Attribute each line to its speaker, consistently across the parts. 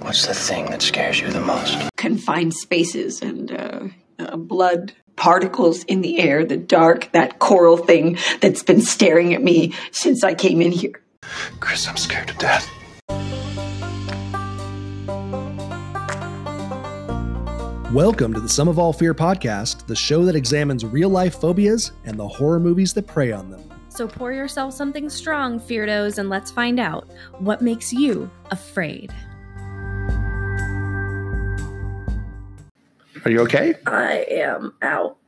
Speaker 1: What's the thing that scares you the most?
Speaker 2: Confined spaces and uh, uh, blood particles in the air, the dark, that coral thing that's been staring at me since I came in here.
Speaker 1: Chris, I'm scared to death.
Speaker 3: Welcome to the Sum of All Fear podcast, the show that examines real life phobias and the horror movies that prey on them.
Speaker 4: So pour yourself something strong, Feardos, and let's find out what makes you afraid.
Speaker 3: Are you okay?
Speaker 5: I am out.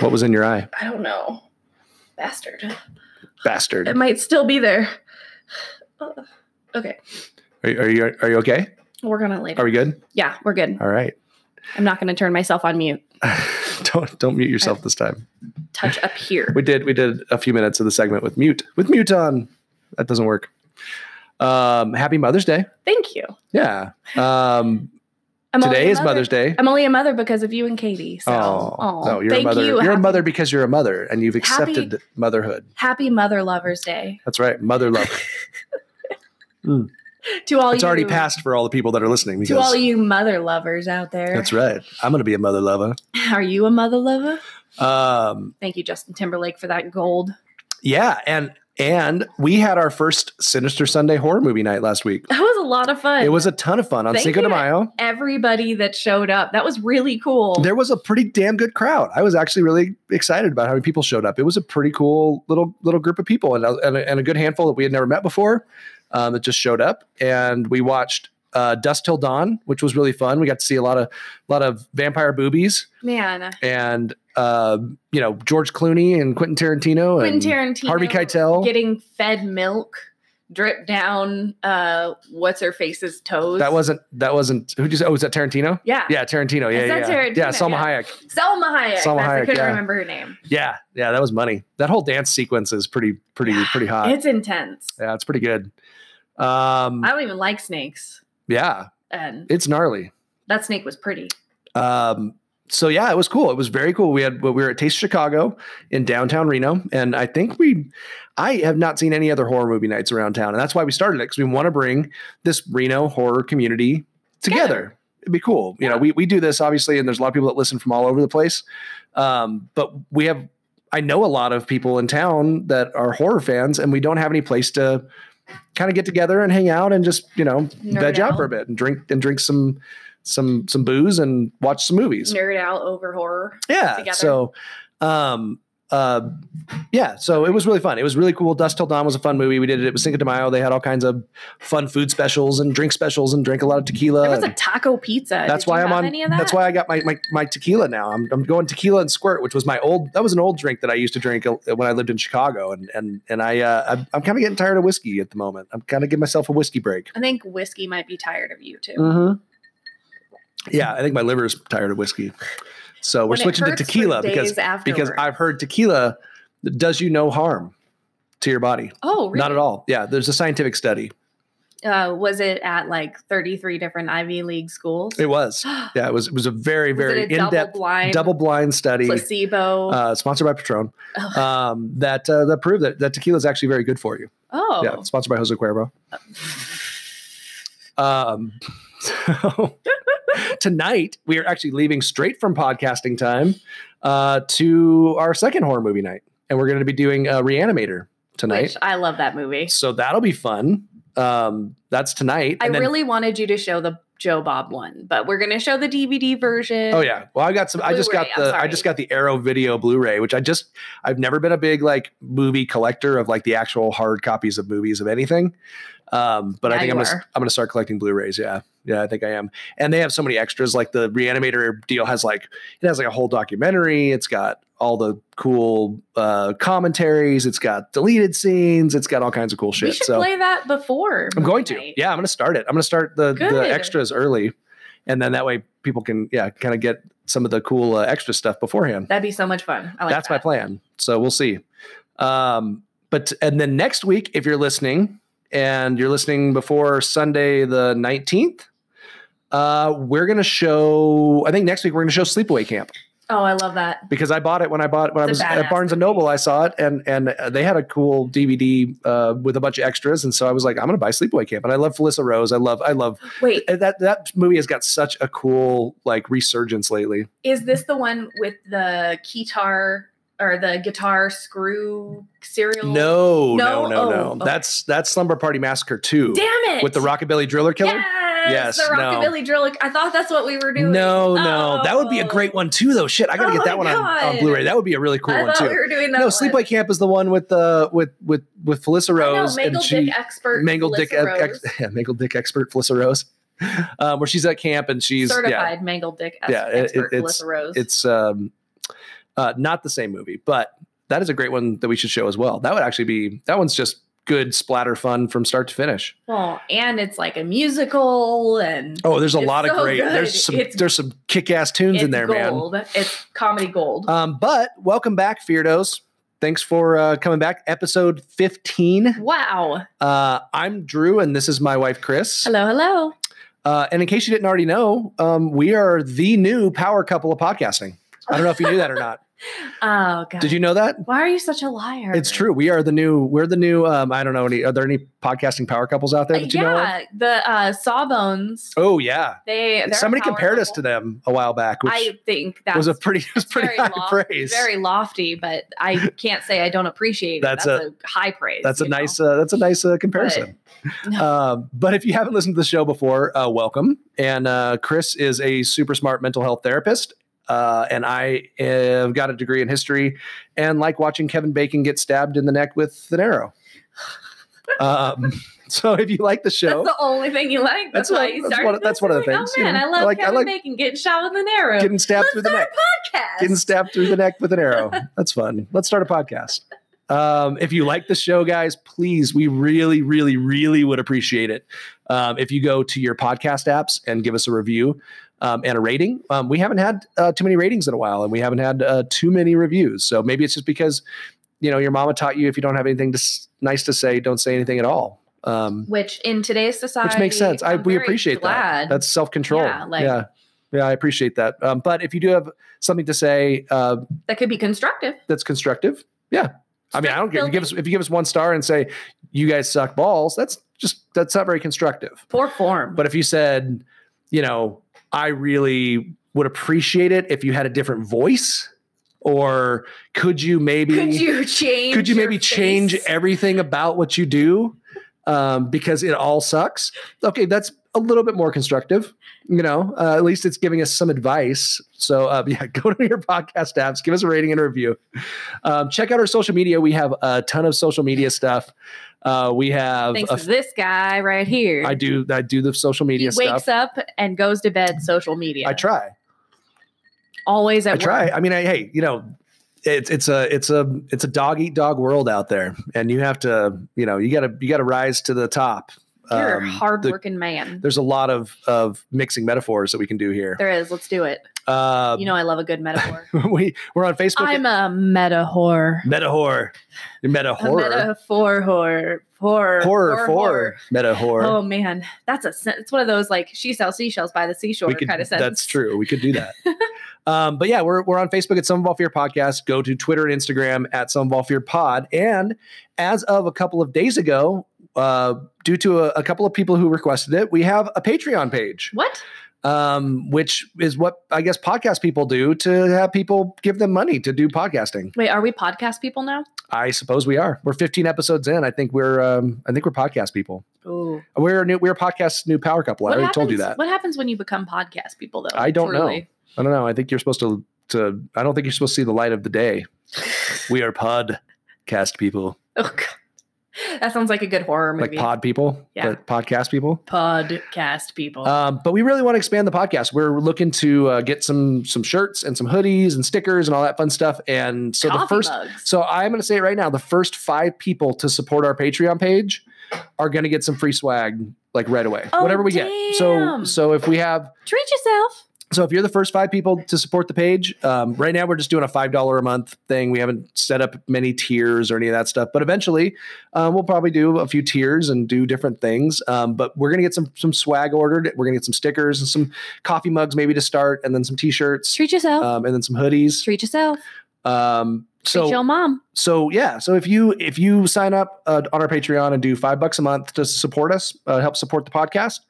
Speaker 3: What was in your eye?
Speaker 5: I don't know. Bastard.
Speaker 3: Bastard.
Speaker 5: It might still be there. Ugh. okay.
Speaker 3: Are, are you are you okay?
Speaker 5: We're going to later.
Speaker 3: Are we good?
Speaker 5: yeah, we're good.
Speaker 3: All right.
Speaker 5: I'm not going to turn myself on mute.
Speaker 3: don't don't mute yourself this time.
Speaker 5: Touch up here.
Speaker 3: We did we did a few minutes of the segment with mute with mute on. That doesn't work. Um, happy Mother's Day.
Speaker 5: Thank you.
Speaker 3: Yeah. Um,
Speaker 5: I'm only
Speaker 3: today
Speaker 5: a
Speaker 3: is
Speaker 5: mother-
Speaker 3: Mother's Day.
Speaker 5: I'm only a mother because of you and Katie. So,
Speaker 3: oh,
Speaker 5: aw.
Speaker 3: no, you're
Speaker 5: thank
Speaker 3: a mother.
Speaker 5: you.
Speaker 3: are
Speaker 5: happy,
Speaker 3: a mother because you're a mother, and you've
Speaker 5: Happy-
Speaker 3: accepted motherhood.
Speaker 5: Happy Mother Lovers Day
Speaker 3: That's right, mother lover.
Speaker 5: to all
Speaker 3: it's
Speaker 5: you.
Speaker 3: already passed for all the people that are listening. Because
Speaker 5: To all you mother lovers out there.
Speaker 3: That's right. I'm going to be a mother lover.
Speaker 5: Are you a mother lover?
Speaker 3: Um,
Speaker 5: Thank you, Justin Timberlake, for that gold.
Speaker 3: yeah, and and we had our first Sinister Sunday horror movie night last week.
Speaker 5: That was a lot of fun.
Speaker 3: It was a ton of fun on
Speaker 5: Thank
Speaker 3: Cinco de
Speaker 5: you.
Speaker 3: Mayo.
Speaker 5: everybody that showed up. That was really cool.
Speaker 3: There was a pretty damn good crowd. I was actually really excited about how many people showed up. It was a pretty cool little little group of people, and a, and a, and a good handful that we had never met before um, that just showed up. And we watched uh, Dust Till Dawn, which was really fun. We got to see a lot of a lot of vampire boobies
Speaker 5: Man,
Speaker 3: and uh, you know George Clooney and Quentin Tarantino and
Speaker 5: Quentin Tarantino,
Speaker 3: Harvey Keitel.
Speaker 5: getting fed milk drip down uh what's her face's toes.
Speaker 3: That wasn't that wasn't who just oh was that Tarantino?
Speaker 5: yeah.
Speaker 3: Yeah, Tarantino. Yeah,
Speaker 5: Is
Speaker 3: yeah,
Speaker 5: that
Speaker 3: yeah.
Speaker 5: Tarantino?
Speaker 3: yeah. Selma
Speaker 5: Yeah.
Speaker 3: Hayek.
Speaker 5: Selma Hayek.
Speaker 3: Selma
Speaker 5: That's- I
Speaker 3: Hayek,
Speaker 5: couldn't
Speaker 3: yeah.
Speaker 5: remember her name.
Speaker 3: Yeah, yeah. That was money. That whole dance sequence is pretty, pretty, pretty hot.
Speaker 5: It's intense.
Speaker 3: yeah, it's pretty good. Uh, Um,
Speaker 5: I don't even like snakes.
Speaker 3: yeah,
Speaker 5: And
Speaker 3: it's gnarly.
Speaker 5: that snake was pretty.
Speaker 3: Um, so yeah, it was cool. It was very cool. We had we were at Taste Chicago in downtown Reno, and I think we, I have not seen any other horror movie nights around town, and that's why we started it because we want to bring this Reno horror community together.
Speaker 5: Together.
Speaker 3: It'd be cool. You know, we we do this obviously, and there's a lot of people that listen from all over the place. Um, but we have, I know a lot of people in town that are horror fans, and we don't have any place to kind of get together and hang out and just you know
Speaker 5: Nerd
Speaker 3: veg out
Speaker 5: out.
Speaker 3: for a bit and drink and drink some some some booze and watch some movies.
Speaker 5: Nerd out over horror.
Speaker 3: Yeah.
Speaker 5: together.
Speaker 3: So, um, uh, yeah. So it was really fun. It was really cool. Dust Till Dawn was a fun movie. We did it. It was Cinco de Mayo. They had all kinds of fun food specials and drink specials and drank a lot of tequila.
Speaker 5: There was a
Speaker 3: and
Speaker 5: taco pizza.
Speaker 3: that's
Speaker 5: Did you
Speaker 3: why I'm
Speaker 5: have
Speaker 3: on.
Speaker 5: Any of that?
Speaker 3: That's why I got my, my my tequila now. I'm I'm going tequila and squirt, which was my old. That was an old drink that I used to drink uh, when I lived in Chicago, and and and I uh, I'm, I'm kind of getting tired of whiskey at the moment. I'm kind of giving myself a whiskey break.
Speaker 5: I think whiskey might be tired of you too.
Speaker 3: Mm-hmm. Yeah, I think my liver is tired of whiskey, so
Speaker 5: When
Speaker 3: we're
Speaker 5: Mm-hmm. it
Speaker 3: switching to
Speaker 5: hurts for
Speaker 3: tequila because
Speaker 5: days afterwards.
Speaker 3: because I've heard tequila does you no harm to your body.
Speaker 5: oh really?
Speaker 3: Not at all. Yeah, there's a scientific study.
Speaker 5: uh, was it at like 33 different Ivy League schools?
Speaker 3: It was. Yeah, it was. It was a very, very
Speaker 5: was it a double
Speaker 3: in-depth,
Speaker 5: blind
Speaker 3: double-blind study
Speaker 5: placebo. Oh.
Speaker 3: uh, sponsored by Patron
Speaker 5: Ugh.
Speaker 3: um, that uh, that proved that, that tequila is actually very good for you.
Speaker 5: oh,
Speaker 3: Yeah, sponsored by Jose Cuervo. Um, so tonight we are actually leaving straight from podcasting time uh, to our second horror movie night, and we're going to be doing uh, Reanimator tonight.
Speaker 5: which I love that movie.
Speaker 3: so that'll be fun. Um, that's tonight.
Speaker 5: I
Speaker 3: and then-
Speaker 5: really wanted you to show the Joe Bob one, but we're gonna show the DVD version.
Speaker 3: Oh yeah. Well, I got some. I just got
Speaker 5: Blu-ray, I'm
Speaker 3: the. I
Speaker 5: sorry.
Speaker 3: just got the Arrow Video Blu-ray, which I just. I've never been a big like movie collector of like the actual hard copies of movies of anything. Um, but I
Speaker 5: Now
Speaker 3: think I'm
Speaker 5: you
Speaker 3: gonna.
Speaker 5: are.
Speaker 3: I'm gonna start collecting Blu-rays. Yeah, yeah, I think I am. And they have so many extras. Like the Reanimator deal has like it has like a whole documentary. It's got all the cool uh commentaries. It's got deleted scenes. It's got all kinds of cool
Speaker 5: we
Speaker 3: shit.
Speaker 5: should
Speaker 3: So
Speaker 5: play that before.
Speaker 3: I'm going to.
Speaker 5: midnight.
Speaker 3: Yeah, I'm going to start it. I'm going to start the,
Speaker 5: Good.
Speaker 3: the extras early, and then that way people can yeah kind of get some of the cool uh, extra stuff beforehand.
Speaker 5: that'd be so much fun. I like
Speaker 3: That's my
Speaker 5: that.
Speaker 3: plan. So we'll see. Um, but and then next week, if you're listening and you're listening before Sunday the 19th, uh, we're going to show. I think next week we're going to show Sleepaway Camp.
Speaker 5: Oh, I love that.
Speaker 3: because I bought it when I bought when I
Speaker 5: It's
Speaker 3: was
Speaker 5: a
Speaker 3: at
Speaker 5: badass
Speaker 3: Barnes and
Speaker 5: movie.
Speaker 3: Noble. I saw it and and uh, they had a cool DVD uh, with a bunch of extras, and so I was like, I'm gonna buy Sleepaway Camp. And I love Felissa Rose. I love I love
Speaker 5: Wait,
Speaker 3: and that that movie has got such a cool like resurgence lately.
Speaker 5: is this the one with the guitar or the guitar screw serial?
Speaker 3: No, no,
Speaker 5: No?
Speaker 3: no,
Speaker 5: Oh,
Speaker 3: no.
Speaker 5: okay.
Speaker 3: That's that's Slumber Party Massacre two
Speaker 5: Damn it!
Speaker 3: with the Rockabilly Driller Killer.
Speaker 5: Yes,
Speaker 3: Yes,
Speaker 5: the
Speaker 3: no.
Speaker 5: rockabilly drill. I thought that's what we were doing.
Speaker 3: No, no, that would be a
Speaker 5: Oh.
Speaker 3: great one too, though. Shit, I gotta
Speaker 5: Oh
Speaker 3: get that
Speaker 5: my
Speaker 3: one on, on
Speaker 5: God.
Speaker 3: Blu-ray. That would be a really cool
Speaker 5: I
Speaker 3: one
Speaker 5: thought
Speaker 3: too.
Speaker 5: we were doing that.
Speaker 3: no,
Speaker 5: one.
Speaker 3: Sleepaway Camp is the one with uh, with with with Felissa
Speaker 5: I know,
Speaker 3: Rose
Speaker 5: Mangled
Speaker 3: and she
Speaker 5: dick expert.
Speaker 3: mangled dick
Speaker 5: Melissa
Speaker 3: ex-
Speaker 5: Rose.
Speaker 3: ex- yeah, mangled dick expert Felissa Rose, um, where she's at camp and she's yeah,
Speaker 5: certified mangled dick ex-
Speaker 3: Yeah, it- it-
Speaker 5: expert.
Speaker 3: it's-
Speaker 5: Melissa Rose.
Speaker 3: it's um, uh, not the same movie, but that is a great one that we should show as well. That would actually be that one's just good splatter fun from start to finish.
Speaker 5: well, and it's like a musical and
Speaker 3: Oh, there's a
Speaker 5: It's
Speaker 3: lot of
Speaker 5: so
Speaker 3: great.
Speaker 5: good.
Speaker 3: There's some
Speaker 5: It's-
Speaker 3: there's some kick ass tunes
Speaker 5: it's
Speaker 3: in there, man.
Speaker 5: gold. It's comedy gold.
Speaker 3: Um, but welcome back, Feardos. Thanks for uh, coming back. Episode 15.
Speaker 5: wow.
Speaker 3: Uh, I'm Drew, and this is my wife, Chris.
Speaker 5: Hello, hello.
Speaker 3: Uh, and in case you didn't already know, um, we are the new power couple of podcasting. I don't know if you knew that or not.
Speaker 5: Oh god.
Speaker 3: Did you know that?
Speaker 5: Why are you such a liar?
Speaker 3: It's true. We are the new. We're the new. Um, I don't know. Any, are there any podcasting power couples out there
Speaker 5: Uh,
Speaker 3: that you know? Of?
Speaker 5: yeah, the uh, Sawbones.
Speaker 3: Oh yeah.
Speaker 5: They they're a
Speaker 3: Somebody
Speaker 5: power
Speaker 3: compared us
Speaker 5: couple.
Speaker 3: to them a while back, which
Speaker 5: I think that
Speaker 3: was a pretty was pretty
Speaker 5: very
Speaker 3: high
Speaker 5: lofty,
Speaker 3: praise.
Speaker 5: very lofty, but I can't say I don't appreciate it.
Speaker 3: That's
Speaker 5: That's, a, high praise.
Speaker 3: that's a
Speaker 5: you know?
Speaker 3: nice. Uh, that's a nice uh, comparison.
Speaker 5: But-
Speaker 3: But, but if you haven't listened to the show before, uh, welcome. And uh, Chris is a super smart mental health therapist. Uh, and I have got a degree in history and like watching Kevin Bacon get stabbed in the neck with an arrow. Um, so if you like the show,
Speaker 5: That's the only thing you like.
Speaker 3: That's
Speaker 5: That's,
Speaker 3: one-
Speaker 5: why you
Speaker 3: that's
Speaker 5: started.
Speaker 3: one-
Speaker 5: this.
Speaker 3: that's one of the
Speaker 5: Like,
Speaker 3: things,
Speaker 5: Oh
Speaker 3: you
Speaker 5: man,
Speaker 3: know.
Speaker 5: I love
Speaker 3: I like- I
Speaker 5: Kevin
Speaker 3: like-
Speaker 5: Bacon getting shot with an arrow.
Speaker 3: getting stabbed
Speaker 5: Let's
Speaker 3: through the
Speaker 5: start
Speaker 3: neck.
Speaker 5: a podcast.
Speaker 3: getting stabbed through the neck with an arrow. That's fun. Let's start a podcast. Um, if you like the show, guys, please, we really, really, really would appreciate it. Um, if you go to your podcast apps and give us a review um, and a rating, um, we haven't had uh, too many ratings in a while and we haven't had uh, too many reviews. So maybe it's just because, you know, your mama taught you if you don't have anything to s- nice to say, don't say anything at all. Um,
Speaker 5: Which in today's society,
Speaker 3: which makes sense. I
Speaker 5: I'm
Speaker 3: we
Speaker 5: very
Speaker 3: appreciate that.
Speaker 5: glad.
Speaker 3: That's self control. Yeah,
Speaker 5: Yeah, like-
Speaker 3: yeah, I appreciate that. Um, but if you do have something to say uh,
Speaker 5: that could be constructive.
Speaker 3: that's constructive, yeah. I mean, I don't care. If you give us
Speaker 5: Building.
Speaker 3: if you give us one star and say you guys suck balls, that's just that's not very constructive.
Speaker 5: Poor form.
Speaker 3: But if you said, you know, I really would appreciate it if you had a different voice, or could you maybe
Speaker 5: could you change?
Speaker 3: could you
Speaker 5: your
Speaker 3: maybe change
Speaker 5: face?
Speaker 3: everything about what you do um, because it all sucks okay that's a little bit more constructive you know uh, at least it's giving us some advice so uh, yeah go to your podcast apps give us a rating and a review um, check out our social media we have a ton of social media stuff uh, we have
Speaker 5: Thanks
Speaker 3: a-
Speaker 5: to this guy right here.
Speaker 3: i do i do the social
Speaker 5: He
Speaker 3: media
Speaker 5: wakes
Speaker 3: stuff
Speaker 5: up and goes to bed. Social media.
Speaker 3: i try
Speaker 5: Always at
Speaker 3: I
Speaker 5: work.
Speaker 3: try. I mean, I hey, you know, it's it's a it's a it's a dog eat dog world out there, and you have to you know you gotta you gotta rise to the top.
Speaker 5: You're
Speaker 3: Um,
Speaker 5: a
Speaker 3: the-
Speaker 5: hardworking man.
Speaker 3: there's a lot of of mixing metaphors that we can do here.
Speaker 5: There is. Let's do it.
Speaker 3: Uh,
Speaker 5: you know, I love a good metaphor.
Speaker 3: we we're on Facebook.
Speaker 5: I'm a meta whore.
Speaker 3: meta horror, meta
Speaker 5: A
Speaker 3: horror,
Speaker 5: metaphor whore. Horror.
Speaker 3: horror for meta horror.
Speaker 5: Oh man, that's a sen- it's one of those like she sells seashells by the seashore
Speaker 3: we could,
Speaker 5: kind of sentence.
Speaker 3: that's true. We could do that. um, but yeah, we're, we're on Facebook at Some of All Fear Podcast. Go to Twitter and Instagram at Some of All Fear Pod. And as of a couple of days ago, uh, due to a, a couple of people who requested it, we have a Patreon page,
Speaker 5: What?
Speaker 3: um, which is what I guess podcast people do to have people give them money to do podcasting.
Speaker 5: Wait, are we podcast people now?
Speaker 3: I suppose we are. We're 15 episodes in. I think we're um, I think we're podcast people.
Speaker 5: Oh,
Speaker 3: We're a new we're a podcast new power couple. I already told you that.
Speaker 5: What happens when you become podcast people though?
Speaker 3: I don't know.
Speaker 5: Truly.
Speaker 3: I don't know. I think you're supposed to to I don't think you're supposed to see the light of the day. we are podcast people.
Speaker 5: Oh, God. That sounds like a good horror movie.
Speaker 3: Like pod people,
Speaker 5: Yeah.
Speaker 3: but podcast people.
Speaker 5: podcast people.
Speaker 3: Um, but we really want to expand the podcast. We're looking to uh, get some some shirts and some hoodies and stickers and all that fun stuff. And so the
Speaker 5: Coffee
Speaker 3: first
Speaker 5: mugs.
Speaker 3: so I'm going to say it right now, the first 5 people to support our Patreon page are going to get some free swag like right away.
Speaker 5: Oh,
Speaker 3: Whatever we get. So
Speaker 5: damn.
Speaker 3: so if we have
Speaker 5: treat yourself.
Speaker 3: So if you're the first five people to support the page, um, right now we're just doing a five dollar a month thing. We haven't set up many tiers or any of that stuff, but eventually um, we'll probably do a few tiers and do different things. Um, but we're gonna get some some swag ordered. We're gonna get some stickers and some coffee mugs maybe to start, and then some t-shirts,
Speaker 4: Treat yourself.
Speaker 3: um, and then some hoodies.
Speaker 4: Treat yourself.
Speaker 3: Um,
Speaker 4: Treat your
Speaker 3: so
Speaker 4: mom.
Speaker 3: so yeah, so if you if you sign up uh, on our Patreon and do five bucks a month to support us, uh, help support the podcast,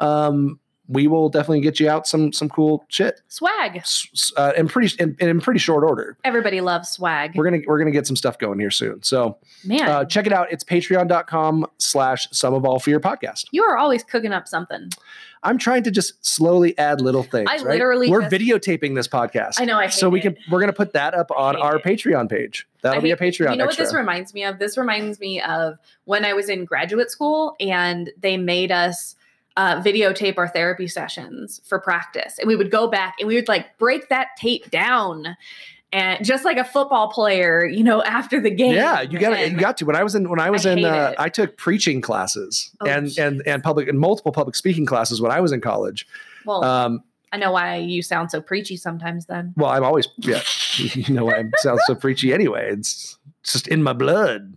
Speaker 3: um, we will definitely get you out some some cool shit
Speaker 5: Swag.
Speaker 3: s- s- uh, in pretty in, in pretty short order.
Speaker 4: Everybody loves swag.
Speaker 3: We're gonna we're gonna get some stuff going here soon. So
Speaker 4: Man,
Speaker 3: uh, check it out. It's patreon.com slash sum of all fear podcast.
Speaker 5: You are always cooking up something.
Speaker 3: I'm trying to just slowly add little things.
Speaker 5: I
Speaker 3: right?
Speaker 5: literally
Speaker 3: we're
Speaker 5: just-
Speaker 3: videotaping this podcast.
Speaker 5: I know. I hate
Speaker 3: so we
Speaker 5: it.
Speaker 3: can we're gonna put that up on
Speaker 5: hate
Speaker 3: our
Speaker 5: it.
Speaker 3: Patreon page. That'll
Speaker 5: I
Speaker 3: be a
Speaker 5: hate-
Speaker 3: Patreon
Speaker 5: You know what
Speaker 3: extra.
Speaker 5: this reminds me of? This reminds me of when I was in graduate school and they made us uh, videotape our therapy sessions for practice. And we would go back and we would like break that tape down. And just like a football player, you know, after the game.
Speaker 3: yeah, you got to
Speaker 5: And
Speaker 3: you got to. When I was in when I was
Speaker 5: I
Speaker 3: in
Speaker 5: hate
Speaker 3: uh,
Speaker 5: it.
Speaker 3: I took preaching classes
Speaker 5: Oh,
Speaker 3: and
Speaker 5: geez.
Speaker 3: and and public and multiple public speaking classes when I was in college.
Speaker 5: Well,
Speaker 3: Um,
Speaker 5: I know why you sound so preachy sometimes then.
Speaker 3: Well, I'm always yeah. you know, I sound so preachy anyway. It's, it's just in my blood.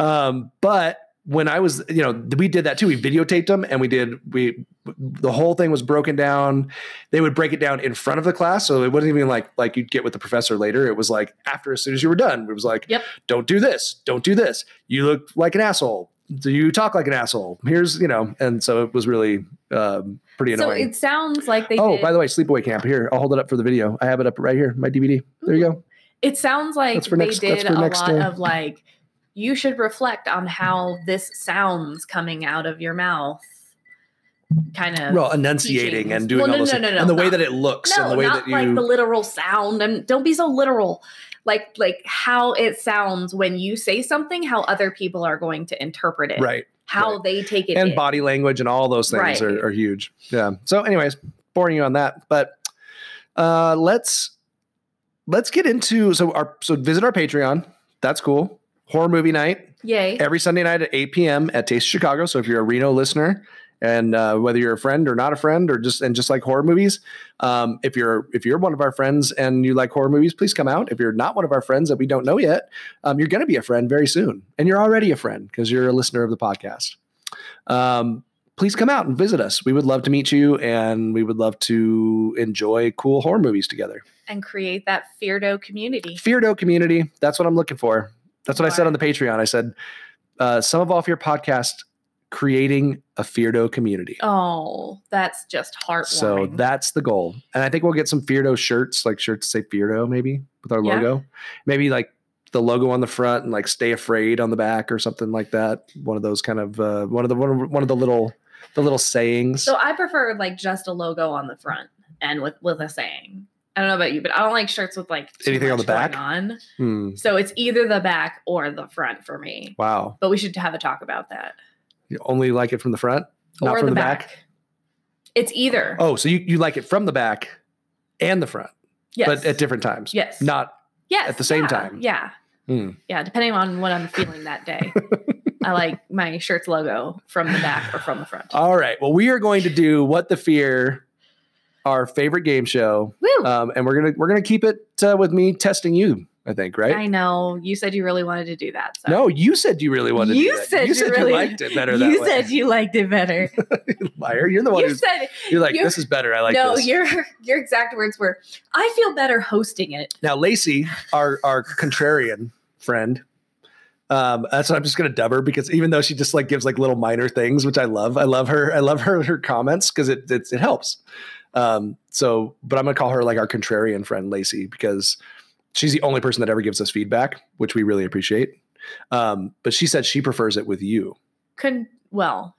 Speaker 3: um, but when I was, you know, we did that too. We videotaped them, and we did we the whole thing was broken down. They would break it down in front of the class, so it wasn't even like like you'd get with the professor later. It was like after as soon as you were done, it was like,
Speaker 5: Yep.
Speaker 3: don't do this, don't do this. You look like an asshole. Do you talk like an asshole? Here's you know, and so it was really um, pretty
Speaker 5: so
Speaker 3: annoying
Speaker 5: it sounds like they
Speaker 3: oh,
Speaker 5: did,
Speaker 3: by the way, sleepaway camp here. I'll hold it up for the video. I have it up right here, my DVD. There you go.
Speaker 5: it sounds like
Speaker 3: That's for
Speaker 5: they
Speaker 3: next- that's
Speaker 5: did
Speaker 3: for
Speaker 5: a
Speaker 3: next,
Speaker 5: lot
Speaker 3: uh,
Speaker 5: of like you should reflect on how this sounds coming out of your mouth. Kind of
Speaker 3: Well, enunciating
Speaker 5: Teachings.
Speaker 3: and doing
Speaker 5: Well,
Speaker 3: all
Speaker 5: no, no,
Speaker 3: those things.
Speaker 5: no, no,
Speaker 3: and the way
Speaker 5: not-
Speaker 3: that it looks
Speaker 5: No,
Speaker 3: and the way
Speaker 5: not
Speaker 3: that you
Speaker 5: like the literal sound. And don't be so literal. Like like how it sounds when you say something, how other people are going to interpret it.
Speaker 3: right
Speaker 5: How
Speaker 3: right.
Speaker 5: they take it.
Speaker 3: and
Speaker 5: in.
Speaker 3: body language and all those things
Speaker 5: Right.
Speaker 3: are, are huge. Yeah. So, anyways, boring you on that, but uh, let's let's get into so our so visit our Patreon. That's cool. Horror movie night.
Speaker 5: Yay.
Speaker 3: every Sunday night at 8 p.m. at Taste of Chicago. So if you're a Reno listener, and uh, whether you're a friend or not a friend, or just and just like horror movies, um, if you're if you're one of our friends and you like horror movies, please come out. If you're not one of our friends that we don't know yet, um, you're going to be a friend very soon, and you're already a friend because you're a listener of the podcast. Um, please come out and visit us. We would love to meet you, and we would love to enjoy cool horror movies together.
Speaker 5: and create that Feardo community.
Speaker 3: Feardo community. That's what I'm looking for. That's what I said
Speaker 5: Alright.
Speaker 3: on the Patreon. I said, uh, some of all fear podcast creating a Feardo community.
Speaker 5: Oh, that's just heartwarming.
Speaker 3: So that's the goal. And I think we'll get some Feardo shirts, like shirts that say Feardo maybe with our
Speaker 5: Yeah.
Speaker 3: logo. Maybe like the logo on the front and like stay afraid on the back or something like that. One of those kind of uh, one of the one of, one of the little the little sayings.
Speaker 5: So I prefer like just a logo on the front and with with a saying. I don't know about you, but I don't like shirts with like too
Speaker 3: Anything on
Speaker 5: much
Speaker 3: the back?
Speaker 5: going On.
Speaker 3: Hmm.
Speaker 5: So it's either the back or the front for me.
Speaker 3: Wow.
Speaker 5: But we should have a talk about that.
Speaker 3: You only like it from the front, not
Speaker 5: or
Speaker 3: from
Speaker 5: the,
Speaker 3: the
Speaker 5: back. It's either.
Speaker 3: back. Oh, so you, you like it from the back and the front,
Speaker 5: yes.
Speaker 3: but at different times.
Speaker 5: yes.
Speaker 3: Not
Speaker 5: yes.
Speaker 3: at the same
Speaker 5: yeah,
Speaker 3: time.
Speaker 5: Yeah.
Speaker 3: Hmm.
Speaker 5: Yeah. Depending on what I'm feeling that day. I like my shirt's logo from the back or from the front.
Speaker 3: All right. Well, we are going to do what the fear, our favorite game show,
Speaker 5: Woo!
Speaker 3: um, and we're gonna we're gonna keep it uh, with me testing you. I think right.
Speaker 5: I know. You said you really wanted to do that. So.
Speaker 3: no, you said you really wanted.
Speaker 5: You
Speaker 3: to do that.
Speaker 5: said
Speaker 3: you
Speaker 5: you
Speaker 3: said
Speaker 5: really-
Speaker 3: you liked it better.
Speaker 5: you
Speaker 3: that way.
Speaker 5: said you liked it better.
Speaker 3: liar. You're the one
Speaker 5: you
Speaker 3: who's
Speaker 5: said
Speaker 3: you're like
Speaker 5: you're-
Speaker 3: this is better. I like
Speaker 5: no.
Speaker 3: this.
Speaker 5: Your your exact words were, "I feel better hosting it."
Speaker 3: Now, Lacey, our our contrarian friend. Um, that's what I'm just gonna dub her because even though she just like gives like little minor things, which I love, I love her, I love her her comments because it, it it helps. Um, so, but I'm gonna call her like our contrarian friend, Lacey, because she's the only person that ever gives us feedback, which we really appreciate. Um, but she said she prefers it with you.
Speaker 5: Couldn't. Well,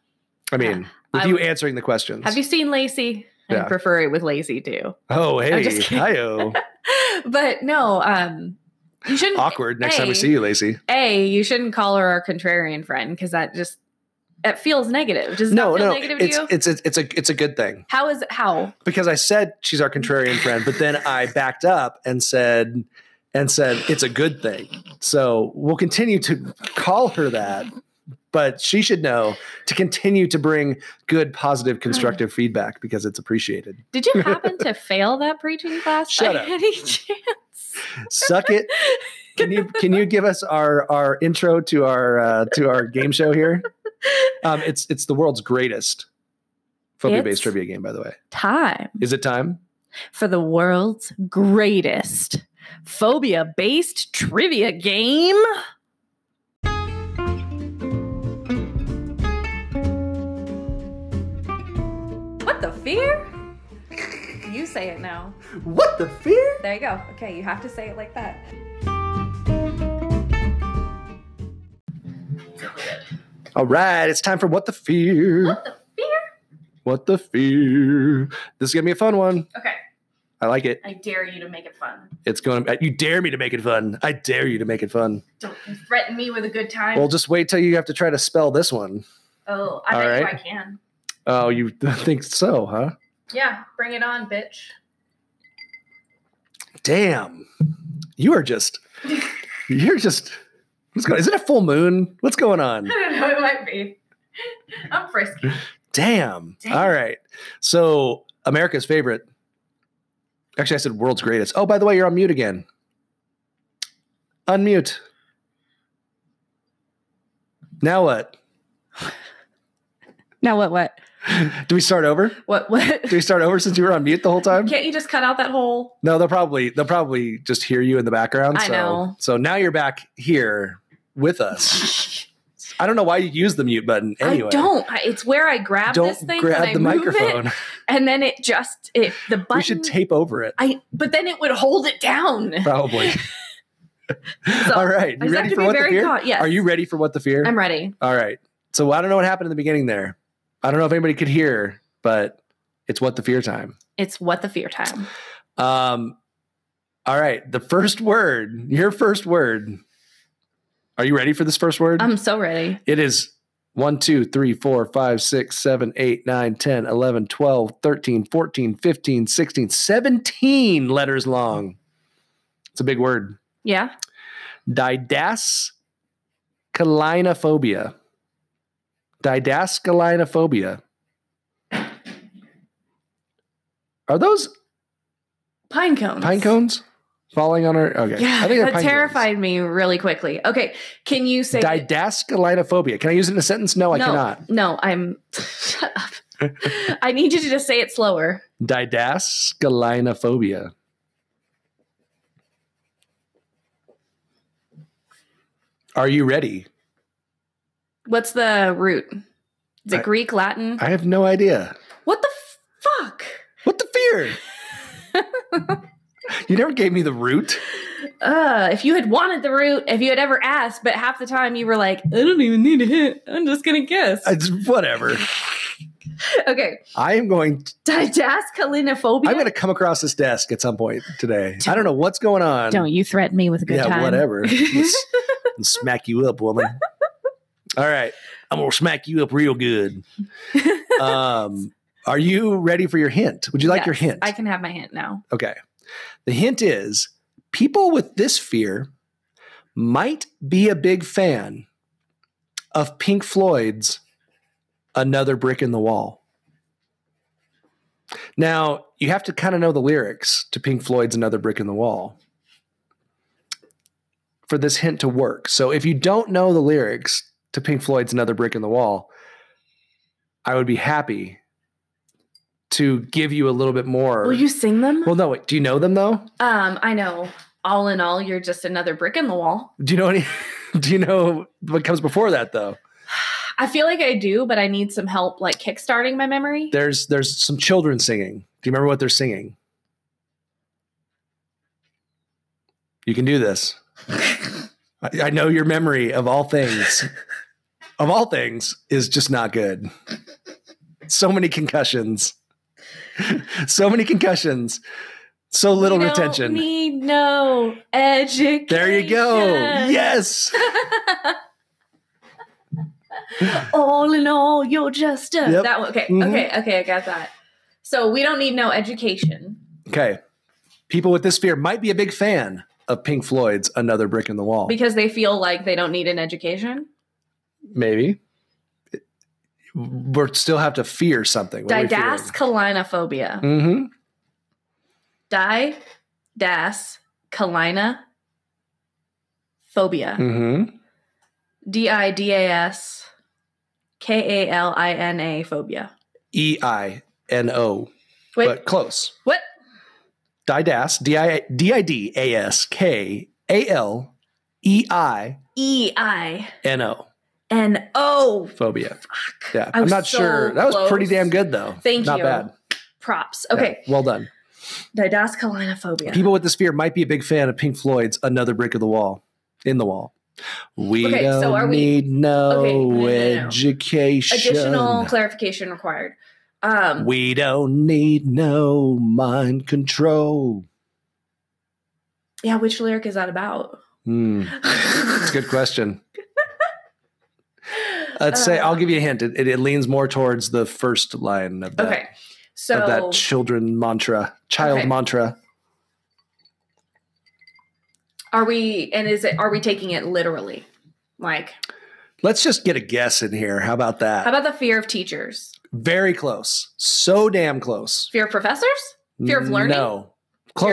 Speaker 3: I mean, with
Speaker 5: I-
Speaker 3: you answering the questions.
Speaker 5: have you seen Lacey?
Speaker 3: Yeah.
Speaker 5: I prefer it with Lacey too.
Speaker 3: oh, hey,
Speaker 5: just kidding.
Speaker 3: hi-oh.
Speaker 5: But no, um, you shouldn't.
Speaker 3: awkward. Next time we
Speaker 5: Hey.
Speaker 3: see you, Lacey.
Speaker 5: A, you shouldn't call her our contrarian friend because that just it feels negative. Does
Speaker 3: No,
Speaker 5: that feel
Speaker 3: no,
Speaker 5: negative
Speaker 3: it's,
Speaker 5: to you?
Speaker 3: it's it's it's a it's a good thing.
Speaker 5: how is how?
Speaker 3: because I said she's our contrarian friend, but then I backed up and said and said it's a good thing. So we'll continue to call her that, but she should know to continue to bring good, positive, constructive feedback because it's appreciated.
Speaker 5: Did you happen to fail that preaching class
Speaker 3: Shut
Speaker 5: by
Speaker 3: up.
Speaker 5: any chance?
Speaker 3: Suck it. Can you can you give us our our intro to our uh, to our game show here? Um, it's it's the world's greatest phobia
Speaker 5: It's-
Speaker 3: based trivia game, by the way.
Speaker 5: Time
Speaker 3: Is it time?
Speaker 5: for the world's greatest phobia based trivia game. What the fear? You say it now.
Speaker 3: What the fear?
Speaker 5: There you go. Okay, you have to say it like that.
Speaker 3: All right, it's time for what the fear. What the
Speaker 5: fear?
Speaker 3: What the fear? This is gonna be a fun one.
Speaker 5: Okay,
Speaker 3: I like it.
Speaker 5: I dare you to make it fun.
Speaker 3: It's going. to You dare me to make it fun. I dare you to make it fun.
Speaker 5: Don't you threaten me with a good time.
Speaker 3: Well, just wait till you have to try to spell this one.
Speaker 5: oh, I
Speaker 3: all
Speaker 5: bet you
Speaker 3: right.
Speaker 5: I can.
Speaker 3: Oh, you think so, huh?
Speaker 5: Yeah, bring it on, bitch.
Speaker 3: Damn, you are just. You're just. What's going? Is it a full moon? What's going on?
Speaker 5: I don't know. It might be. I'm frisky.
Speaker 3: Damn.
Speaker 5: Damn.
Speaker 3: All right. So America's favorite. Actually, I said world's greatest. Oh, by the way, you're on mute again. Unmute. Now what?
Speaker 5: Now what? What?
Speaker 3: Do we start over?
Speaker 5: What? What?
Speaker 3: Do we start over since you were on mute the whole time?
Speaker 5: Can't you just cut out that whole?
Speaker 3: No, they'll probably they'll probably just hear you in the background.
Speaker 5: I
Speaker 3: so
Speaker 5: know.
Speaker 3: so now you're back here with us. I don't know why you use the mute button anyway.
Speaker 5: I don't. I, it's where I grab
Speaker 3: Don't
Speaker 5: this thing
Speaker 3: grab
Speaker 5: and I
Speaker 3: the
Speaker 5: move
Speaker 3: microphone.
Speaker 5: it, and then it just it the button.
Speaker 3: We should tape over it.
Speaker 5: I but then it would hold it down.
Speaker 3: Probably. All right.
Speaker 5: I just have
Speaker 3: You ready
Speaker 5: to
Speaker 3: for
Speaker 5: be
Speaker 3: what the
Speaker 5: very
Speaker 3: fear?
Speaker 5: caught. Yes.
Speaker 3: Are you ready for what the fear?
Speaker 5: I'm ready.
Speaker 3: All right. So I don't know what happened in the beginning there. I don't know if anybody could hear, but it's what the fear time.
Speaker 5: It's what the fear time.
Speaker 3: Um all right. The first word, your first word. Are you ready for this first word?
Speaker 5: I'm so ready.
Speaker 3: It is 1, 2, 3, 4, 5, 6, 7, 8, 9, 10, 11, 12, 13, 14, 15, 16, 17 letters long. It's a big word.
Speaker 5: Yeah.
Speaker 3: Didascalinophobia. Didascalinophobia. Are those
Speaker 5: Pine cones.
Speaker 3: pine cones falling on our? Okay,
Speaker 5: Yeah,
Speaker 3: they're
Speaker 5: that
Speaker 3: pine cones.
Speaker 5: terrified me really quickly. Okay, can you say
Speaker 3: Didascalinophobia. Can I use it in a sentence? No, I
Speaker 5: no,
Speaker 3: cannot.
Speaker 5: No, I'm. Shut up. I need you to just say it slower.
Speaker 3: Didascalinophobia. Are you ready?
Speaker 5: What's the root? Is it
Speaker 3: I-
Speaker 5: Greek, Latin?
Speaker 3: I have no idea.
Speaker 5: what the fuck?
Speaker 3: What the fear? you never gave me the root.
Speaker 5: Uh, if you had wanted the root, if you had ever asked, but half the time you were like, I don't even need a hint. I'm just gonna guess.
Speaker 3: It's whatever.
Speaker 5: okay,
Speaker 3: I am going.
Speaker 5: didascalinophobia.
Speaker 3: I'm going to come across this desk at some point today. I don't know what's going on.
Speaker 5: Don't you threaten me with a good
Speaker 3: yeah,
Speaker 5: time?
Speaker 3: whatever. Let's- let's smack you up, woman. All right, I'm gonna smack you up real good. Um, are you ready for your hint? Would you like your
Speaker 5: Yes,
Speaker 3: hint?
Speaker 5: I can have my hint now.
Speaker 3: Okay. The hint is people with this fear might be a big fan of Pink Floyd's Another Brick in the Wall. Now, you have to kind of know the lyrics to Pink Floyd's Another Brick in the Wall for this hint to work. So if you don't know the lyrics to Pink Floyd's Another Brick in the Wall, I would be happy to give you a little bit more.
Speaker 5: Will you sing them?
Speaker 3: Well, no, wait. Do you know them though?
Speaker 5: Um, I know. All in all, you're just another brick in the wall.
Speaker 3: Do you know any? Do you know what comes before that though?
Speaker 5: I feel like I do, but I need some help, like kickstarting my memory.
Speaker 3: There's there's some children singing. Do you remember what they're singing? You can do this. I, I know your memory of all things, of all things, is just not good. So many concussions. so many concussions. So little
Speaker 5: We don't
Speaker 3: retention.
Speaker 5: Need no education.
Speaker 3: there you go. Yes.
Speaker 5: All in all, you're just a
Speaker 3: Yep.
Speaker 5: that one. Okay,
Speaker 3: Mhm.
Speaker 5: okay, okay. I got that. So we don't need no education.
Speaker 3: Okay. People with this fear might be a big fan of Pink Floyd's Another Brick in the Wall.
Speaker 5: Because they feel like they don't need an education.
Speaker 3: Maybe. we still have to fear something. What are we fearing?
Speaker 5: Didascalinophobia.
Speaker 3: Mhm.
Speaker 5: Di das kalina phobia.
Speaker 3: Mhm.
Speaker 5: D I D A S K A L I N A phobia.
Speaker 3: E I N O.
Speaker 5: Wait,
Speaker 3: But close.
Speaker 5: what?
Speaker 3: Didas. D I D I D A S K A L E I
Speaker 5: E I
Speaker 3: N O.
Speaker 5: N O.
Speaker 3: Phobia.
Speaker 5: Fuck.
Speaker 3: Yeah.
Speaker 5: I
Speaker 3: I'm
Speaker 5: was
Speaker 3: not
Speaker 5: so
Speaker 3: sure. That was pretty
Speaker 5: close.
Speaker 3: damn good though.
Speaker 5: Thank
Speaker 3: not
Speaker 5: you.
Speaker 3: Not bad.
Speaker 5: Props.
Speaker 3: Yeah.
Speaker 5: Okay.
Speaker 3: Well done.
Speaker 5: Didascalinophobia.
Speaker 3: People with this fear might be a big fan of Pink Floyd's Another Brick of the Wall, in the wall. We
Speaker 5: Okay, so
Speaker 3: don't
Speaker 5: are we-
Speaker 3: need no,
Speaker 5: Okay, no, no, no.
Speaker 3: education.
Speaker 5: Additional clarification required. Um,
Speaker 3: we don't need no mind control.
Speaker 5: yeah, which lyric is that about?
Speaker 3: Hmm, it's a good question. Let's say I'll give you a
Speaker 5: Uh,
Speaker 3: hint. It, it, it leans more towards the first line of that,
Speaker 5: Okay. So
Speaker 3: of that children mantra, child
Speaker 5: Okay.
Speaker 3: mantra.
Speaker 5: are we and is it are we taking it literally? Like
Speaker 3: Let's just get a guess in here. How about that?
Speaker 5: how about the fear of teachers?
Speaker 3: Very close. So damn close.
Speaker 5: Fear of professors? Fear of learning?
Speaker 3: No.
Speaker 5: Fear of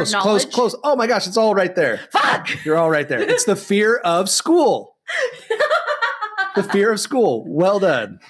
Speaker 3: Close, close,
Speaker 5: knowledge?
Speaker 3: close. Oh my gosh, it's all right there.
Speaker 5: Fuck!
Speaker 3: You're all right there. It's the fear of school. The fear of school. Well done.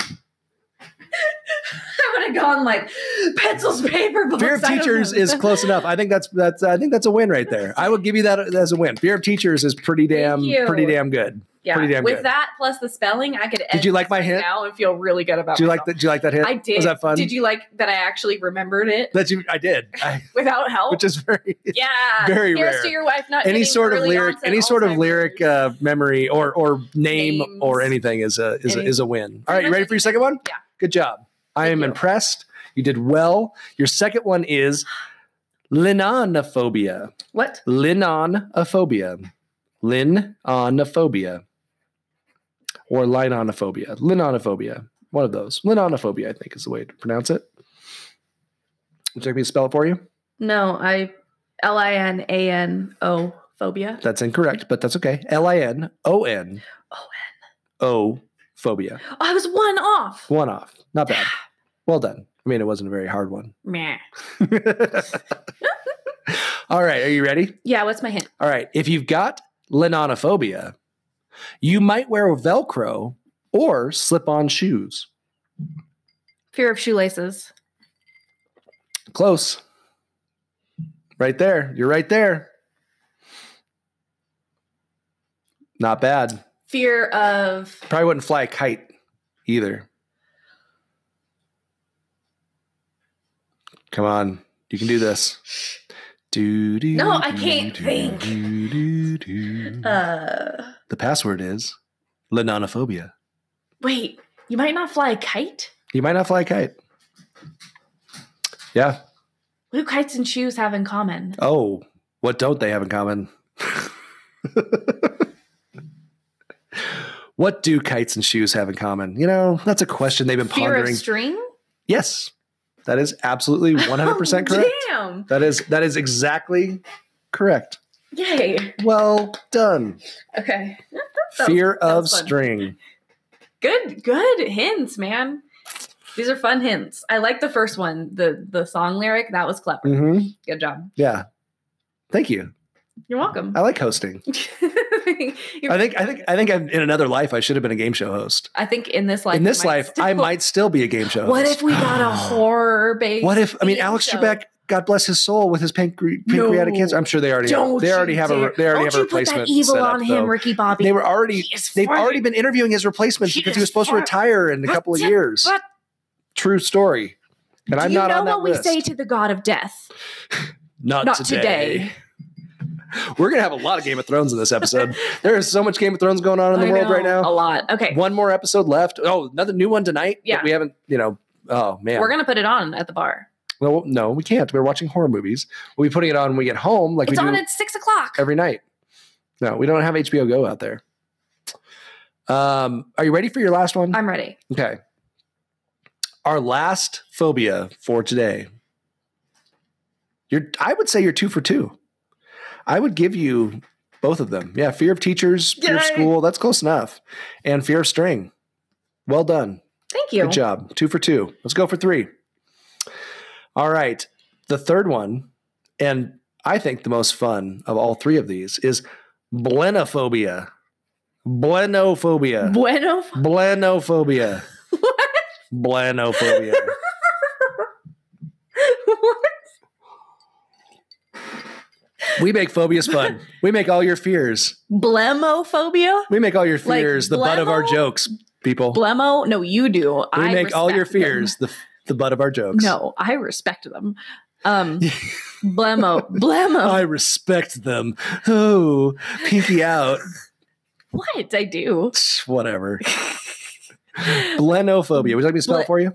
Speaker 5: I would have gone like pencils, paper, books.
Speaker 3: Fear of
Speaker 5: I don't
Speaker 3: teachers
Speaker 5: know.
Speaker 3: is close enough. I think that's that's I think that's a win right there. I would give you that as a win. Fear of teachers is pretty damn
Speaker 5: you.
Speaker 3: pretty damn good.
Speaker 5: Yeah.
Speaker 3: pretty damn
Speaker 5: With
Speaker 3: good.
Speaker 5: that plus the spelling, I could.
Speaker 3: Did you like my
Speaker 5: this
Speaker 3: hint?
Speaker 5: now and feel really good about?
Speaker 3: Do you like
Speaker 5: myself.
Speaker 3: that? Do you like that hit?
Speaker 5: I did.
Speaker 3: Was that fun?
Speaker 5: Did you like that? I actually remembered it
Speaker 3: That you? I did. I,
Speaker 5: without help.
Speaker 3: which is very
Speaker 5: Oh. yeah.
Speaker 3: very
Speaker 5: Here's
Speaker 3: rare.
Speaker 5: to your wife. Not
Speaker 3: any
Speaker 5: getting
Speaker 3: sort of
Speaker 5: early
Speaker 3: lyric,
Speaker 5: onset
Speaker 3: any sort of
Speaker 5: Alzheimer's.
Speaker 3: lyric uh, memory or or name
Speaker 5: Names.
Speaker 3: or anything is a is a,
Speaker 5: Any-
Speaker 3: is a win. All right, you
Speaker 5: much
Speaker 3: ready for your second one?
Speaker 5: Yeah.
Speaker 3: Good job. I
Speaker 5: Thank
Speaker 3: am
Speaker 5: you.
Speaker 3: impressed. You did well. Your second one is linonophobia.
Speaker 5: What?
Speaker 3: Linonophobia. Linonophobia. Or linonophobia. Linonophobia. One of those. Linonophobia, I think, is the way to pronounce it. Would you like me to spell it for you?
Speaker 5: No, I L I N A N O phobia.
Speaker 3: That's incorrect, but that's okay. L I N O N O phobia.
Speaker 5: Oh, I was one off.
Speaker 3: One off. Not bad. Well done. I mean, it wasn't a very hard one.
Speaker 5: Meh.
Speaker 3: All right. Are you ready?
Speaker 5: Yeah. What's my hint?
Speaker 3: All right. If you've got linonophobia, you might wear Velcro or slip on shoes.
Speaker 5: Fear of shoelaces.
Speaker 3: Close. Right there. You're right there. Not bad.
Speaker 5: Fear of
Speaker 3: Probably wouldn't fly a kite either. Come on, you can do this. Do, do,
Speaker 5: No, I
Speaker 3: do,
Speaker 5: can't
Speaker 3: do,
Speaker 5: think.
Speaker 3: do, do, do.
Speaker 5: uh.
Speaker 3: the password is linonophobia.
Speaker 5: Wait, you might not fly a kite.
Speaker 3: You might not fly a kite. Yeah.
Speaker 5: What do kites and shoes have in common?
Speaker 3: Oh, what don't they have in common? what do kites and shoes have in common? You know, that's a question they've been
Speaker 5: Fear
Speaker 3: pondering
Speaker 5: of string.
Speaker 3: Yes, that is absolutely 100%
Speaker 5: Oh,
Speaker 3: correct.
Speaker 5: Damn!
Speaker 3: That is that is exactly correct.
Speaker 5: Yay!
Speaker 3: Well done.
Speaker 5: Okay, was-
Speaker 3: Fear
Speaker 5: that
Speaker 3: of
Speaker 5: was fun.
Speaker 3: string.
Speaker 5: good, good hints, man. These are fun hints. I like the first one, the the song lyric. That was clever.
Speaker 3: hmm
Speaker 5: Good job.
Speaker 3: Yeah. Thank you.
Speaker 5: You're welcome.
Speaker 3: I like hosting.
Speaker 5: You're-
Speaker 3: Oh. I think I think I think I'm, in another life I should have been a game show host.
Speaker 5: I think in this life,
Speaker 3: in this
Speaker 5: you might
Speaker 3: life,
Speaker 5: still-
Speaker 3: I might still be a game show
Speaker 5: What
Speaker 3: host.
Speaker 5: if we got a horror based?
Speaker 3: What if I mean Alex Trebek? God bless his soul with his pancre-
Speaker 5: No.
Speaker 3: pancreatic cancer. I'm sure they already
Speaker 5: Don't
Speaker 3: they already
Speaker 5: you
Speaker 3: have
Speaker 5: dare.
Speaker 3: a they already
Speaker 5: Don't
Speaker 3: have a
Speaker 5: you put
Speaker 3: replacement
Speaker 5: that evil
Speaker 3: set up,
Speaker 5: on him,
Speaker 3: though.
Speaker 5: Ricky Bobby.
Speaker 3: They were already
Speaker 5: He is
Speaker 3: They've
Speaker 5: funny.
Speaker 3: already been interviewing his replacements
Speaker 5: He
Speaker 3: because
Speaker 5: is
Speaker 3: he was supposed
Speaker 5: far-
Speaker 3: to retire in a couple of
Speaker 5: What?
Speaker 3: years.
Speaker 5: What?
Speaker 3: True story. And
Speaker 5: Do
Speaker 3: I'm
Speaker 5: you
Speaker 3: not
Speaker 5: know
Speaker 3: on that
Speaker 5: what
Speaker 3: list.
Speaker 5: we say to the god of death?
Speaker 3: not,
Speaker 5: Not
Speaker 3: today. We're gonna have a lot of Game of Thrones in this episode. there is so much Game of Thrones going on in the
Speaker 5: I
Speaker 3: world right
Speaker 5: know, A
Speaker 3: now.
Speaker 5: lot. Okay.
Speaker 3: One more episode left. Oh, another new one tonight. that
Speaker 5: Yeah.
Speaker 3: we haven't. You know. Oh man.
Speaker 5: We're gonna put it on at the bar.
Speaker 3: no, no, we can't. We're watching horror movies. We'll be putting it on when we get home, like
Speaker 5: it's
Speaker 3: we do
Speaker 5: on at six o'clock.
Speaker 3: every night. No, we don't have HBO Go out there. Um, are you ready for your last one?
Speaker 5: I'm ready.
Speaker 3: Okay. Our last phobia for today. You're, I would say you're two for two. I would give you both of them. Yeah, fear of teachers, fear of
Speaker 5: Yay.
Speaker 3: school. That's close enough. And fear of string. Well done.
Speaker 5: Thank you.
Speaker 3: Good job. Two for two. Let's go for three. All right. The third one, and I think the most fun of all three of these is blenophobia. Blenophobia.
Speaker 5: Bueno.
Speaker 3: Blenophobia. Blenophobia. We make phobias fun. We make all your fears.
Speaker 5: Blemophobia?
Speaker 3: We make all your
Speaker 5: Like
Speaker 3: fears the butt of our
Speaker 5: blemo?
Speaker 3: jokes, people.
Speaker 5: Blemo? No, you do.
Speaker 3: we
Speaker 5: I
Speaker 3: make all your
Speaker 5: respect them.
Speaker 3: fears the, the butt of our jokes.
Speaker 5: No, I respect them. Um, blemo, blemo.
Speaker 3: I respect them. Oh, pinky out.
Speaker 5: what I do?
Speaker 3: Whatever. Blenophobia. Would you like me to spell
Speaker 5: Ble-
Speaker 3: it for you?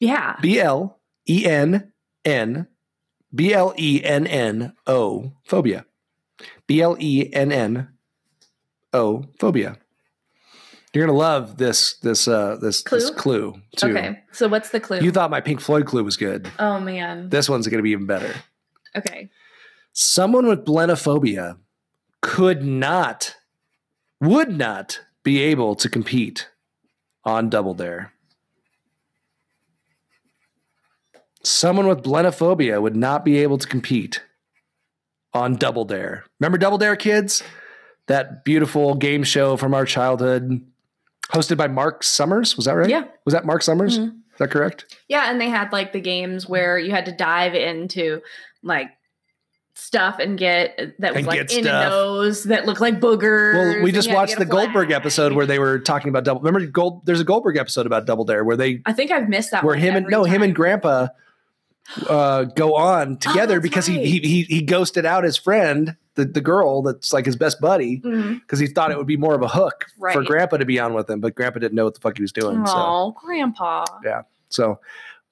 Speaker 5: Yeah,
Speaker 3: B L E N N B L E N N O phobia. B L E N N O phobia. You're gonna love this this uh this this clue too.
Speaker 5: Okay. So what's the clue?
Speaker 3: You thought my Pink Floyd clue was good.
Speaker 5: oh man.
Speaker 3: This one's gonna be even better.
Speaker 5: okay.
Speaker 3: Someone with blenophobia could not, would not be able to compete on Double Dare. Someone with blenophobia would not be able to compete on Double Dare. Remember Double Dare, kids? That beautiful game show from our childhood, hosted by Mark Summers. Was that right?
Speaker 5: Yeah.
Speaker 3: Was that Mark Summers?
Speaker 5: Mhm.
Speaker 3: Is that correct?
Speaker 5: Yeah, and they had like the games where you had to dive into like stuff and get uh, that was
Speaker 3: And
Speaker 5: like
Speaker 3: get
Speaker 5: in
Speaker 3: stuff.
Speaker 5: nose that looked like boogers.
Speaker 3: Well,
Speaker 5: and
Speaker 3: we
Speaker 5: you
Speaker 3: just
Speaker 5: had to
Speaker 3: watched
Speaker 5: get
Speaker 3: the
Speaker 5: a
Speaker 3: Goldberg
Speaker 5: flag.
Speaker 3: episode where they were talking about double. Remember, Gold, there's a Goldberg episode about Double Dare where they,
Speaker 5: I think I've missed that.
Speaker 3: where
Speaker 5: one
Speaker 3: him and
Speaker 5: every
Speaker 3: no, him
Speaker 5: time. Oh,
Speaker 3: and Grandpa uh, go on together
Speaker 5: that's
Speaker 3: because
Speaker 5: right.
Speaker 3: he, he he he ghosted out his friend, the the girl that's like his best buddy,
Speaker 5: Mhm.
Speaker 3: because he thought it would be more of a hook for
Speaker 5: Right.
Speaker 3: Grandpa to be on with him, but Grandpa didn't know what the fuck he was doing.
Speaker 5: Aw, grandpa.
Speaker 3: So, so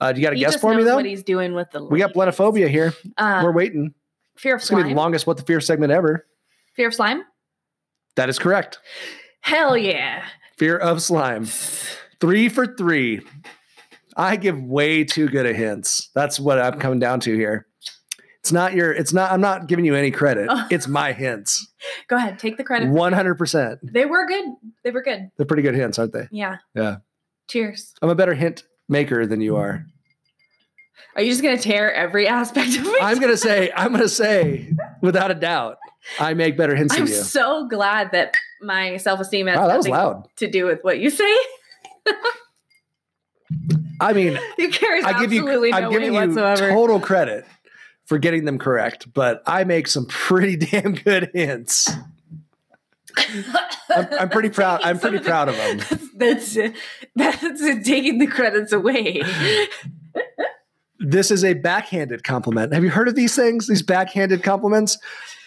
Speaker 3: uh, do you got a
Speaker 5: He
Speaker 3: guess
Speaker 5: just
Speaker 3: for me
Speaker 5: knows
Speaker 3: though?
Speaker 5: What he's doing with the
Speaker 3: We got
Speaker 5: ladies.
Speaker 3: blenophobia here.
Speaker 5: Uh,
Speaker 3: We're waiting.
Speaker 5: fear of
Speaker 3: It's gonna be
Speaker 5: slime.
Speaker 3: the longest "What the Fear" segment ever.
Speaker 5: fear of slime.
Speaker 3: That is correct.
Speaker 5: Hell yeah.
Speaker 3: Fear of slime. Three for three. I give way too good of hints. That's what I'm coming down to here. It's not your, it's not, I'm not giving you any credit.
Speaker 5: Oh.
Speaker 3: It's my hints.
Speaker 5: Go ahead, take the credit.
Speaker 3: 100%.
Speaker 5: They were good. They were good.
Speaker 3: They're pretty good hints, aren't they?
Speaker 5: Yeah.
Speaker 3: Yeah.
Speaker 5: Cheers.
Speaker 3: I'm a better hint maker than you are.
Speaker 5: Are you just gonna tear every aspect of it?
Speaker 3: I'm going to say, I'm going to say, without a doubt, I make better hints
Speaker 5: I'm
Speaker 3: than you.
Speaker 5: so glad that my self-esteem has
Speaker 3: Wow, that was
Speaker 5: nothing
Speaker 3: loud.
Speaker 5: to do with what you say.
Speaker 3: I mean,
Speaker 5: It carries
Speaker 3: I give you,
Speaker 5: absolutely no
Speaker 3: I'm giving
Speaker 5: weight
Speaker 3: you
Speaker 5: whatsoever.
Speaker 3: total credit for getting them correct, but I make some pretty damn good hints. I'm, I'm pretty proud. I'm pretty proud of them.
Speaker 5: that's that's taking the credits away.
Speaker 3: This is a backhanded compliment. Have you heard of these things? These backhanded compliments?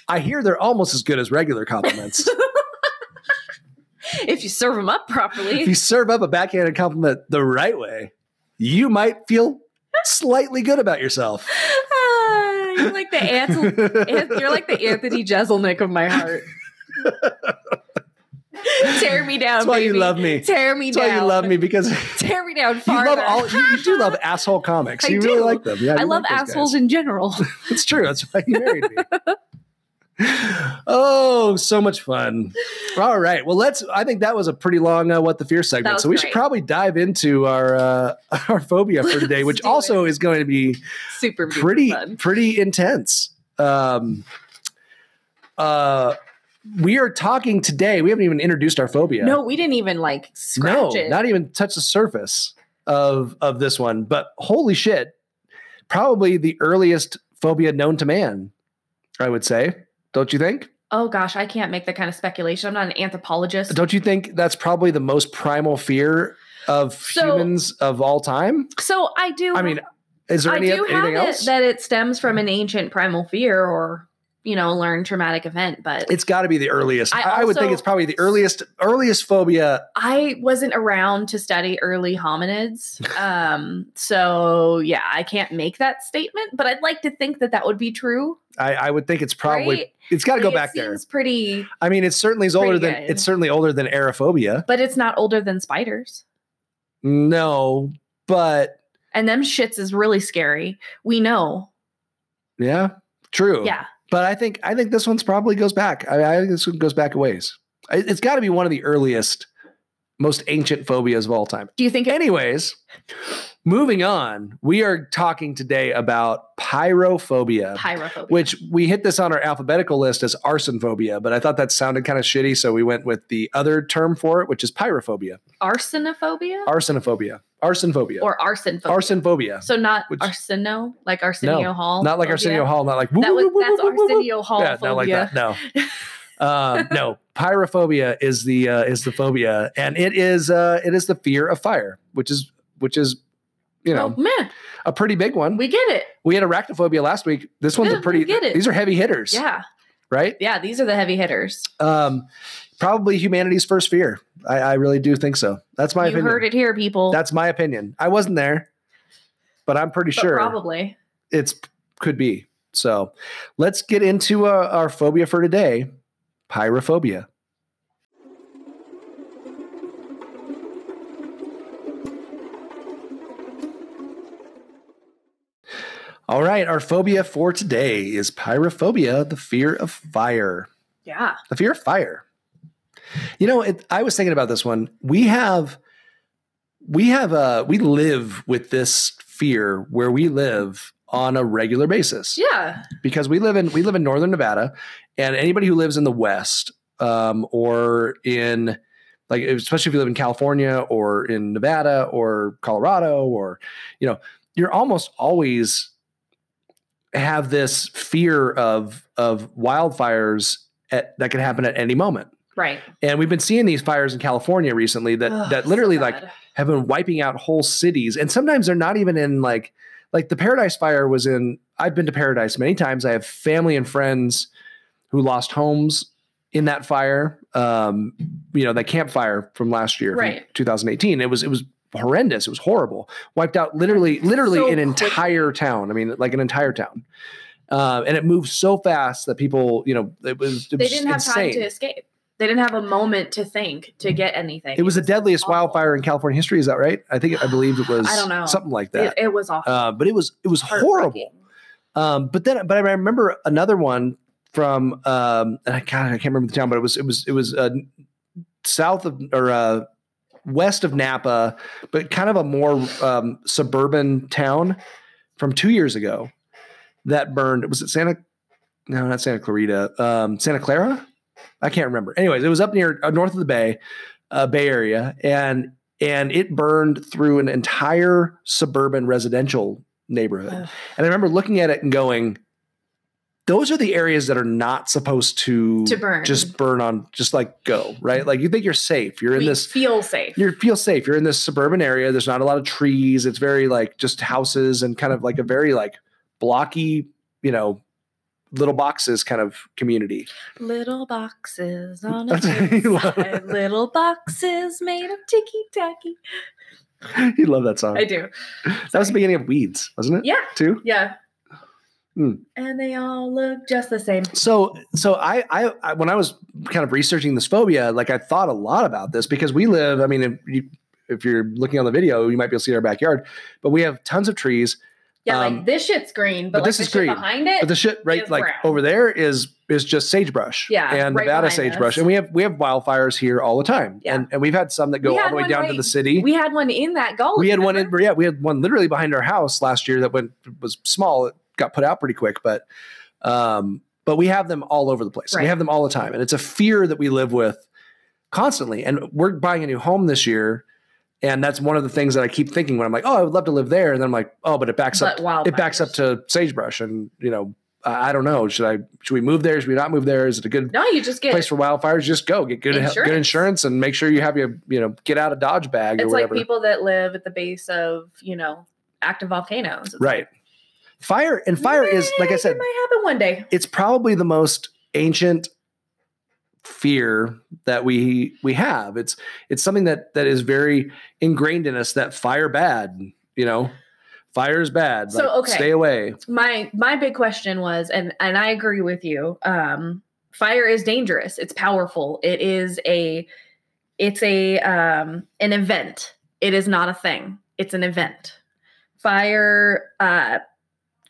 Speaker 3: I hear they're almost as good as regular compliments.
Speaker 5: if you serve them up
Speaker 3: if you
Speaker 5: properly.
Speaker 3: serve up a backhanded compliment the right way, you might feel slightly good about yourself.
Speaker 5: Ah, you're like the Anthony, you're like the Anthony Jeselnik of my heart. Tear me down.
Speaker 3: That's why you
Speaker 5: baby.
Speaker 3: love me.
Speaker 5: Tear me
Speaker 3: That's
Speaker 5: down.
Speaker 3: why you love me because
Speaker 5: Tear me down
Speaker 3: you
Speaker 5: farther.
Speaker 3: love all. You, you do love asshole comics.
Speaker 5: I
Speaker 3: you really
Speaker 5: do.
Speaker 3: like them. Yeah,
Speaker 5: I
Speaker 3: you
Speaker 5: love
Speaker 3: like those guys.
Speaker 5: assholes in general.
Speaker 3: It's true. That's why you married me. oh, so much fun. All right. Well, let's. I think that was a pretty long uh, "What the Fear" segment,
Speaker 5: was
Speaker 3: so we should
Speaker 5: great.
Speaker 3: probably dive into our uh, our phobia for today,
Speaker 5: Let's
Speaker 3: which
Speaker 5: do
Speaker 3: also is going to be
Speaker 5: Super duper
Speaker 3: pretty
Speaker 5: fun.
Speaker 3: pretty intense. Um, uh, we are talking today. We haven't even introduced our phobia.
Speaker 5: No, we didn't even like
Speaker 3: no,
Speaker 5: scratch it.
Speaker 3: not e- even touch the surface of of this one. But holy shit, probably the earliest phobia known to man. I would say, don't you think?
Speaker 5: oh gosh, I can't make that kind of speculation. I'm not an anthropologist.
Speaker 3: Don't you think that's probably the most primal fear of
Speaker 5: So-
Speaker 3: humans of all time?
Speaker 5: So I do.
Speaker 3: I mean, is there
Speaker 5: I
Speaker 3: any,
Speaker 5: do have
Speaker 3: anything else?
Speaker 5: it that it stems from an ancient primal fear or you know learned traumatic event, but
Speaker 3: it's got to be the earliest. I,
Speaker 5: I
Speaker 3: I would think
Speaker 5: also-
Speaker 3: it's probably the earliest earliest phobia.
Speaker 5: I wasn't around to study early hominids. Um, so yeah, I can't make that statement, but I'd like to think that that would be true.
Speaker 3: I, I would think it's probably.
Speaker 5: right?
Speaker 3: It's got to go
Speaker 5: Like, it
Speaker 3: back there.
Speaker 5: seems pretty,
Speaker 3: I mean, it's certainly is older
Speaker 5: pretty
Speaker 3: than
Speaker 5: good.
Speaker 3: it's certainly older than aerophobia.
Speaker 5: but it's not older than spiders.
Speaker 3: No, but
Speaker 5: And them shits is really scary. We know.
Speaker 3: yeah, true.
Speaker 5: Yeah.
Speaker 3: but I think I think this one's probably goes back. I, I think this one goes back a ways. I- It's got to be one of the earliest most ancient phobias of all time.
Speaker 5: Do you think it-
Speaker 3: Anyways, moving on, we are talking today about pyrophobia,
Speaker 5: pyrophobia?
Speaker 3: which we hit this on our alphabetical list as arsonphobia, but I thought that sounded kind of shitty, so we went with the other term for it, which is pyrophobia,
Speaker 5: arsonophobia
Speaker 3: arsonophobia, arsonphobia,
Speaker 5: or arson
Speaker 3: arsonphobia.
Speaker 5: So not
Speaker 3: Which-
Speaker 5: Arsenio, like Arsenio
Speaker 3: No,
Speaker 5: Hall.
Speaker 3: Not like
Speaker 5: phobia?
Speaker 3: Arsenio Hall, not like
Speaker 5: That was that's
Speaker 3: Arsenio.
Speaker 5: Arsenio Hall
Speaker 3: yeah,
Speaker 5: phobia.
Speaker 3: not like that. No, um, no. Pyrophobia is the uh, is the phobia, and it is uh, it is the fear of fire, which is which is you know
Speaker 5: Oh, man,
Speaker 3: a pretty big one. We,
Speaker 5: we get it.
Speaker 3: had arachnophobia last week. This one's
Speaker 5: Yeah,
Speaker 3: a pretty.
Speaker 5: we get it.
Speaker 3: These are heavy hitters,
Speaker 5: Yeah,
Speaker 3: right?
Speaker 5: yeah. These are the heavy hitters.
Speaker 3: Um, probably humanity's first fear. I, I really do think so. That's my
Speaker 5: you
Speaker 3: opinion.
Speaker 5: heard it here, people.
Speaker 3: That's my opinion. I wasn't there, but I'm pretty
Speaker 5: But
Speaker 3: sure
Speaker 5: Probably.
Speaker 3: it's could be. So, let's get into uh, our phobia for today: pyrophobia. All right, our phobia for today is pyrophobia, the fear of fire.
Speaker 5: Yeah.
Speaker 3: The fear of fire. You know, it, I was thinking about this one. We have, we have, uh, we live with this fear where we live on a regular basis
Speaker 5: Yeah.
Speaker 3: because we live in we live in northern Nevada, and anybody who lives in the West um, or in like especially if you live in California or in Nevada or Colorado or you know you're almost always have this fear of of wildfires at, that can happen at any moment.
Speaker 5: Right.
Speaker 3: And we've been seeing these fires in California recently that
Speaker 5: Ugh,
Speaker 3: that literally
Speaker 5: so
Speaker 3: like
Speaker 5: bad.
Speaker 3: have been wiping out whole cities and sometimes they're not even in like like the paradise fire was in i've been to paradise many times i have family and friends who lost homes in that fire um you know that campfire from last year from
Speaker 5: Right.
Speaker 3: 2018 it was it was horrendous it was horrible wiped out literally literally
Speaker 5: So
Speaker 3: an
Speaker 5: quickly.
Speaker 3: entire town i mean like an entire town um, and it moved so fast that people you know it was, it
Speaker 5: they
Speaker 3: was
Speaker 5: didn't have
Speaker 3: insane.
Speaker 5: time to escape. They didn't have a moment to think to get anything.
Speaker 3: it was the deadliest
Speaker 5: awful.
Speaker 3: wildfire in california history is that right i think i believe it was
Speaker 5: I don't know.
Speaker 3: something like that
Speaker 5: It, it was awful.
Speaker 3: Uh, but it was it was horrible.
Speaker 5: Heartbreaking.
Speaker 3: Um, but then, but I remember another one from um, and I, God, I can't remember the town, but it was it was it was uh, south of or uh, west of Napa, but kind of a more um, suburban town from two years ago that burned. Was it Santa? No, not Santa Clarita. Um, Santa Clara. I can't remember. Anyways, it was up near uh, north of the Bay, uh, Bay Area, and and it burned through an entire suburban residential neighborhood.
Speaker 5: Ugh.
Speaker 3: And I remember looking at it and going, "Those are the areas that are not supposed to
Speaker 5: To burn.
Speaker 3: just burn on, just like go right. Like you think you're safe. You're in
Speaker 5: We
Speaker 3: this."
Speaker 5: feel safe.
Speaker 3: You feel safe. You're in this suburban area. There's not a lot of trees. It's very like just houses and kind of like a very like blocky, you know, little boxes kind of community.
Speaker 5: Little boxes on a
Speaker 3: That's what you love.
Speaker 5: hillside, little boxes made of ticky tacky.
Speaker 3: you love that song.
Speaker 5: I do.
Speaker 3: that was the
Speaker 5: sorry.
Speaker 3: beginning of Weeds, wasn't it?
Speaker 5: Yeah.
Speaker 3: Too.
Speaker 5: Yeah.
Speaker 3: Hmm.
Speaker 5: And they all look just the same.
Speaker 3: So, so I, I, I, when I was kind of researching this phobia, like I thought a lot about this because we live. I mean, if, you, if you're looking on the video, you might be able to see our backyard, but we have tons of trees.
Speaker 5: Yeah,
Speaker 3: Um,
Speaker 5: like this shit's green,
Speaker 3: but
Speaker 5: but, like
Speaker 3: this
Speaker 5: the
Speaker 3: is
Speaker 5: shit
Speaker 3: green.
Speaker 5: behind it.
Speaker 3: But the shit right
Speaker 5: It's
Speaker 3: like
Speaker 5: brown.
Speaker 3: over there is is just sagebrush.
Speaker 5: Yeah,
Speaker 3: and
Speaker 5: right
Speaker 3: Nevada
Speaker 5: behind
Speaker 3: sagebrush,
Speaker 5: us.
Speaker 3: and we have we have wildfires here all the time.
Speaker 5: Yeah.
Speaker 3: and and we've had some that go
Speaker 5: We
Speaker 3: all
Speaker 5: had
Speaker 3: the way
Speaker 5: one
Speaker 3: down to
Speaker 5: right-
Speaker 3: the city.
Speaker 5: we had one in that gully.
Speaker 3: we had one in
Speaker 5: remember?
Speaker 3: yeah we had one literally behind our house last year that went was small it got put out pretty quick but um but we have them all over the place we
Speaker 5: Right.
Speaker 3: have them all the time and it's a fear that we live with constantly and we're buying a new home this year and that's one of the things that I keep thinking when I'm like oh I would love to live there and then I'm like oh but it backs up
Speaker 5: But
Speaker 3: it backs up
Speaker 5: wildfires.
Speaker 3: to sagebrush and you know I I don't know should I should we move there should we not move there is it a good
Speaker 5: No, you just get
Speaker 3: place for wildfires just go get good
Speaker 5: Insurance.
Speaker 3: good insurance and make sure you have your you know get out of dodge bag or
Speaker 5: it's like
Speaker 3: whatever
Speaker 5: people that live at the base of, you know, active volcanoes. It's
Speaker 3: Right. Fire and
Speaker 5: like,
Speaker 3: fire is like
Speaker 5: "Meh,
Speaker 3: I
Speaker 5: it
Speaker 3: said,
Speaker 5: might happen one day.
Speaker 3: it's probably the most ancient fear that we we have. It's it's something that that is very ingrained in us that fire bad, you know. Fire is bad.
Speaker 5: So,
Speaker 3: like,
Speaker 5: okay.
Speaker 3: stay away.
Speaker 5: My my big question was, and and I agree with you. Um, fire is dangerous. It's powerful. It is a it's a um an event. It is not a thing. It's an event. Fire uh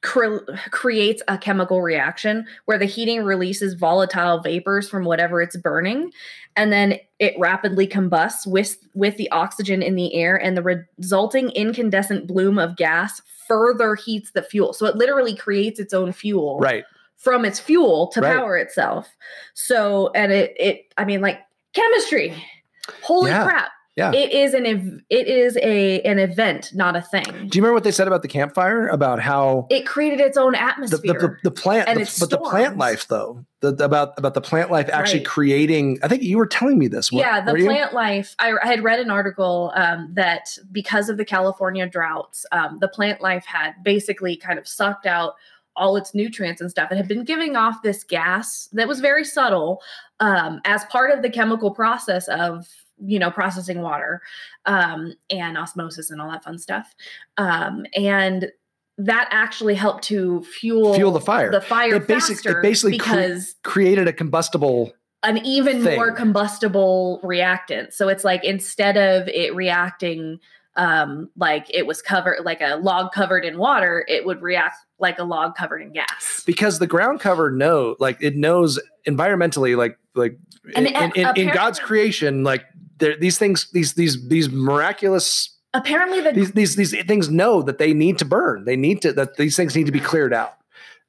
Speaker 5: cre- creates a chemical reaction where the heating releases volatile vapors from whatever it's burning and then it rapidly combusts with with the oxygen in the air and the re- resulting incandescent bloom of gas further heats the fuel so it literally creates its own fuel
Speaker 3: Right.
Speaker 5: from its fuel to
Speaker 3: Right.
Speaker 5: power itself so and it it i mean like chemistry holy
Speaker 3: Yeah.
Speaker 5: crap
Speaker 3: Yeah.
Speaker 5: it is an ev- it is a an event not a thing
Speaker 3: Do you remember what they said about the campfire? About how
Speaker 5: it created its own
Speaker 3: the,
Speaker 5: atmosphere
Speaker 3: the, the, the plant,
Speaker 5: And
Speaker 3: the-
Speaker 5: it's
Speaker 3: but the plant
Speaker 5: storms.
Speaker 3: life though, the, the- about about the plant life actually
Speaker 5: Right.
Speaker 3: creating. I think you were telling me this.
Speaker 5: yeah, the
Speaker 3: were you?
Speaker 5: plant life. I, I had read an article um, that because of the California droughts, um, the plant life had basically kind of sucked out all its nutrients and stuff. It had been giving off this gas that was very subtle um, as part of the chemical process of you know processing water um, and osmosis and all that fun stuff, um, and that actually helped to fuel
Speaker 3: Fuel the fire.
Speaker 5: The fire
Speaker 3: It basic- it
Speaker 5: faster
Speaker 3: basically cre-
Speaker 5: because
Speaker 3: created a combustible.
Speaker 5: an even
Speaker 3: thing.
Speaker 5: more combustible reactant. So it's like instead of it reacting um like it was covered like a log covered in water, it would react like a log covered in gas.
Speaker 3: because the ground cover know like it knows environmentally like like
Speaker 5: And-
Speaker 3: in,
Speaker 5: and
Speaker 3: in, in God's
Speaker 5: apparently-
Speaker 3: creation like there, these things these these these miraculous
Speaker 5: Apparently the
Speaker 3: these these these things know that they need to burn they need to that these things need to be cleared out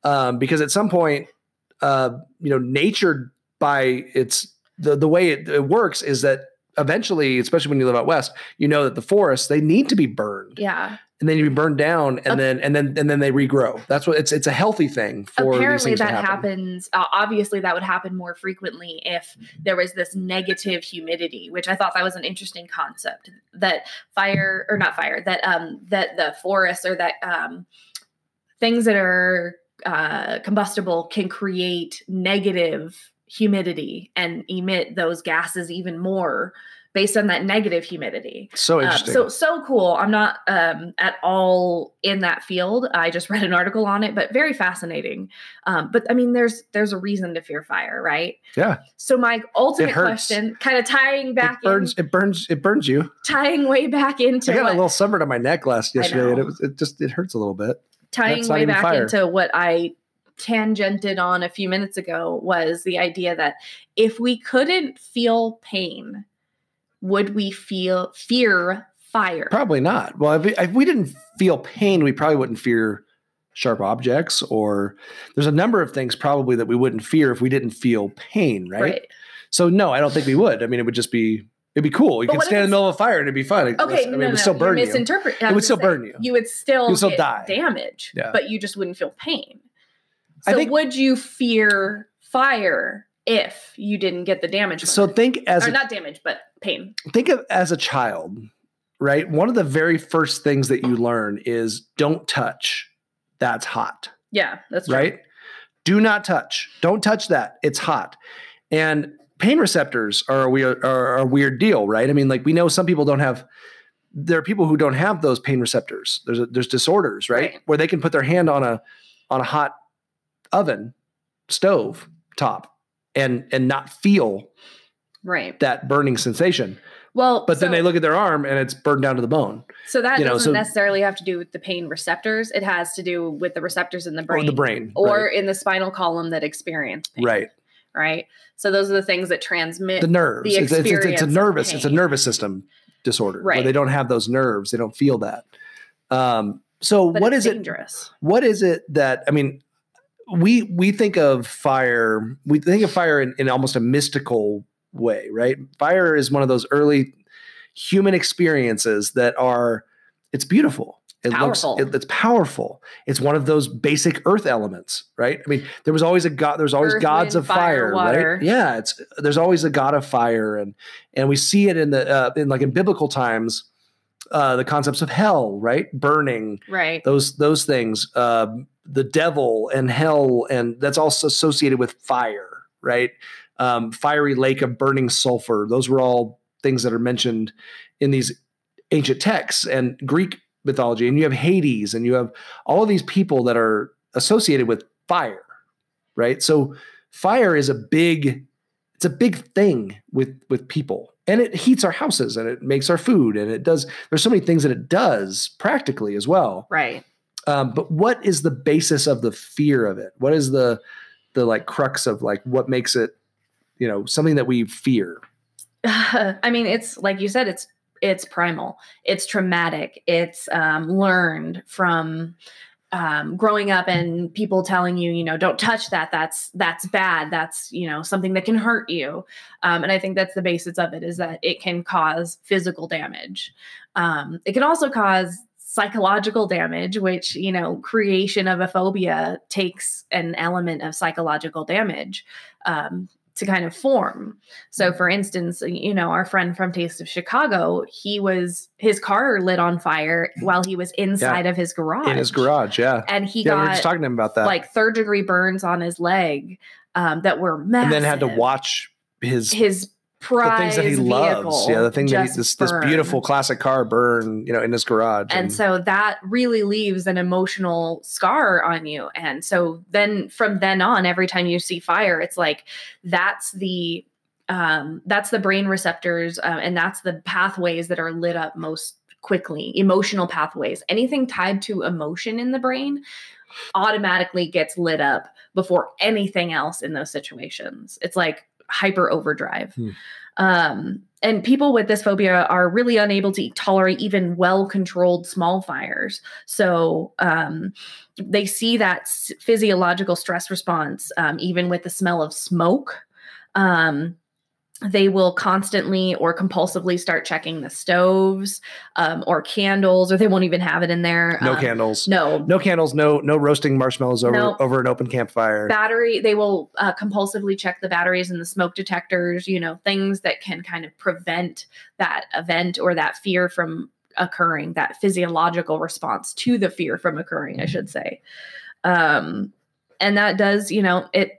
Speaker 3: um, because at some point uh, you know nature by its the, the way it, it works is that eventually especially when you live out west you know that the forests they need to be burned
Speaker 5: yeah.
Speaker 3: and then you be burned down and
Speaker 5: Ap-
Speaker 3: then and then and then they regrow that's what it's it's a healthy thing for these
Speaker 5: Apparently
Speaker 3: things
Speaker 5: that
Speaker 3: to happen.
Speaker 5: happens uh, obviously that would happen more frequently if there was this negative humidity, which I thought that was an interesting concept that fire or not fire that um that the forests or that um things that are uh, combustible can create negative humidity and emit those gases even more based on that negative humidity.
Speaker 3: So
Speaker 5: Um,
Speaker 3: interesting.
Speaker 5: so so cool. I'm not um, at all in that field. I just read an article on it, but very fascinating. Um, but I mean, there's there's a reason to fear fire, right?
Speaker 3: Yeah.
Speaker 5: So my ultimate
Speaker 3: hurts.
Speaker 5: question, kind of tying back
Speaker 3: it burns.
Speaker 5: in,
Speaker 3: It burns. It burns you.
Speaker 5: tying way back into
Speaker 3: I got
Speaker 5: what-
Speaker 3: a little summer to my neck last
Speaker 5: I
Speaker 3: yesterday, and
Speaker 5: know.
Speaker 3: it was. It just. It hurts a little bit.
Speaker 5: tying
Speaker 3: That's not
Speaker 5: way
Speaker 3: even
Speaker 5: back
Speaker 3: fire.
Speaker 5: into what I tangented on a few minutes ago was the idea that if we couldn't feel pain, would we feel fear fire?
Speaker 3: Probably not. Well, if we, if we didn't feel pain, we probably wouldn't fear sharp objects. Or there's a number of things probably that we wouldn't fear if we didn't feel pain, right? So no, I don't think we would. I mean, it would just be. It'd be cool. You
Speaker 5: But
Speaker 3: could
Speaker 5: what if
Speaker 3: stand in the
Speaker 5: it's-
Speaker 3: middle of a fire and it'd be fun. It-
Speaker 5: Okay,
Speaker 3: I
Speaker 5: no,
Speaker 3: mean,
Speaker 5: no,
Speaker 3: it would still
Speaker 5: you
Speaker 3: burn you.
Speaker 5: misinterpret. I
Speaker 3: It would
Speaker 5: was
Speaker 3: still
Speaker 5: gonna say,
Speaker 3: burn you.
Speaker 5: You would still,
Speaker 3: You'd still
Speaker 5: get
Speaker 3: die.
Speaker 5: damage,
Speaker 3: Yeah.
Speaker 5: but you just wouldn't feel pain.
Speaker 3: I
Speaker 5: So
Speaker 3: think-
Speaker 5: would you fear fire if you didn't get the damage? from
Speaker 3: So
Speaker 5: it?
Speaker 3: think as
Speaker 5: or
Speaker 3: a
Speaker 5: not damage, but pain.
Speaker 3: think of as a child, right? One of the very first things that you learn is don't touch. That's hot,
Speaker 5: Yeah, that's true.
Speaker 3: right? Do not touch. Don't touch that. It's hot. And pain receptors are a weird are a weird deal, right? I mean, like we know some people don't have there are people who don't have those pain receptors. There's a, there's disorders, right?
Speaker 5: Right.
Speaker 3: Where they can put their hand on a on a hot oven stove top and and not feel
Speaker 5: Right.
Speaker 3: that burning sensation.
Speaker 5: Well,
Speaker 3: But then
Speaker 5: so-
Speaker 3: they look at their arm and it's burned down to the bone.
Speaker 5: So that
Speaker 3: you know,
Speaker 5: doesn't
Speaker 3: so-
Speaker 5: necessarily have to do with the pain receptors. It has to do with the receptors in the brain
Speaker 3: Or the brain.
Speaker 5: or in the spinal column that experience pain.
Speaker 3: right. right.
Speaker 5: Right. So those are the things that transmit.
Speaker 3: The nerves.
Speaker 5: the
Speaker 3: It's- it's, it's- it's
Speaker 5: experience
Speaker 3: a
Speaker 5: of
Speaker 3: nervous, it's a
Speaker 5: pain.
Speaker 3: nervous system disorder. Where
Speaker 5: Right.
Speaker 3: they don't have those nerves. They don't feel that. Um, so
Speaker 5: but
Speaker 3: what
Speaker 5: it's
Speaker 3: is it?
Speaker 5: dangerous.
Speaker 3: What is it that I mean? We we think of fire. We think of fire in, in almost a mystical way, right? Fire is one of those early human experiences that are. It's beautiful. It
Speaker 5: Powerful.
Speaker 3: looks. It, it's powerful. It's one of those basic earth elements, right? I mean, there was always a god. There's always
Speaker 5: Earth,
Speaker 3: gods
Speaker 5: wind,
Speaker 3: of
Speaker 5: fire,
Speaker 3: fire,
Speaker 5: water.
Speaker 3: right? Yeah, it's there's always a god of fire, and and we see it in the uh, in like in biblical times, uh, the concepts of hell, right? Burning,
Speaker 5: Right.
Speaker 3: those those things um, the devil and hell and that's also associated with fire right um, fiery lake of burning sulfur those were all things that are mentioned in these ancient texts and greek mythology and you have hades and you have all of these people that are associated with fire right so fire is a big it's a big thing with with people and it heats our houses and it makes our food and it does there's so many things that it does practically as well
Speaker 5: Right.
Speaker 3: Um, but what is the basis of the fear of it? What is the the like crux of like what makes it, you know, something that we fear?
Speaker 5: I mean, it's like you said, it's it's primal, it's traumatic, it's um, learned from um, growing up and people telling you, you know, don't touch that. That's that's bad. That's you know something that can hurt you. Um, and I think that's the basis of it is that it can cause physical damage. Um, it can also cause psychological damage, which you know creation of a phobia takes an element of psychological damage. Um, to kind of form. So, for instance, you know, our friend from Taste of Chicago, he was his car lit on fire while he was inside of his garage.
Speaker 3: In his garage, yeah.
Speaker 5: And he
Speaker 3: yeah, we were
Speaker 5: got
Speaker 3: just talking to him about that.
Speaker 5: like third degree burns on his leg um, that were
Speaker 3: and
Speaker 5: massive.
Speaker 3: then had to watch his
Speaker 5: his
Speaker 3: the
Speaker 5: prize
Speaker 3: things that he
Speaker 5: vehicle
Speaker 3: loves. Yeah, the thing that he,
Speaker 5: just
Speaker 3: this this
Speaker 5: burn.
Speaker 3: beautiful classic car burn, you know, in his garage.
Speaker 5: And so that really leaves an emotional scar on you. And so then from then on, every time you see fire, it's like that's the um, that's the brain receptors um, and that's the pathways that are lit up most quickly. Emotional pathways, anything tied to emotion in the brain, automatically gets lit up before anything else in those situations. It's like hyper overdrive.
Speaker 3: Hmm.
Speaker 5: Um, and people with this phobia are really unable to tolerate even well controlled small fires. So um, they see that s- physiological stress response, um, even with the smell of smoke. Um, they will constantly or compulsively start checking the stoves um, or candles, or they won't even have it in there.
Speaker 3: no
Speaker 5: Um,
Speaker 3: candles,
Speaker 5: No,
Speaker 3: no candles, no no roasting marshmallows over
Speaker 5: No.
Speaker 3: over an open campfire.
Speaker 5: battery they will uh, compulsively check the batteries and the smoke detectors you know things that can kind of prevent that event or that fear from occurring that physiological response to the fear from occurring
Speaker 3: Mm-hmm.
Speaker 5: i should say um and that does you know it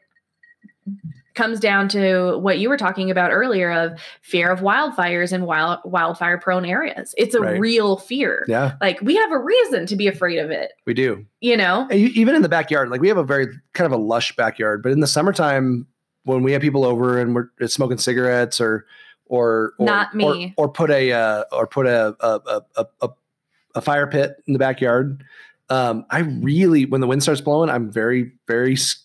Speaker 5: comes down to what you were talking about earlier of fear of wildfires in wild wildfire prone areas it's a
Speaker 3: Right.
Speaker 5: real fear
Speaker 3: yeah,
Speaker 5: like we have a reason to be afraid of it
Speaker 3: we do.
Speaker 5: you know
Speaker 3: And you- Even in the backyard, like we have a very kind of a lush backyard, but in the summertime when we have people over and we're uh, smoking cigarettes or or or,
Speaker 5: Not
Speaker 3: or-
Speaker 5: me.
Speaker 3: or, put a uh, or put a a, a- a a a fire pit in the backyard. Um, I really when the wind starts blowing, I'm very very s-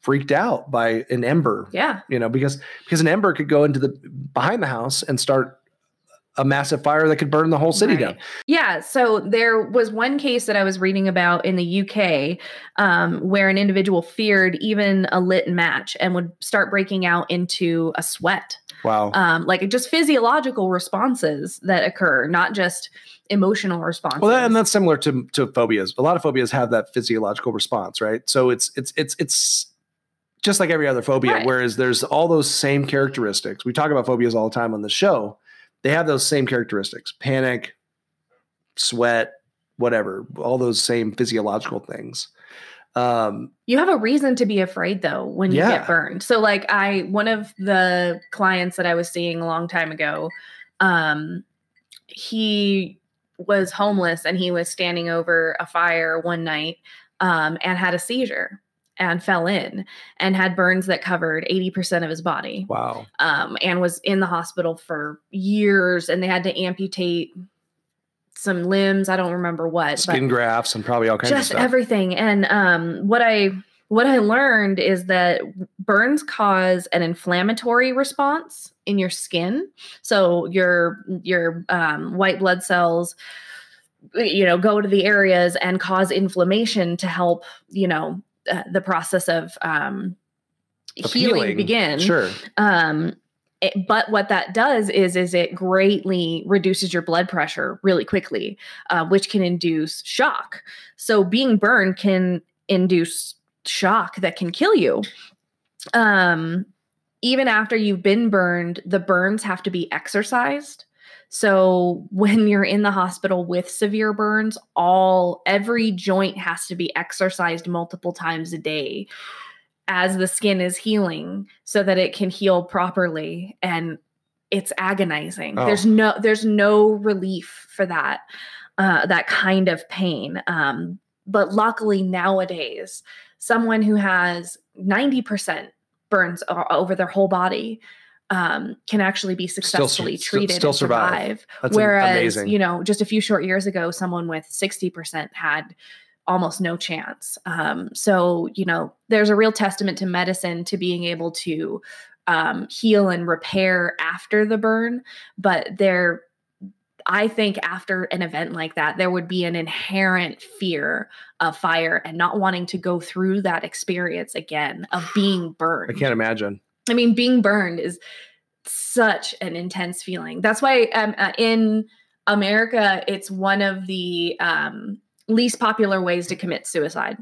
Speaker 3: freaked out by an ember
Speaker 5: yeah
Speaker 3: you know because because an ember could go into the behind the house and start a massive fire that could burn the whole city
Speaker 5: Right.
Speaker 3: down
Speaker 5: Yeah, so there was one case that I was reading about in the UK um, where an individual feared even a lit match and would start breaking out into a sweat.
Speaker 3: wow
Speaker 5: Um, like just physiological responses that occur, not just emotional responses.
Speaker 3: well that, and that's similar to to phobias a lot of phobias have that physiological response right so it's it's it's it's just like every other phobia
Speaker 5: Right.
Speaker 3: whereas there's all those same characteristics we talk about phobias all the time on the show they have those same characteristics panic sweat whatever all those same physiological things um
Speaker 5: you have a reason to be afraid though when you
Speaker 3: Yeah.
Speaker 5: get burned so like i one of the clients that i was seeing a long time ago um he was homeless and he was standing over a fire one night um and had a seizure and fell in and had burns that covered 80% of his body
Speaker 3: wow
Speaker 5: um, and was in the hospital for years and they had to amputate some limbs i don't remember what but-
Speaker 3: skin grafts and probably all kinds
Speaker 5: just
Speaker 3: of stuff
Speaker 5: everything and um what i what i learned is that burns cause an inflammatory response in your skin so your your um, white blood cells you know go to the areas and cause inflammation to help you know uh, the process of um
Speaker 3: Of
Speaker 5: healing begin
Speaker 3: sure
Speaker 5: um it- but what that does is is it greatly reduces your blood pressure really quickly uh, which can induce shock so being burned can induce shock that can kill you um even after you've been burned the burns have to be exercised so when you're in the hospital with severe burns all every joint has to be exercised multiple times a day as the skin is healing so that it can heal properly and it's agonizing
Speaker 3: Oh.
Speaker 5: there's no there's no relief for that uh, that kind of pain um, but luckily nowadays someone who has 90% burns o- over their whole body um, can actually be
Speaker 3: sur-
Speaker 5: successfully
Speaker 3: still-
Speaker 5: treated
Speaker 3: still
Speaker 5: and
Speaker 3: survive.
Speaker 5: survive
Speaker 3: that's am-
Speaker 5: Whereas,
Speaker 3: amazing
Speaker 5: you know, just a few short years ago, someone with 60% had almost no chance. Um, so, you know, there's a real testament to medicine to being able to um, heal and repair after the burn, but there, I think after an event like that, there would be an inherent fear of fire and not wanting to go through that experience again of being burned.
Speaker 3: I can't imagine.
Speaker 5: I mean, being burned is such an intense feeling. That's why um, uh, in America, it's one of the um, least popular ways to commit suicide.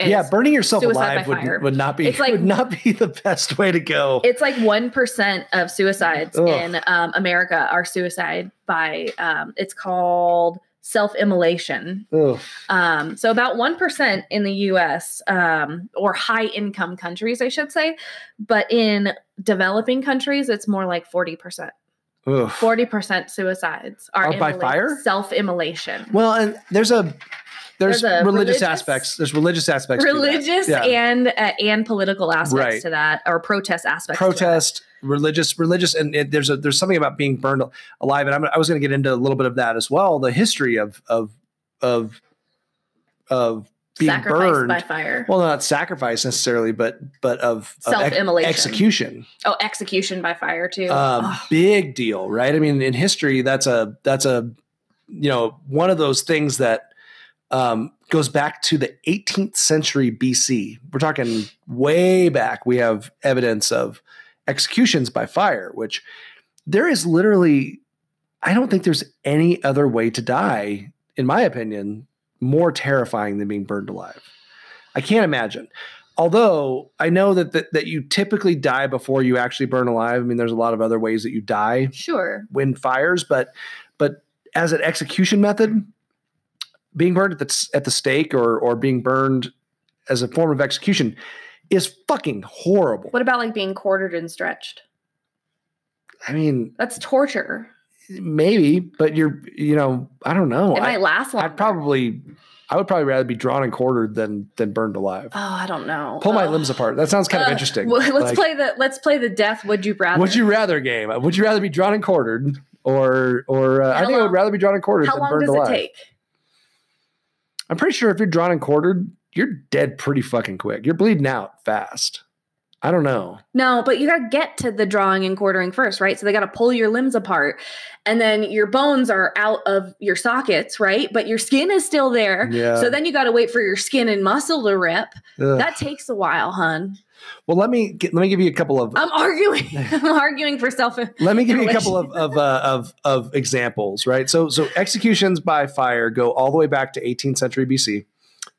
Speaker 5: is-
Speaker 3: yeah, burning yourself
Speaker 5: suicide
Speaker 3: alive
Speaker 5: by fire.
Speaker 3: would, would not be
Speaker 5: It's like-
Speaker 3: would not be the best way to go.
Speaker 5: it's like one percent of suicides
Speaker 3: Ugh.
Speaker 5: in um, America are suicide by. Um, it's called self-immolation.
Speaker 3: Ugh.
Speaker 5: Um, so about one percent in the U.S. Um, or high-income countries, I should say, but in developing countries, it's more like forty percent.
Speaker 3: Ugh.
Speaker 5: Forty percent suicides are,
Speaker 3: Are Oh, by fire?
Speaker 5: self immolation.
Speaker 3: Well, and there's a there's,
Speaker 5: There's a
Speaker 3: religious,
Speaker 5: religious-
Speaker 3: aspects. There's religious aspects. to that.
Speaker 5: Religious
Speaker 3: Yeah.
Speaker 5: and uh, and political aspects
Speaker 3: Right.
Speaker 5: to that, or protest aspects. to
Speaker 3: protest, religious, religious, and it, there's a there's something about being burned alive, and I'm, I was going to get into a little bit of that as well. The history of of of of
Speaker 5: that.
Speaker 3: being
Speaker 5: sacrifice
Speaker 3: burned.
Speaker 5: by fire.
Speaker 3: well, not sacrifice necessarily, but but of, of ex-
Speaker 5: Self-immolation.
Speaker 3: execution.
Speaker 5: oh, execution by fire too.
Speaker 3: Um,
Speaker 5: Ugh.
Speaker 3: Big deal, right? I mean, in history, that's a that's a you know one of those things that um, goes back to the 18th century BC. We're talking way back. We have evidence of executions by fire, which there is literally. I don't think there's any other way to die, in my opinion, more terrifying than being burned alive. I can't imagine. Although I know that, that that you typically die before you actually burn alive. I mean, there's a lot of other ways that you die
Speaker 5: sure.
Speaker 3: win fires, but but as an execution method, being burned at the at the stake or or being burned as a form of execution is fucking horrible.
Speaker 5: What about like being quartered and stretched?
Speaker 3: I mean,
Speaker 5: That's torture.
Speaker 3: maybe, but you're you know, I don't know.
Speaker 5: it
Speaker 3: Oh, I,
Speaker 5: might last longer.
Speaker 3: I'd probably I would probably rather be drawn and quartered than than burned alive.
Speaker 5: Oh, I don't know.
Speaker 3: Pull my
Speaker 5: Ugh.
Speaker 3: limbs apart. That sounds kind of
Speaker 5: Ugh.
Speaker 3: interesting.
Speaker 5: Uh, Well, let's
Speaker 3: Like,
Speaker 5: play the let's play the death. Would you rather?
Speaker 3: Would you rather game? Would you rather be drawn and quartered or or uh,
Speaker 5: How
Speaker 3: I think I would
Speaker 5: long-
Speaker 3: rather be drawn and quartered
Speaker 5: How
Speaker 3: than
Speaker 5: long
Speaker 3: burned
Speaker 5: does
Speaker 3: alive.
Speaker 5: it take?
Speaker 3: I'm pretty sure if you're drawn and quartered, you're dead pretty fucking quick. You're bleeding out fast. I don't know.
Speaker 5: No, but you got to get to the drawing and quartering first, right? So they got to pull your limbs apart. And then your bones are out of your sockets, right? But your skin is still there.
Speaker 3: Yeah.
Speaker 5: So then you got to wait for your skin and muscle to rip.
Speaker 3: Ugh.
Speaker 5: That takes a while, hun.
Speaker 3: well, let me get, let me give you a couple of
Speaker 5: I'm arguing. I'm arguing for self.
Speaker 3: let me give you a
Speaker 5: Relation-
Speaker 3: couple of of, uh, of of examples, right? So so executions by fire go all the way back to 18th century BC.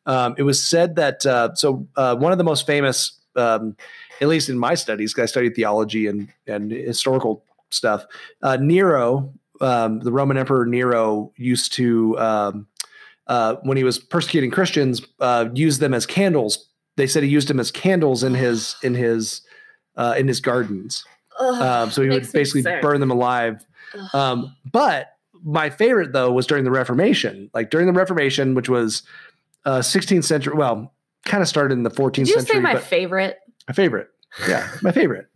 Speaker 3: Um, it was said that uh, so uh, one of the most famous, um, at least in my studies, 'cause I studied theology and and historical stuff. Uh, Nero, um, the Roman Emperor Nero, used to um, uh, when he was persecuting Christians, uh, use them as candles. They said he used them as candles in his in his uh, in his gardens.
Speaker 5: Ugh.
Speaker 3: Um, so he would
Speaker 5: Makes me
Speaker 3: basically
Speaker 5: sick.
Speaker 3: burn them alive.
Speaker 5: Ugh.
Speaker 3: Um, but my favorite though was during the Reformation. Like during the Reformation, which was uh, 16th century. Well, kind of started in the 14th
Speaker 5: Did you
Speaker 3: century,
Speaker 5: say my
Speaker 3: but
Speaker 5: favorite?
Speaker 3: my favorite. Yeah, my favorite.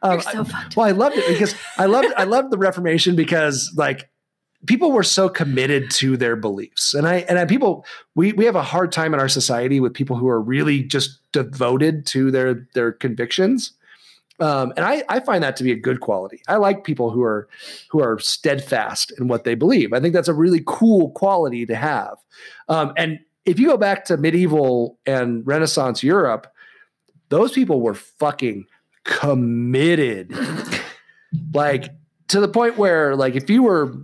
Speaker 3: Um,
Speaker 5: You're so fucked.
Speaker 3: well, I loved it because I loved I loved the Reformation because like people were so committed to their beliefs, and I and I people we we have a hard time in our society with people who are really just devoted to their their convictions, um, and I I find that to be a good quality. I like people who are who are steadfast in what they believe. I think that's a really cool quality to have, um, and if you go back to medieval and Renaissance Europe, those people were fucking committed like to the point where like if you were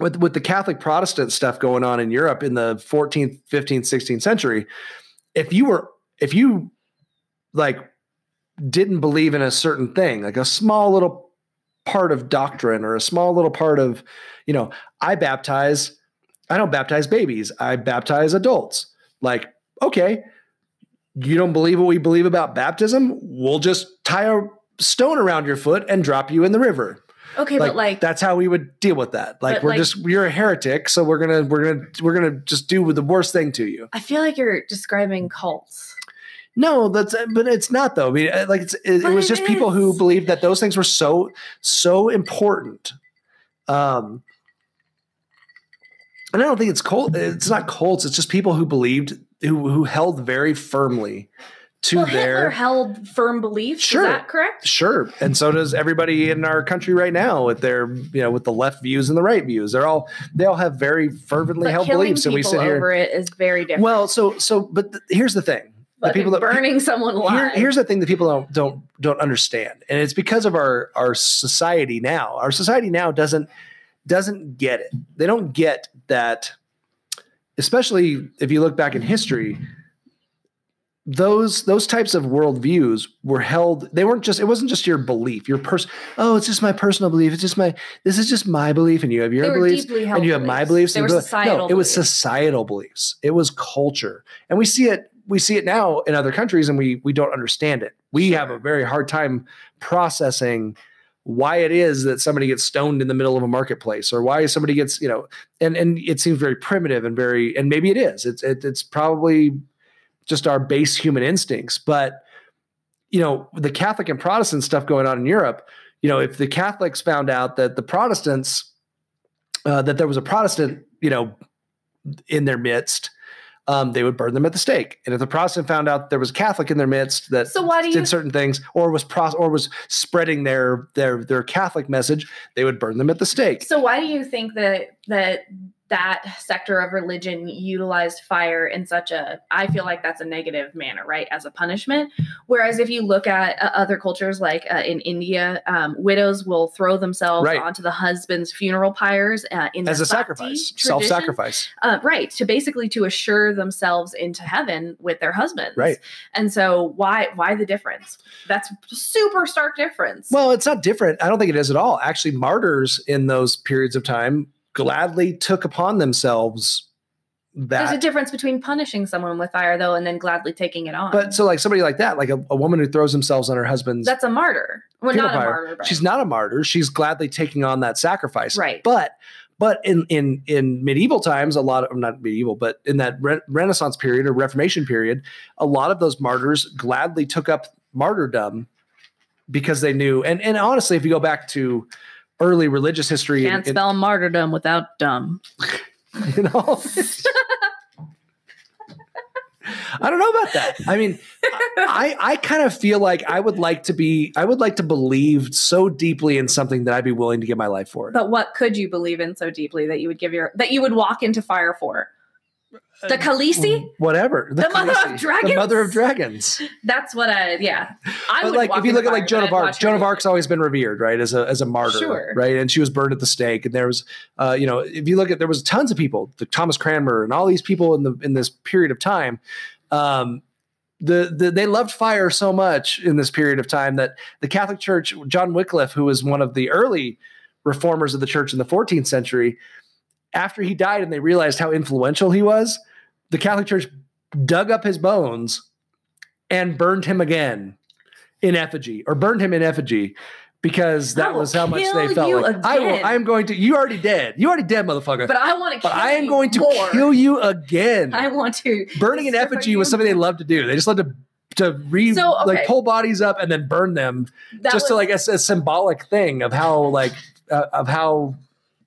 Speaker 3: with with the catholic protestant stuff going on in europe in the 14th 15th 16th century if you were if you like didn't believe in a certain thing like a small little part of doctrine or a small little part of you know i baptize i don't baptize babies i baptize adults like okay you don't believe what we believe about baptism we'll just tie a stone around your foot and drop you in the river
Speaker 5: Okay,
Speaker 3: like,
Speaker 5: but like
Speaker 3: that's how we would deal with that like
Speaker 5: But,
Speaker 3: we're
Speaker 5: like-
Speaker 3: just you're a heretic so we're gonna we're gonna we're gonna just do the worst thing to you
Speaker 5: I feel like you're describing cults.
Speaker 3: no that's but it's not though i mean uh, like it's it, it
Speaker 5: But
Speaker 3: was
Speaker 5: it
Speaker 3: just people who
Speaker 5: is.
Speaker 3: believed that those things were so so important um and I don't think it's cult. It's not cults. It's just people who believed who who held very firmly to
Speaker 5: well, Hitler
Speaker 3: their
Speaker 5: held firm beliefs.
Speaker 3: Sure.
Speaker 5: Is that correct?
Speaker 3: Sure. And so does everybody in our country right now with their, you know, with the left views and the right views. They're all, they all have very fervently
Speaker 5: But
Speaker 3: held
Speaker 5: killing
Speaker 3: beliefs. And
Speaker 5: people
Speaker 3: we sit
Speaker 5: over
Speaker 3: here.
Speaker 5: it is very different.
Speaker 3: Well, so, so, but th- here's the thing.
Speaker 5: But
Speaker 3: people that-
Speaker 5: burning someone
Speaker 3: Here,
Speaker 5: alive.
Speaker 3: here's the thing that people don't, don't, don't understand. And it's because of our, our society now. Our society now doesn't, doesn't get it. They don't get that, especially if you look back in history, those those types of worldviews were held they weren't just it wasn't just your belief your person oh it's just my personal belief it's just my this is just my belief and you have your
Speaker 5: they were
Speaker 3: beliefs
Speaker 5: deeply held
Speaker 3: and you have my beliefs
Speaker 5: They
Speaker 3: and
Speaker 5: were
Speaker 3: beliefs.
Speaker 5: societal.
Speaker 3: no it was
Speaker 5: beliefs.
Speaker 3: societal beliefs it was culture and we see it we see it now in other countries and we we don't understand it we have a very hard time processing why it is that somebody gets stoned in the middle of a marketplace or why somebody gets you know and and it seems very primitive and very and maybe it is it's it, it's probably just our base human instincts but you know the catholic and protestant stuff going on in europe you know if the catholics found out that the protestants uh, that there was a protestant you know in their midst um, they would burn them at the stake and if the protestant found out there was a catholic in their midst that
Speaker 5: So why do you
Speaker 3: did certain things or was pros- or was spreading their their their catholic message they would burn them at the stake
Speaker 5: So why do you think that that that sector of religion utilized fire in such a I feel like that's a negative manner, right, as a punishment? Whereas if you look at uh, other cultures like uh, in India, um, widows will throw themselves
Speaker 3: Right.
Speaker 5: onto the husband's funeral pyres uh, in
Speaker 3: as
Speaker 5: the
Speaker 3: a
Speaker 5: sati
Speaker 3: sacrifice
Speaker 5: tradition.
Speaker 3: self-sacrifice
Speaker 5: uh, right to basically to assure themselves into heaven with their husbands
Speaker 3: Right.
Speaker 5: and so why why the difference that's super stark difference
Speaker 3: well it's not different i don't think it is at all actually martyrs in those periods of time gladly took upon themselves
Speaker 5: there's
Speaker 3: that
Speaker 5: a difference between punishing someone with fire though and then gladly taking it on
Speaker 3: but so like somebody like that like a, a woman who throws themselves on her husband's
Speaker 5: that's a martyr well
Speaker 3: Funeral
Speaker 5: not a
Speaker 3: pyre.
Speaker 5: martyr but
Speaker 3: she's not a martyr she's gladly taking on that sacrifice
Speaker 5: Right.
Speaker 3: but but in in in medieval times a lot of not medieval but in that re- renaissance period or reformation period a lot of those martyrs gladly took up martyrdom because they knew and and honestly if you go back to early religious history
Speaker 4: Can't
Speaker 3: and, and,
Speaker 4: spell martyrdom without dumb.
Speaker 3: and all this- i don't know about that i mean I, I kind of feel like I would like to be I would like to believe so deeply in something that I'd be willing to give my life for it.
Speaker 5: but what could you believe in so deeply that you would give your that you would walk into fire for the
Speaker 3: hmm.
Speaker 5: Khaleesi?
Speaker 3: Whatever.
Speaker 5: The mother of dragons?
Speaker 3: The mother of dragons.
Speaker 5: That's what I yeah. I
Speaker 3: But
Speaker 5: would
Speaker 3: like
Speaker 5: walk
Speaker 3: if you
Speaker 5: into
Speaker 3: look at
Speaker 5: fire,
Speaker 3: like Joan
Speaker 5: but
Speaker 3: of
Speaker 5: I'd
Speaker 3: Arc,
Speaker 5: watch
Speaker 3: Joan
Speaker 5: her
Speaker 3: of
Speaker 5: do
Speaker 3: Arc's
Speaker 5: it.
Speaker 3: always been revered, right? As a as a martyr.
Speaker 5: Sure.
Speaker 3: Right. And she was burned at the stake. And there was uh, you know, if you look at there was tons of people, the Thomas Cranmer and all these people in the in this period of time. Um the, the, they loved fire so much in this period of time that the Catholic Church, John Wycliffe, who was one of the early reformers of the church in the 14th century, after he died and they realized how influential he was, the Catholic Church dug up his bones and burned him again in effigy or burned him in effigy because
Speaker 5: I
Speaker 3: that
Speaker 5: will
Speaker 3: was how much
Speaker 5: kill
Speaker 3: they felt
Speaker 5: you
Speaker 3: like I will
Speaker 5: again.
Speaker 3: I am going to you already dead. You already dead, motherfucker.
Speaker 5: But
Speaker 3: But,
Speaker 5: I want to kill
Speaker 3: I am
Speaker 5: you
Speaker 3: going to
Speaker 5: more.
Speaker 3: kill you again.
Speaker 5: I want to
Speaker 3: Burning an
Speaker 5: destroy
Speaker 3: effigy
Speaker 5: you.
Speaker 3: was something they loved to do. They just loved to to re
Speaker 5: So, okay.
Speaker 3: like pull bodies up and then burn them
Speaker 5: that
Speaker 3: just
Speaker 5: was
Speaker 3: to like a, a symbolic thing of how like uh, of how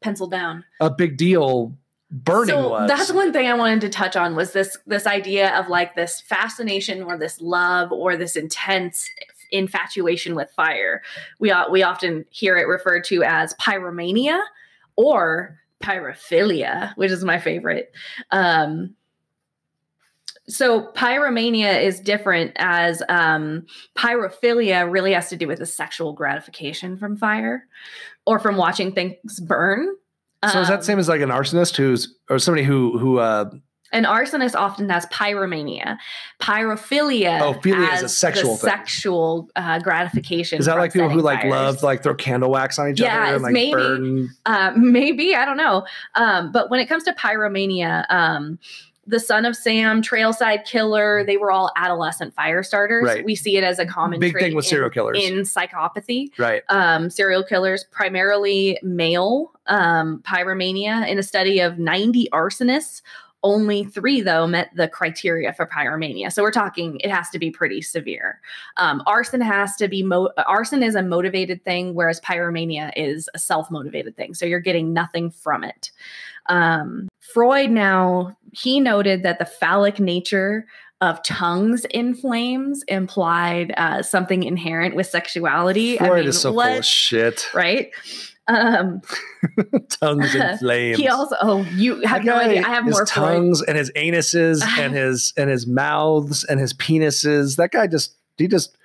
Speaker 5: pencil down.
Speaker 3: a big deal burning
Speaker 5: so
Speaker 3: was.
Speaker 5: that's one thing I wanted to touch on was this this idea of like this fascination or this love or this intense infatuation with fire. We o- we often hear it referred to as pyromania or pyrophilia, which is my favorite. Um, so pyromania is different as um, pyrophilia really has to do with the sexual gratification from fire or from watching things burn.
Speaker 3: so is that
Speaker 5: Um,
Speaker 3: the same as like an arsonist who's or somebody who who uh
Speaker 5: an arsonist often has pyromania, pyrophilia.
Speaker 3: Oh, philia is a
Speaker 5: as the
Speaker 3: sexual thing.
Speaker 5: sexual uh, gratification.
Speaker 3: is that
Speaker 5: from
Speaker 3: like people who
Speaker 5: setting
Speaker 3: like
Speaker 5: fires.
Speaker 3: love to, like throw candle wax on each
Speaker 5: Yeah,
Speaker 3: other
Speaker 5: it's
Speaker 3: and like
Speaker 5: maybe-
Speaker 3: burn
Speaker 5: Uh, maybe I don't know. Um, but when it comes to pyromania, um, the Son of Sam, Trailside Killer, they were all adolescent fire starters.
Speaker 3: Mm-hmm. Right.
Speaker 5: We see it as a common
Speaker 3: big
Speaker 5: trait
Speaker 3: thing with
Speaker 5: in-
Speaker 3: serial killers
Speaker 5: in psychopathy
Speaker 3: right
Speaker 5: um, serial killers, primarily male um, pyromania. In a study of 90 arsonists, only three, though, met the criteria for pyromania. So we're talking it has to be pretty severe. Um, arson has to be mo- arson is a motivated thing, whereas pyromania is a self motivated thing. So you're getting nothing from it. Um, Freud now he noted that the phallic nature of tongues in flames implied uh, something inherent with sexuality.
Speaker 3: Freud
Speaker 5: I mean,
Speaker 3: is so full of
Speaker 5: let's-
Speaker 3: shit.
Speaker 5: right? Um,
Speaker 3: Tongues and flames.
Speaker 5: he also oh you have
Speaker 3: That
Speaker 5: no
Speaker 3: guy,
Speaker 5: idea. I have
Speaker 3: his
Speaker 5: more Freud.
Speaker 3: tongues and his anuses and his and his mouths and his penises. That guy just he just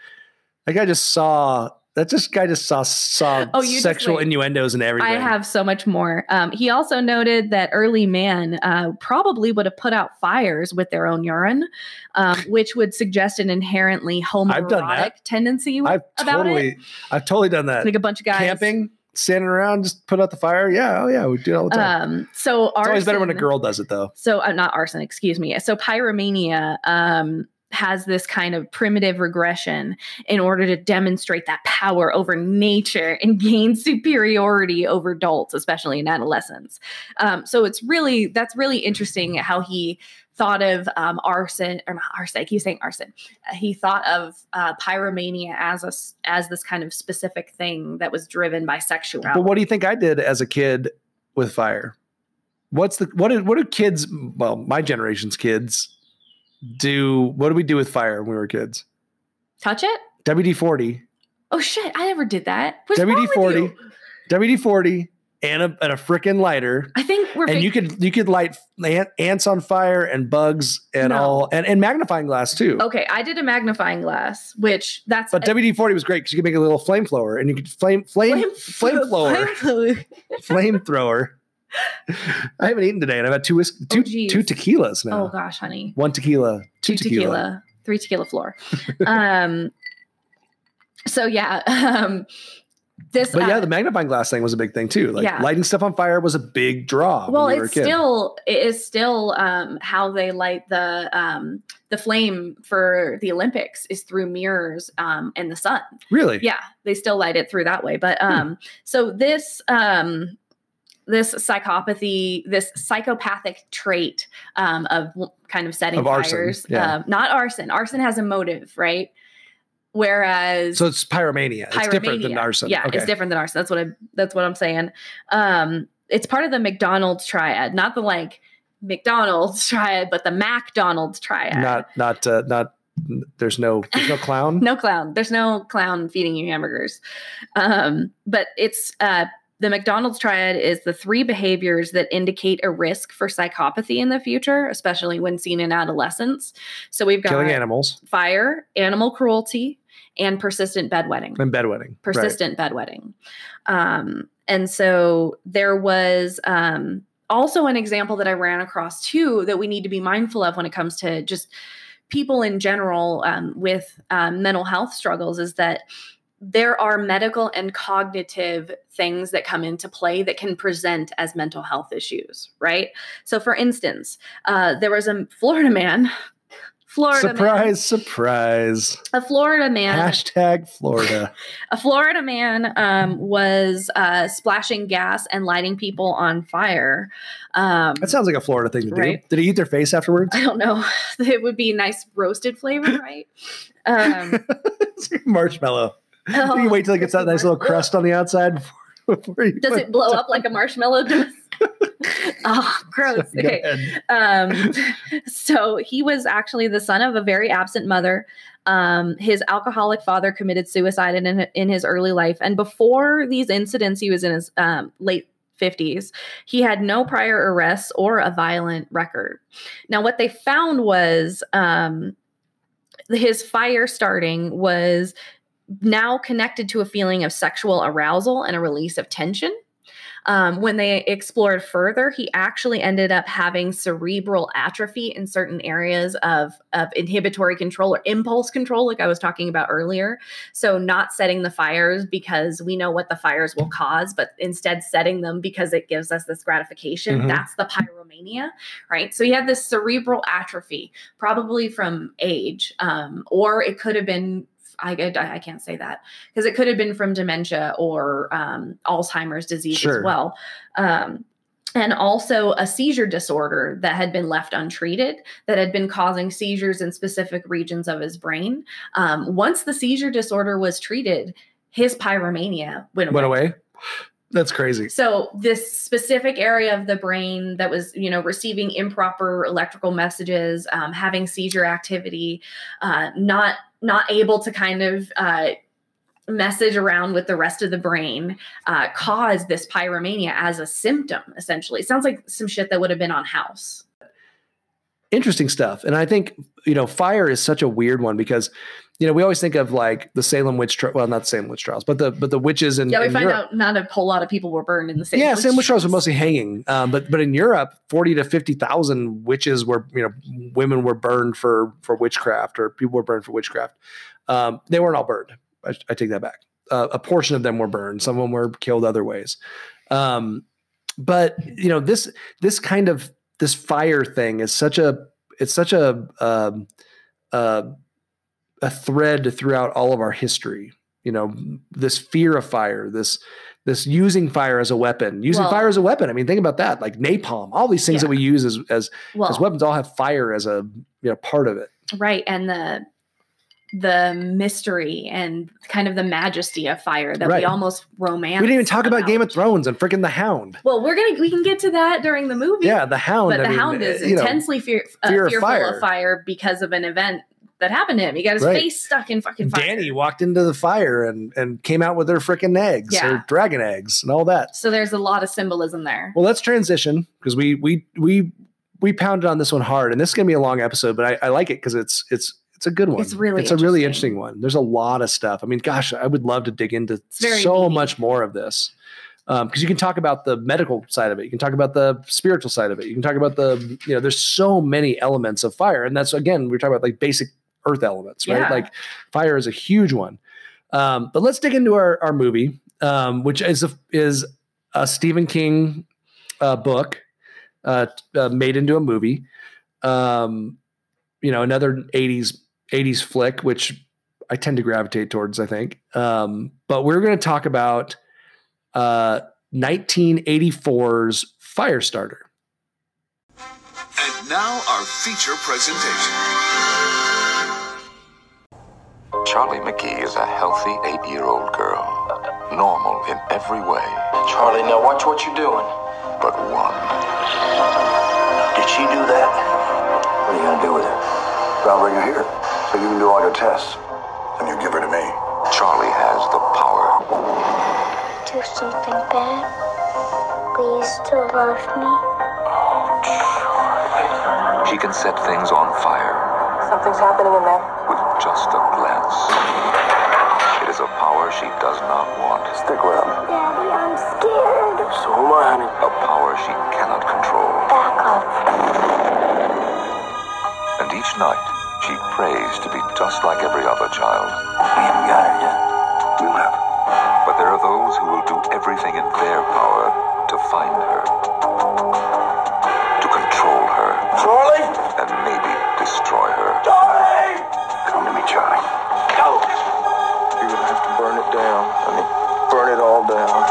Speaker 3: that guy just saw that just guy just saw saw
Speaker 5: Oh, you just,
Speaker 3: sexual
Speaker 5: like-
Speaker 3: innuendos and everything.
Speaker 5: I have so much more. Um, he also noted that early man uh, probably would have put out fires with their own urine, um, which would suggest an inherently
Speaker 3: I've done
Speaker 5: homoerotic
Speaker 3: that.
Speaker 5: tendency
Speaker 3: I've
Speaker 5: about
Speaker 3: totally I've totally done that.
Speaker 5: like a bunch of guys
Speaker 3: Camping, standing around, just put out the fire. Yeah, oh yeah, we do it all the time.
Speaker 5: Um, so
Speaker 3: it's always better when a
Speaker 5: arson-
Speaker 3: girl does it though.
Speaker 5: so uh, not arson excuse me so pyromania um has this kind of primitive regression in order to demonstrate that power over nature and gain superiority over adults especially in adolescence um, so it's really that's really interesting how he thought of um, arson or not arson i keep saying arson Uh, he thought of uh, pyromania as a s- as this kind of specific thing that was driven by sexuality
Speaker 3: But what do you think I did as a kid with fire? What's the what did what do kids well, my generation's kids do what did we do with fire when we were kids?
Speaker 5: touch it
Speaker 3: WD forty.
Speaker 5: oh shit i never did that What's wrong
Speaker 3: WD
Speaker 5: with you?
Speaker 3: forty. WD forty and a and a freaking lighter.
Speaker 5: I think we're
Speaker 3: And
Speaker 5: big-
Speaker 3: you could you could light ant- ants on fire and bugs and
Speaker 5: No.
Speaker 3: all and, and magnifying glass too.
Speaker 5: okay. I did a magnifying glass, which that's
Speaker 3: But WD forty was great because you could make a little flame flower and you could flame flame flame flower
Speaker 5: flower.
Speaker 3: flame thrower. I haven't eaten today and I've had two whis- two
Speaker 5: Oh, geez.
Speaker 3: two tequilas now.
Speaker 5: Oh gosh, honey,
Speaker 3: One tequila,
Speaker 5: two, tequila. three tequila floor. um. So yeah, um, this.
Speaker 3: But yeah,
Speaker 5: uh,
Speaker 3: the magnifying glass thing was a big thing too. Like
Speaker 5: Yeah.
Speaker 3: lighting stuff on fire was a big draw.
Speaker 5: well,
Speaker 3: when we were
Speaker 5: it's
Speaker 3: a kid.
Speaker 5: still it is still um, how they light the um, the flame for the Olympics is through mirrors um, and the sun.
Speaker 3: really
Speaker 5: yeah they still light it through that way but
Speaker 3: Hmm.
Speaker 5: um so this um this psychopathy this psychopathic trait um of w- kind of setting
Speaker 3: Of arson,
Speaker 5: fires
Speaker 3: yeah.
Speaker 5: um, not arson arson has a motive right whereas
Speaker 3: So it's pyromania. It's different than
Speaker 5: Pyromania.
Speaker 3: arson.
Speaker 5: Yeah,
Speaker 3: okay.
Speaker 5: it's different than arson. That's what I that's what I'm saying. Um it's part of the McDonald's triad, not the like McDonald's triad, but the McDonald's triad.
Speaker 3: Not not uh, not. There's no there's no clown.
Speaker 5: no clown there's no clown feeding you hamburgers um, but it's uh, the mcdonald's triad is the three behaviors that indicate a risk for psychopathy in the future especially when seen in adolescence so we've got
Speaker 3: killing animals
Speaker 5: fire animal cruelty and persistent bedwetting
Speaker 3: and bedwetting. Right.
Speaker 5: persistent bedwetting um, and so there was um, also an example that i ran across too that we need to be mindful of when it comes to just people in general um, with um, mental health struggles is that there are medical and cognitive things that come into play that can present as mental health issues right so for instance uh, there was a florida man florida man,
Speaker 3: Surprise! Surprise!
Speaker 5: a florida man
Speaker 3: Hashtag Florida.
Speaker 5: a Florida man um, was uh, splashing gas and lighting people on fire. Um,
Speaker 3: That sounds like a Florida thing to do.
Speaker 5: Right.
Speaker 3: Did he eat their face afterwards?
Speaker 5: I don't know. It would be a nice roasted flavor, right? Um, oh,
Speaker 3: Marshmallow. I think you wait till it gets that nice little crust on the outside before, before you.
Speaker 5: Does
Speaker 3: put-
Speaker 5: it blow up like a marshmallow does? oh, gross.
Speaker 3: Go
Speaker 5: Okay.
Speaker 3: ahead.
Speaker 5: um, so he was actually the son of a very absent mother. Um, his alcoholic father committed suicide in, in his early life, and before these incidents, he was in his um, late. 50s. He had no prior arrests or a violent record. Now, what they found was um, his fire starting was now connected to a feeling of sexual arousal and a release of tension. Um, when they explored further, he actually ended up having cerebral atrophy in certain areas of, of inhibitory control or impulse control, like I was talking about earlier. So, not setting the fires because we know what the fires will cause, but instead setting them because it gives us this gratification.
Speaker 3: Mhm.
Speaker 5: That's the pyromania, right? So, he had this cerebral atrophy, probably from age, um, or it could have been. I, I I can't say that because it could have been from dementia or um, Alzheimer's disease
Speaker 3: Sure.
Speaker 5: as well. Um, and also a seizure disorder that had been left untreated that had been causing seizures in specific regions of his brain. Um, once the seizure disorder was treated, his pyromania went away.
Speaker 3: Went away. That's crazy.
Speaker 5: So this specific area of the brain that was, you know, receiving improper electrical messages, um, having seizure activity, uh, not not able to kind of uh, message around with the rest of the brain, uh, caused this pyromania as a symptom. Essentially, it sounds like some shit that would have been on House.
Speaker 3: Interesting stuff. And I think, you know, fire is such a weird one because, you know, we always think of like the Salem witch trial, well, not the Salem witch trials, but the but the witches in
Speaker 5: Yeah, we
Speaker 3: in
Speaker 5: find
Speaker 3: Europe.
Speaker 5: out not a whole lot of people were burned in the same.
Speaker 3: yeah, Salem witch trials were mostly hanging, um, but but in Europe, forty to fifty thousand witches were you know women were burned for for witchcraft or people were burned for witchcraft. Um, they weren't all burned. I, I take that back. Uh, a portion of them were burned. Some of them were killed other ways. Um, but you know this this kind of this fire thing is such a it's such a um, uh, a thread throughout all of our history. You know this fear of fire. This this using fire as a weapon, using
Speaker 5: Well-
Speaker 3: fire as a weapon. I mean, think about that. Like napalm, all these things
Speaker 5: Yeah.
Speaker 3: that we use as as,
Speaker 5: Well,
Speaker 3: as weapons all have fire as a you know part of it.
Speaker 5: right and the the mystery and kind of the majesty of fire that
Speaker 3: Right.
Speaker 5: we almost romance
Speaker 3: we didn't even talk about
Speaker 5: somehow.
Speaker 3: Game of Thrones and freaking the Hound.
Speaker 5: well we're gonna we can get to that during the movie
Speaker 3: Yeah, the Hound.
Speaker 5: but
Speaker 3: I
Speaker 5: the
Speaker 3: mean, uh, eh,
Speaker 5: hound is
Speaker 3: you know,
Speaker 5: intensely fear, uh,
Speaker 3: fear of
Speaker 5: fearful
Speaker 3: fire.
Speaker 5: of fire because of an event that happened to him he got his
Speaker 3: Right.
Speaker 5: face stuck in fucking fire
Speaker 3: Danny walked into the fire and and came out with her freaking eggs,
Speaker 5: Yeah.
Speaker 3: her dragon eggs, and all that.
Speaker 5: so there's a lot of symbolism there
Speaker 3: Well, let's transition because we we we we pounded on this one hard, and this is gonna be a long episode, but I, I like it because it's it's it's a good one.
Speaker 5: It's really
Speaker 3: it's a really
Speaker 5: interesting.
Speaker 3: interesting one. There's a lot of stuff. I mean, gosh, I would love to dig into
Speaker 5: very
Speaker 3: so
Speaker 5: meaty.
Speaker 3: much more of this because Um, you can talk about the medical side of it, you can talk about the spiritual side of it, you can talk about the you know, there's so many elements of fire, and that's again we're talking about like basic earth elements, right?
Speaker 5: Yeah.
Speaker 3: Like fire is a huge one. Um, but let's dig into our our movie, um, which is a, is a Stephen King uh, book uh, t- uh, made into a movie. Um, you know, another '80s '80s flick, which I tend to gravitate towards. I think, um, but we're going to talk about uh, 1984's Firestarter.
Speaker 4: And now our feature presentation.
Speaker 6: Charlie McKee is a healthy eight year old girl, normal in every way
Speaker 7: Charlie, now watch what you're doing.
Speaker 6: but one.
Speaker 7: Did she do that? What are you gonna do with her? I'll bring her here, so you can do all your tests, and you give her to me.
Speaker 6: Charlie has the power
Speaker 8: do something bad. Please still love me.
Speaker 6: She can set things on fire
Speaker 9: Something's happening in there.
Speaker 6: with just a glance. It is a power she does not want,
Speaker 7: Stick with him.
Speaker 8: Daddy, I'm scared.
Speaker 7: So am I, honey.
Speaker 6: a power she cannot control.
Speaker 8: Back off.
Speaker 6: And each night, she prays to be just like every other child.
Speaker 7: We haven't got her yet. We'll have her.
Speaker 6: But there are those who will do everything in their power to find her, to control her.
Speaker 7: Charlie!
Speaker 6: and maybe destroy her.
Speaker 7: Charlie! Come to me, Charlie. Go! You're gonna have to burn it down, honey. Burn it all down.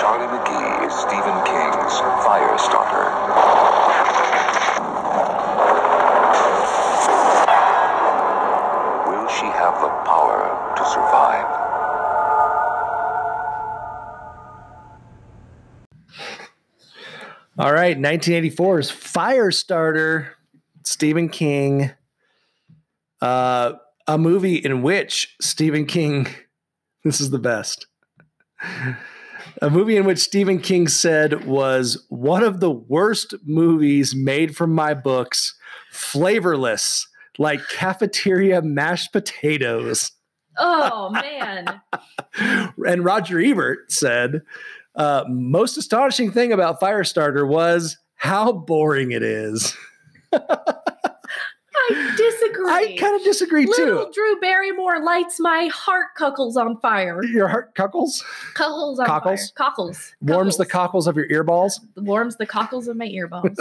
Speaker 6: Charlie McGee is Stephen King's Firestarter. Will she have the power to survive?
Speaker 3: All right, 1984's Firestarter, Stephen King. Uh, a movie in which Stephen King, this is the best. A movie in which Stephen King said was one of the worst movies made from my books, flavorless, like cafeteria mashed potatoes.
Speaker 5: oh man
Speaker 3: And Roger Ebert said, uh, most astonishing thing about Firestarter was how boring it is.
Speaker 5: i disagree
Speaker 3: I kind of disagree
Speaker 5: little
Speaker 3: too.
Speaker 5: drew barrymore lights my heart cuckles on fire
Speaker 3: Your heart cuckles,
Speaker 5: cuckles on
Speaker 3: Cockles?
Speaker 5: fire cockles
Speaker 3: warms the
Speaker 5: Cuckles.
Speaker 3: cockles of your earballs.
Speaker 5: warms the cockles of my earballs.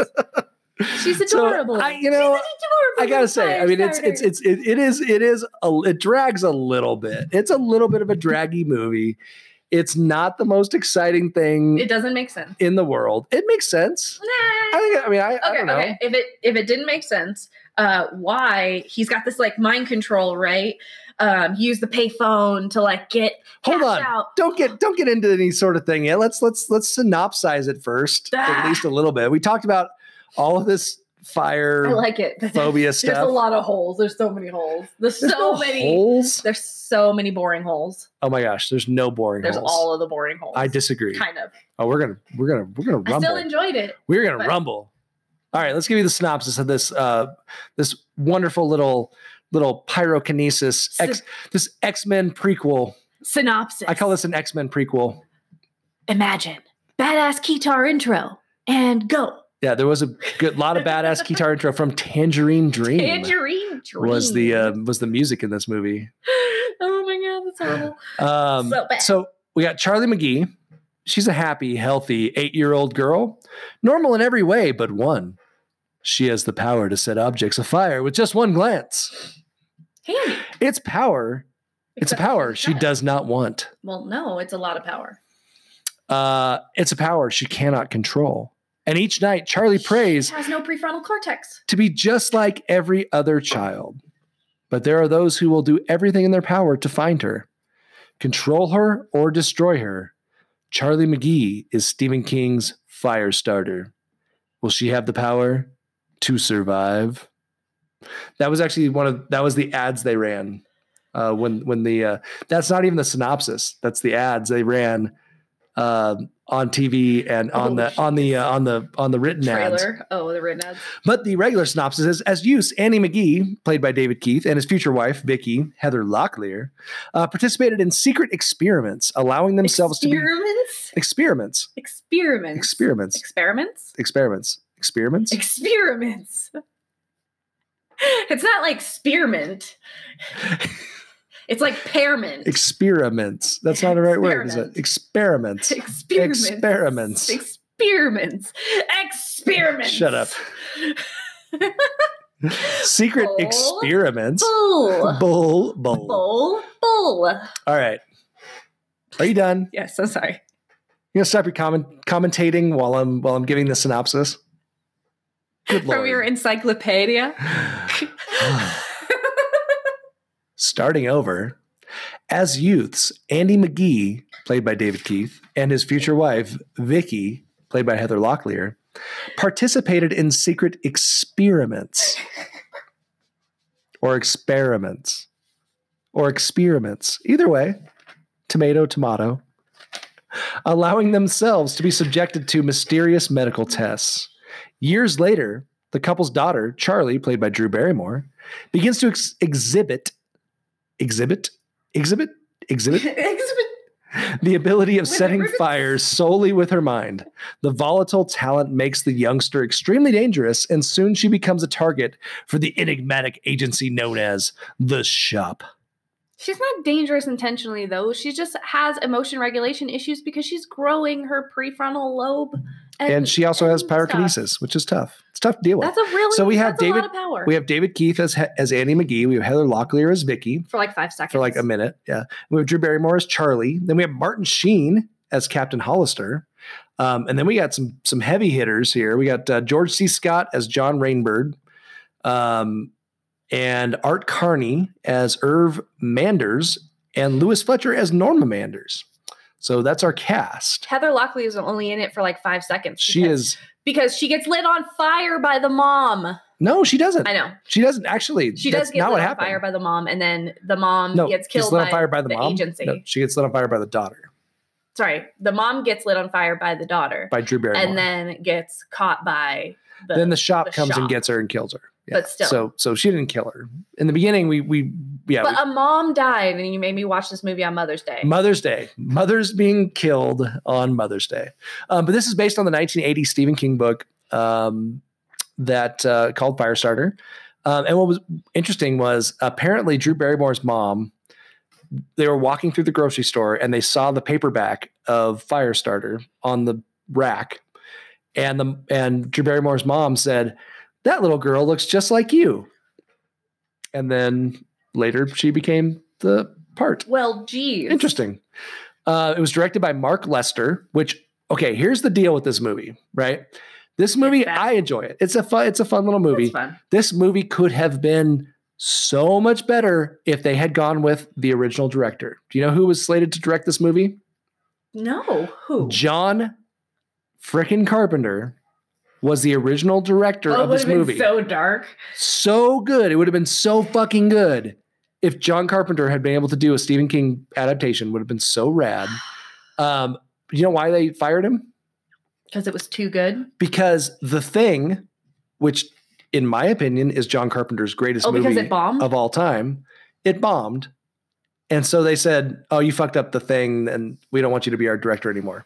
Speaker 5: She's
Speaker 3: So,
Speaker 5: adorable.
Speaker 3: I- you know,
Speaker 5: She's adorable.
Speaker 3: I gotta say, I mean, it's it's it's it, it is it is a, it drags a little bit. It's a little bit of a draggy movie. It's not the most exciting thing
Speaker 4: It doesn't make sense.
Speaker 3: in the world. It makes sense. I think. I mean, I, I
Speaker 4: okay,
Speaker 3: don't know.
Speaker 4: okay. If it if it didn't make sense, uh, why he's got this like mind control, right? Um, he used the payphone to like get
Speaker 3: Hold
Speaker 4: cash
Speaker 3: on.
Speaker 4: out.
Speaker 3: Don't get don't get into any sort of thing yet. Let's let's let's synopsize it first, at
Speaker 4: Ah.
Speaker 3: least a little bit. We talked about all of this fire
Speaker 4: I like it.
Speaker 3: phobia
Speaker 4: There's
Speaker 3: stuff.
Speaker 4: a lot of holes. There's so many holes. There's,
Speaker 3: There's
Speaker 4: so
Speaker 3: no
Speaker 4: many.
Speaker 3: holes.
Speaker 4: There's so many boring holes.
Speaker 3: Oh my gosh, there's no boring
Speaker 4: There's
Speaker 3: holes.
Speaker 4: all of the boring holes.
Speaker 3: I disagree.
Speaker 4: Kind of.
Speaker 3: Oh, we're gonna we're gonna we're gonna rumble.
Speaker 4: I still enjoyed it.
Speaker 3: We're gonna
Speaker 4: But-
Speaker 3: rumble. All right, let's give you the synopsis of this uh, this wonderful little little pyrokinesis X, this X Men prequel.
Speaker 5: Synopsis.
Speaker 3: I call this an X Men prequel.
Speaker 5: Imagine badass guitar intro and go.
Speaker 3: Yeah, there was a good lot of badass guitar intro from Tangerine Dream.
Speaker 4: Tangerine dream.
Speaker 3: was the uh, was the music in this movie?
Speaker 4: oh my god, that's horrible.
Speaker 3: Um,
Speaker 4: So bad.
Speaker 3: so we got Charlie McGee. She's a happy, healthy eight year old girl, normal in every way but one. She has the power to set objects afire with just one glance.
Speaker 4: Handy.
Speaker 3: It's power. It's a
Speaker 4: Except
Speaker 3: power
Speaker 4: she's
Speaker 3: she
Speaker 4: not.
Speaker 3: does not want.
Speaker 4: Well, no, it's a lot of power.
Speaker 3: Uh, it's a power she cannot control. And each night, Charlie prays
Speaker 4: She has no prefrontal cortex.
Speaker 3: to be just like every other child. But there are those who will do everything in their power to find her, control her, or destroy her. Charlie McGee is Stephen King's fire starter. Will she have the power to survive? That was actually one of that was the ads they ran uh, when when the uh, that's not even the synopsis. That's the ads they ran uh, on TV and on
Speaker 4: Oh,
Speaker 3: the on the uh, on the on the written ads.
Speaker 4: Trailer. Oh, the written ads.
Speaker 3: But the regular synopsis is as use, Annie McGee, played by David Keith, and his future wife, Vicky, Heather Locklear, uh, participated in secret experiments, allowing themselves to
Speaker 4: experiments.
Speaker 3: be experiments,
Speaker 4: experiments.
Speaker 3: experiments,
Speaker 4: Experiments.
Speaker 3: experiments, experiments.
Speaker 4: Experiments. It's not like spearmint. It's like pearmint.
Speaker 3: Experiments. That's not the right word, is it? Experiments.
Speaker 4: experiments.
Speaker 3: experiments.
Speaker 4: Experiments. Experiments.
Speaker 3: Shut up. Secret
Speaker 4: Bull.
Speaker 3: experiments.
Speaker 4: Bull.
Speaker 3: Bull, bull.
Speaker 4: Bull. Bull.
Speaker 3: All right. Are you done?
Speaker 4: Yes, I'm sorry.
Speaker 3: You gonna stop your comment commentating while I'm while I'm giving the synopsis? Good
Speaker 4: From
Speaker 3: lord.
Speaker 4: your encyclopedia.
Speaker 3: Starting over, as youths, Andy McGee, played by David Keith, and his future wife, Vicky, played by Heather Locklear, participated in secret experiments or experiments or experiments. Either way, tomato, tomato, allowing themselves to be subjected to mysterious medical tests. Years later, the couple's daughter, Charlie, played by Drew Barrymore, begins to ex- exhibit, exhibit, exhibit, exhibit the ability of
Speaker 4: With
Speaker 3: setting
Speaker 4: roots.
Speaker 3: fires solely with her mind. The volatile talent makes the youngster extremely dangerous, and soon she becomes a target for the enigmatic agency known as the Shop.
Speaker 5: She's not dangerous intentionally, though. She just has emotion regulation issues because she's growing her prefrontal lobe.
Speaker 3: And she also has
Speaker 5: and
Speaker 3: pyrokinesis, which is tough. It's tough to deal with.
Speaker 5: That's a really
Speaker 3: So we have
Speaker 5: that's a
Speaker 3: David-
Speaker 5: lot of power
Speaker 3: We have David Keith as he- as Annie McGee. We have Heather Locklear as Vicky
Speaker 5: for like five seconds.
Speaker 3: for like a minute. Yeah. We have Drew Barrymore as Charlie. Then we have Martin Sheen as Captain Hollister. Um, and then we got some some heavy hitters here. We got uh, George C. Scott as John Rainbird, um, and Art Carney as Irv Manders, and Lewis Fletcher as Norma Manders. So that's our cast.
Speaker 5: Heather Lockley is only in it for like five seconds.
Speaker 3: She
Speaker 5: because,
Speaker 3: is
Speaker 5: because she gets lit on fire by the mom.
Speaker 3: no, she doesn't.
Speaker 5: I know
Speaker 3: She doesn't actually.
Speaker 5: she
Speaker 3: that's
Speaker 5: does get
Speaker 3: not
Speaker 5: lit
Speaker 3: what
Speaker 5: on
Speaker 3: happened.
Speaker 5: fire by the mom, and then the mom
Speaker 3: no,
Speaker 5: gets
Speaker 3: she's
Speaker 5: killed
Speaker 3: lit
Speaker 5: by,
Speaker 3: on fire by the, mom.
Speaker 5: agency.
Speaker 3: No, she gets lit on fire by the daughter,
Speaker 5: Sorry, the mom gets lit on fire by the daughter,
Speaker 3: by Drew Barrymore.
Speaker 5: and then gets caught by the,
Speaker 3: then the shop
Speaker 5: the
Speaker 3: comes and
Speaker 5: shop.
Speaker 3: gets her and kills her. Yeah.
Speaker 5: But still.
Speaker 3: so so she didn't kill her. In the beginning, we we yeah.
Speaker 5: but a mom died, and you made me watch this movie on Mother's Day.
Speaker 3: we- Mother's Day, mothers being killed on Mother's Day, um, but this is based on the 1980 Stephen King book um, that uh, called Firestarter. Um, and what was interesting was apparently Drew Barrymore's mom. They were walking through the grocery store and they saw the paperback of Firestarter on the rack, and the and Drew Barrymore's mom said, "That little girl looks just like you." And then later, she became the part.
Speaker 5: well, geez.
Speaker 3: Interesting. Uh, it was directed by Mark Lester, which okay, here's the deal with this movie, right? This movie,
Speaker 5: bad.
Speaker 3: I enjoy it. It's a fun, it's a fun little movie.
Speaker 5: It's fun.
Speaker 3: This movie could have been so much better if they had gone with the original director. Do you know who was slated to direct this movie?
Speaker 5: No, who?
Speaker 3: John frickin' Carpenter was the original director
Speaker 5: Oh, it
Speaker 3: of this
Speaker 5: would've been
Speaker 3: movie.
Speaker 5: so dark.
Speaker 3: so good. It would have been so fucking good if John Carpenter had been able to do a Stephen King adaptation. Would have been so rad. Um, you know why they fired him?
Speaker 5: Because it was too good.
Speaker 3: Because The Thing, which in my opinion is John Carpenter's greatest
Speaker 5: Oh, because
Speaker 3: movie
Speaker 5: it bombed.
Speaker 3: of all time, it bombed. And so they said, "Oh, you fucked up The Thing, and we don't want you to be our director anymore."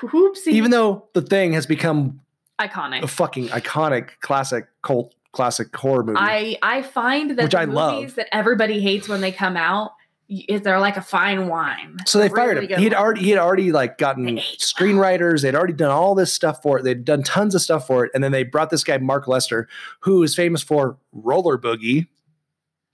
Speaker 5: Oopsie.
Speaker 3: Even though The Thing has become
Speaker 5: iconic.
Speaker 3: a fucking iconic classic cult classic horror movie.
Speaker 5: I I find that
Speaker 3: Which
Speaker 5: the
Speaker 3: I
Speaker 5: movies
Speaker 3: love.
Speaker 5: that everybody hates when they come out, y- they're like a fine wine.
Speaker 3: So they
Speaker 5: Really
Speaker 3: fired him.
Speaker 5: good
Speaker 3: He had
Speaker 5: one.
Speaker 3: already he had already like gotten
Speaker 5: Hey.
Speaker 3: screenwriters. They'd already done all this stuff for it. They'd done tons of stuff for it, and then they brought this guy Mark Lester, who is famous for Roller Boogie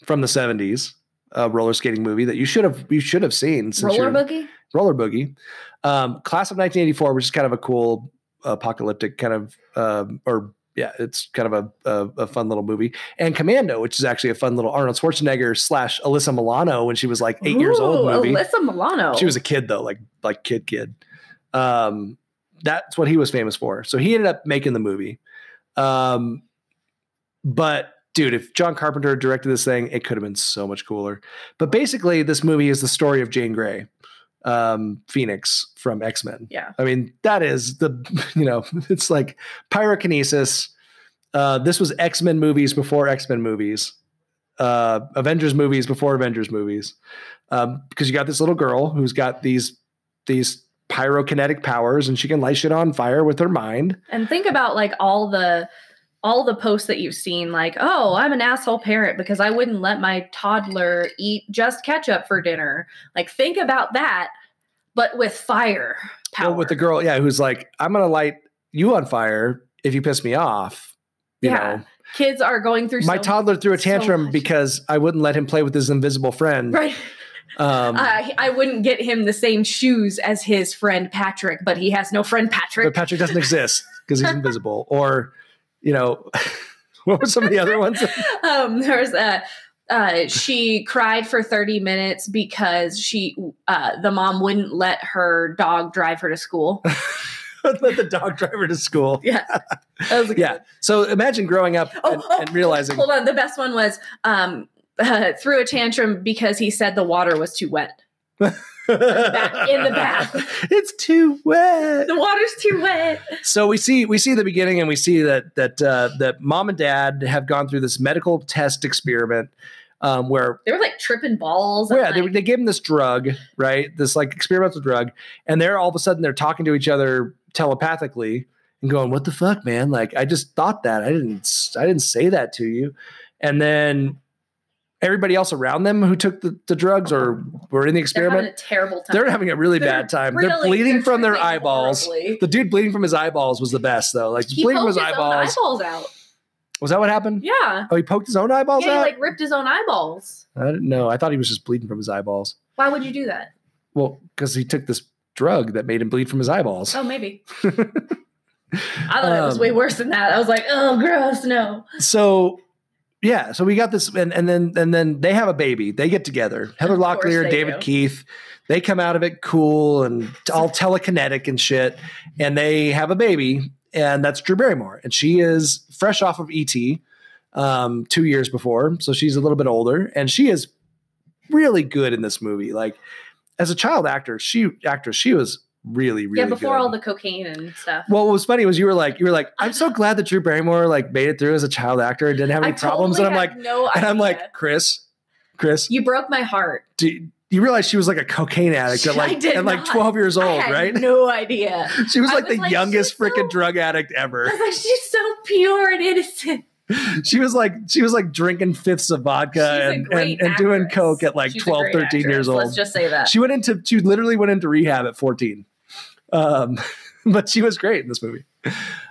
Speaker 3: from the seventies, a roller skating movie that you should have you should have seen. Since
Speaker 5: roller
Speaker 3: you're-
Speaker 5: boogie.
Speaker 3: Roller Boogie, um, class of nineteen eighty four, which is kind of a cool apocalyptic kind of um, or yeah, it's kind of a, a a fun little movie, and Commando, which is actually a fun little Arnold Schwarzenegger slash Alyssa Milano when she was like eight years old
Speaker 5: Ooh,
Speaker 3: movie.
Speaker 5: Alyssa Milano.
Speaker 3: She was a kid though, like like kid kid. Um, that's what he was famous for. So he ended up making the movie. Um, but dude, if John Carpenter directed this thing, it could have been so much cooler. But basically, this movie is the story of Jane Grey, um, Phoenix from X Men.
Speaker 5: Yeah.
Speaker 3: I mean that is the you know it's like pyrokinesis. Uh, this was X Men movies before X Men movies, uh, Avengers movies before Avengers movies um, because you got this little girl who's got these these pyrokinetic powers and she can light shit on fire with her mind.
Speaker 5: and think about like all the all the posts that you've seen like oh i'm an asshole parent because i wouldn't let my toddler eat just ketchup for dinner like think about that but with fire power
Speaker 3: Or with the girl, yeah, who's like, I'm gonna light you on fire if you piss me off. You
Speaker 5: Yeah. kids are going through
Speaker 3: know, my
Speaker 5: so-
Speaker 3: toddler threw a
Speaker 5: so
Speaker 3: tantrum
Speaker 5: much.
Speaker 3: because I wouldn't let him play with his invisible friend.
Speaker 5: right Uh,
Speaker 3: Um,
Speaker 5: I, I wouldn't get him the same shoes as his friend patrick but he has no friend patrick
Speaker 3: but Patrick doesn't exist because he's invisible. Or, you know, what were some of the other ones?
Speaker 5: um, there was a. Uh, she cried for 30 minutes because she uh, the mom wouldn't let her dog drive her to school.
Speaker 3: Let the dog drive her to school.
Speaker 5: Yeah. That was a good
Speaker 3: Yeah. So imagine growing up
Speaker 5: Oh,
Speaker 3: and,
Speaker 5: oh,
Speaker 3: and realizing
Speaker 5: Hold on, the best one was um, uh, threw a tantrum because he said the water was too wet. bath- in the bath.
Speaker 3: It's too wet.
Speaker 5: The water's too wet.
Speaker 3: So we see we see the beginning, and we see that that uh, that mom and dad have gone through this medical test experiment um, where.
Speaker 5: They were like tripping balls. and,
Speaker 3: Oh, Yeah, they,
Speaker 5: like-
Speaker 3: they gave them this drug, right? This like experimental drug, and they're all of a sudden they're talking to each other telepathically and going, "What the fuck, man? Like, I just thought that I didn't, s- I didn't say that to you." And then everybody else around them who took the, the drugs or were in the
Speaker 5: they're having
Speaker 3: experiment,
Speaker 5: a terrible time.
Speaker 3: they're having a really bad time. they're
Speaker 5: really-
Speaker 3: bleeding
Speaker 5: they're
Speaker 3: from their
Speaker 5: tripping
Speaker 3: eyeballs.
Speaker 5: horribly.
Speaker 3: The dude bleeding from his eyeballs was the best though. Like
Speaker 5: He
Speaker 3: bleeding
Speaker 5: poked
Speaker 3: from his
Speaker 5: his
Speaker 3: eyeballs.
Speaker 5: own eyeballs out.
Speaker 3: Was that what happened?
Speaker 5: Yeah.
Speaker 3: Oh, he poked his own eyeballs
Speaker 5: yeah, he
Speaker 3: out.
Speaker 5: like ripped his own eyeballs.
Speaker 3: I didn't know. I thought he was just bleeding from his eyeballs.
Speaker 5: Why would you do that?
Speaker 3: Well, because he took this drug that made him bleed from his eyeballs.
Speaker 5: Oh, maybe. I thought it was
Speaker 3: Um,
Speaker 5: way worse than that. I was like, oh, gross, no.
Speaker 3: So yeah, so we got this, and, and then and then they have a baby. They get together. Heather
Speaker 5: Of course
Speaker 3: Locklear,
Speaker 5: they
Speaker 3: David
Speaker 5: do.
Speaker 3: Keith. They come out of it cool and all telekinetic and shit, and they have a baby, and that's Drew Barrymore, and she is fresh off of ET, um, two years before, so she's a little bit older, and she is really good in this movie. Like as a child actor, she actress, she was really really
Speaker 5: yeah, before
Speaker 3: good.
Speaker 5: all the cocaine and stuff.
Speaker 3: Well, what was funny was you were like, you were like, I'm so glad that Drew Barrymore like made it through as a child actor and didn't have any
Speaker 5: I
Speaker 3: problems.
Speaker 5: totally
Speaker 3: and I'm
Speaker 5: had
Speaker 3: like,
Speaker 5: no
Speaker 3: and I'm
Speaker 5: idea.
Speaker 3: like, Chris, Chris,
Speaker 5: you broke my heart.
Speaker 3: do you realize she was like a cocaine addict at
Speaker 5: I
Speaker 3: like
Speaker 5: did
Speaker 3: at like
Speaker 5: not.
Speaker 3: 12 years
Speaker 5: I
Speaker 3: old,
Speaker 5: had
Speaker 3: right?
Speaker 5: No idea.
Speaker 3: she was
Speaker 5: I
Speaker 3: like
Speaker 5: was
Speaker 3: the
Speaker 5: like,
Speaker 3: youngest
Speaker 5: she's so-
Speaker 3: freaking drug addict ever.
Speaker 5: I was like, she's so pure and innocent.
Speaker 3: she was like, she was like drinking fifths of vodka
Speaker 5: She's a
Speaker 3: and,
Speaker 5: great
Speaker 3: and, and doing
Speaker 5: actress.
Speaker 3: coke at like
Speaker 5: She's a
Speaker 3: 12,
Speaker 5: great
Speaker 3: 13
Speaker 5: actress,
Speaker 3: years old.
Speaker 5: Let's just say that.
Speaker 3: she went into she literally went into rehab at 14 um but she was great in this movie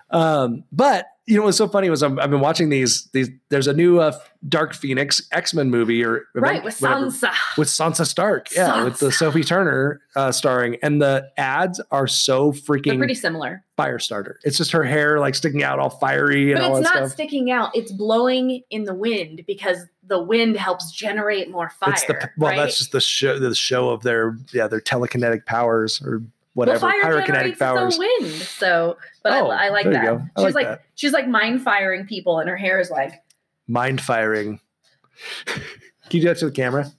Speaker 3: um but you know what's so funny was I'm, I've been watching these these. There's a new uh, Dark Phoenix X Men movie or
Speaker 4: right with
Speaker 3: whatever-
Speaker 4: Sansa.
Speaker 3: with Sansa Stark, yeah, with the
Speaker 4: Sansa.
Speaker 3: Sophie Turner uh, starring, and the ads are so
Speaker 5: They're
Speaker 3: freaking
Speaker 5: pretty similar,
Speaker 3: fire starter. It's just her hair like sticking out all fiery and
Speaker 5: but
Speaker 3: all
Speaker 5: it's
Speaker 3: that
Speaker 5: not
Speaker 3: stuff.
Speaker 5: sticking out. It's blowing in the wind because the wind helps generate more fire.
Speaker 3: it's the p- well,
Speaker 5: right?
Speaker 3: that's just the show the show of their yeah their telekinetic powers or whatever
Speaker 5: well, fire
Speaker 3: pyrokinetic
Speaker 5: generates its
Speaker 3: powers.
Speaker 5: own wind. So, but
Speaker 3: Oh,
Speaker 5: I, I like
Speaker 3: there you
Speaker 5: that.
Speaker 3: go. I
Speaker 5: she's
Speaker 3: like
Speaker 5: like
Speaker 3: that.
Speaker 5: she's like mind firing people, and her hair is like
Speaker 3: Mind firing. Can you do that to the camera?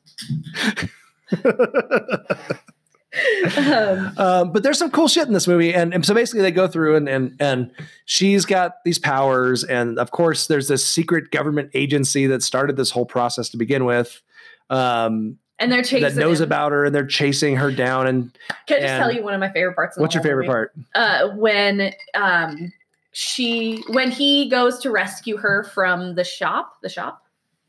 Speaker 5: um,
Speaker 3: um, but there's some cool shit in this movie, and, and so basically they go through and and and she's got these powers, and of course there's this secret government agency that started this whole process to begin with, um,
Speaker 5: and they're chasing.
Speaker 3: that knows
Speaker 5: him.
Speaker 3: about her, and they're chasing her down. And
Speaker 5: Can I just tell
Speaker 3: and-
Speaker 5: you one of my favorite parts? in the
Speaker 3: what's your
Speaker 5: whole
Speaker 3: favorite
Speaker 5: movie?
Speaker 3: part?
Speaker 5: Uh, when um, she when he goes to rescue her from the shop, the shop.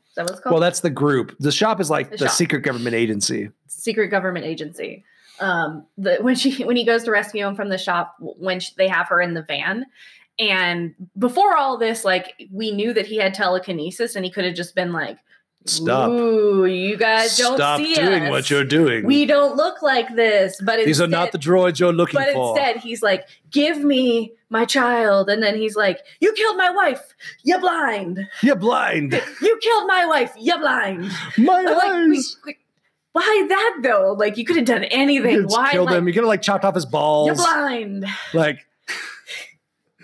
Speaker 5: Is that what it's called?
Speaker 3: Well, that's the group. The shop is like
Speaker 5: The
Speaker 3: the,
Speaker 5: shop.
Speaker 3: secret government agency.
Speaker 5: secret government agency. Um, the, when she when he goes to rescue him from the shop, when sh they have her in the van, and before all this, like we knew that he had telekinesis, and he could have just been like,
Speaker 3: Stop.
Speaker 5: Ooh, you guys don't
Speaker 3: Stop
Speaker 5: see
Speaker 3: doing
Speaker 5: us.
Speaker 3: what you're doing.
Speaker 5: We don't look like this." But
Speaker 3: These are
Speaker 5: instead-
Speaker 3: not the droids you're looking
Speaker 5: But
Speaker 3: for.
Speaker 5: instead, he's like, "Give me my child," and then he's like, "You killed my wife. You blind.
Speaker 3: you're blind.
Speaker 5: You killed my wife. You blind."
Speaker 3: My
Speaker 5: I'm like, "Wait,
Speaker 3: eyes.
Speaker 5: wait, why that though? Like you could have done anything.
Speaker 3: You just
Speaker 5: why
Speaker 3: killed
Speaker 5: like,
Speaker 3: him. You could have like chopped off his
Speaker 5: you're
Speaker 3: balls.
Speaker 5: blind?
Speaker 3: Like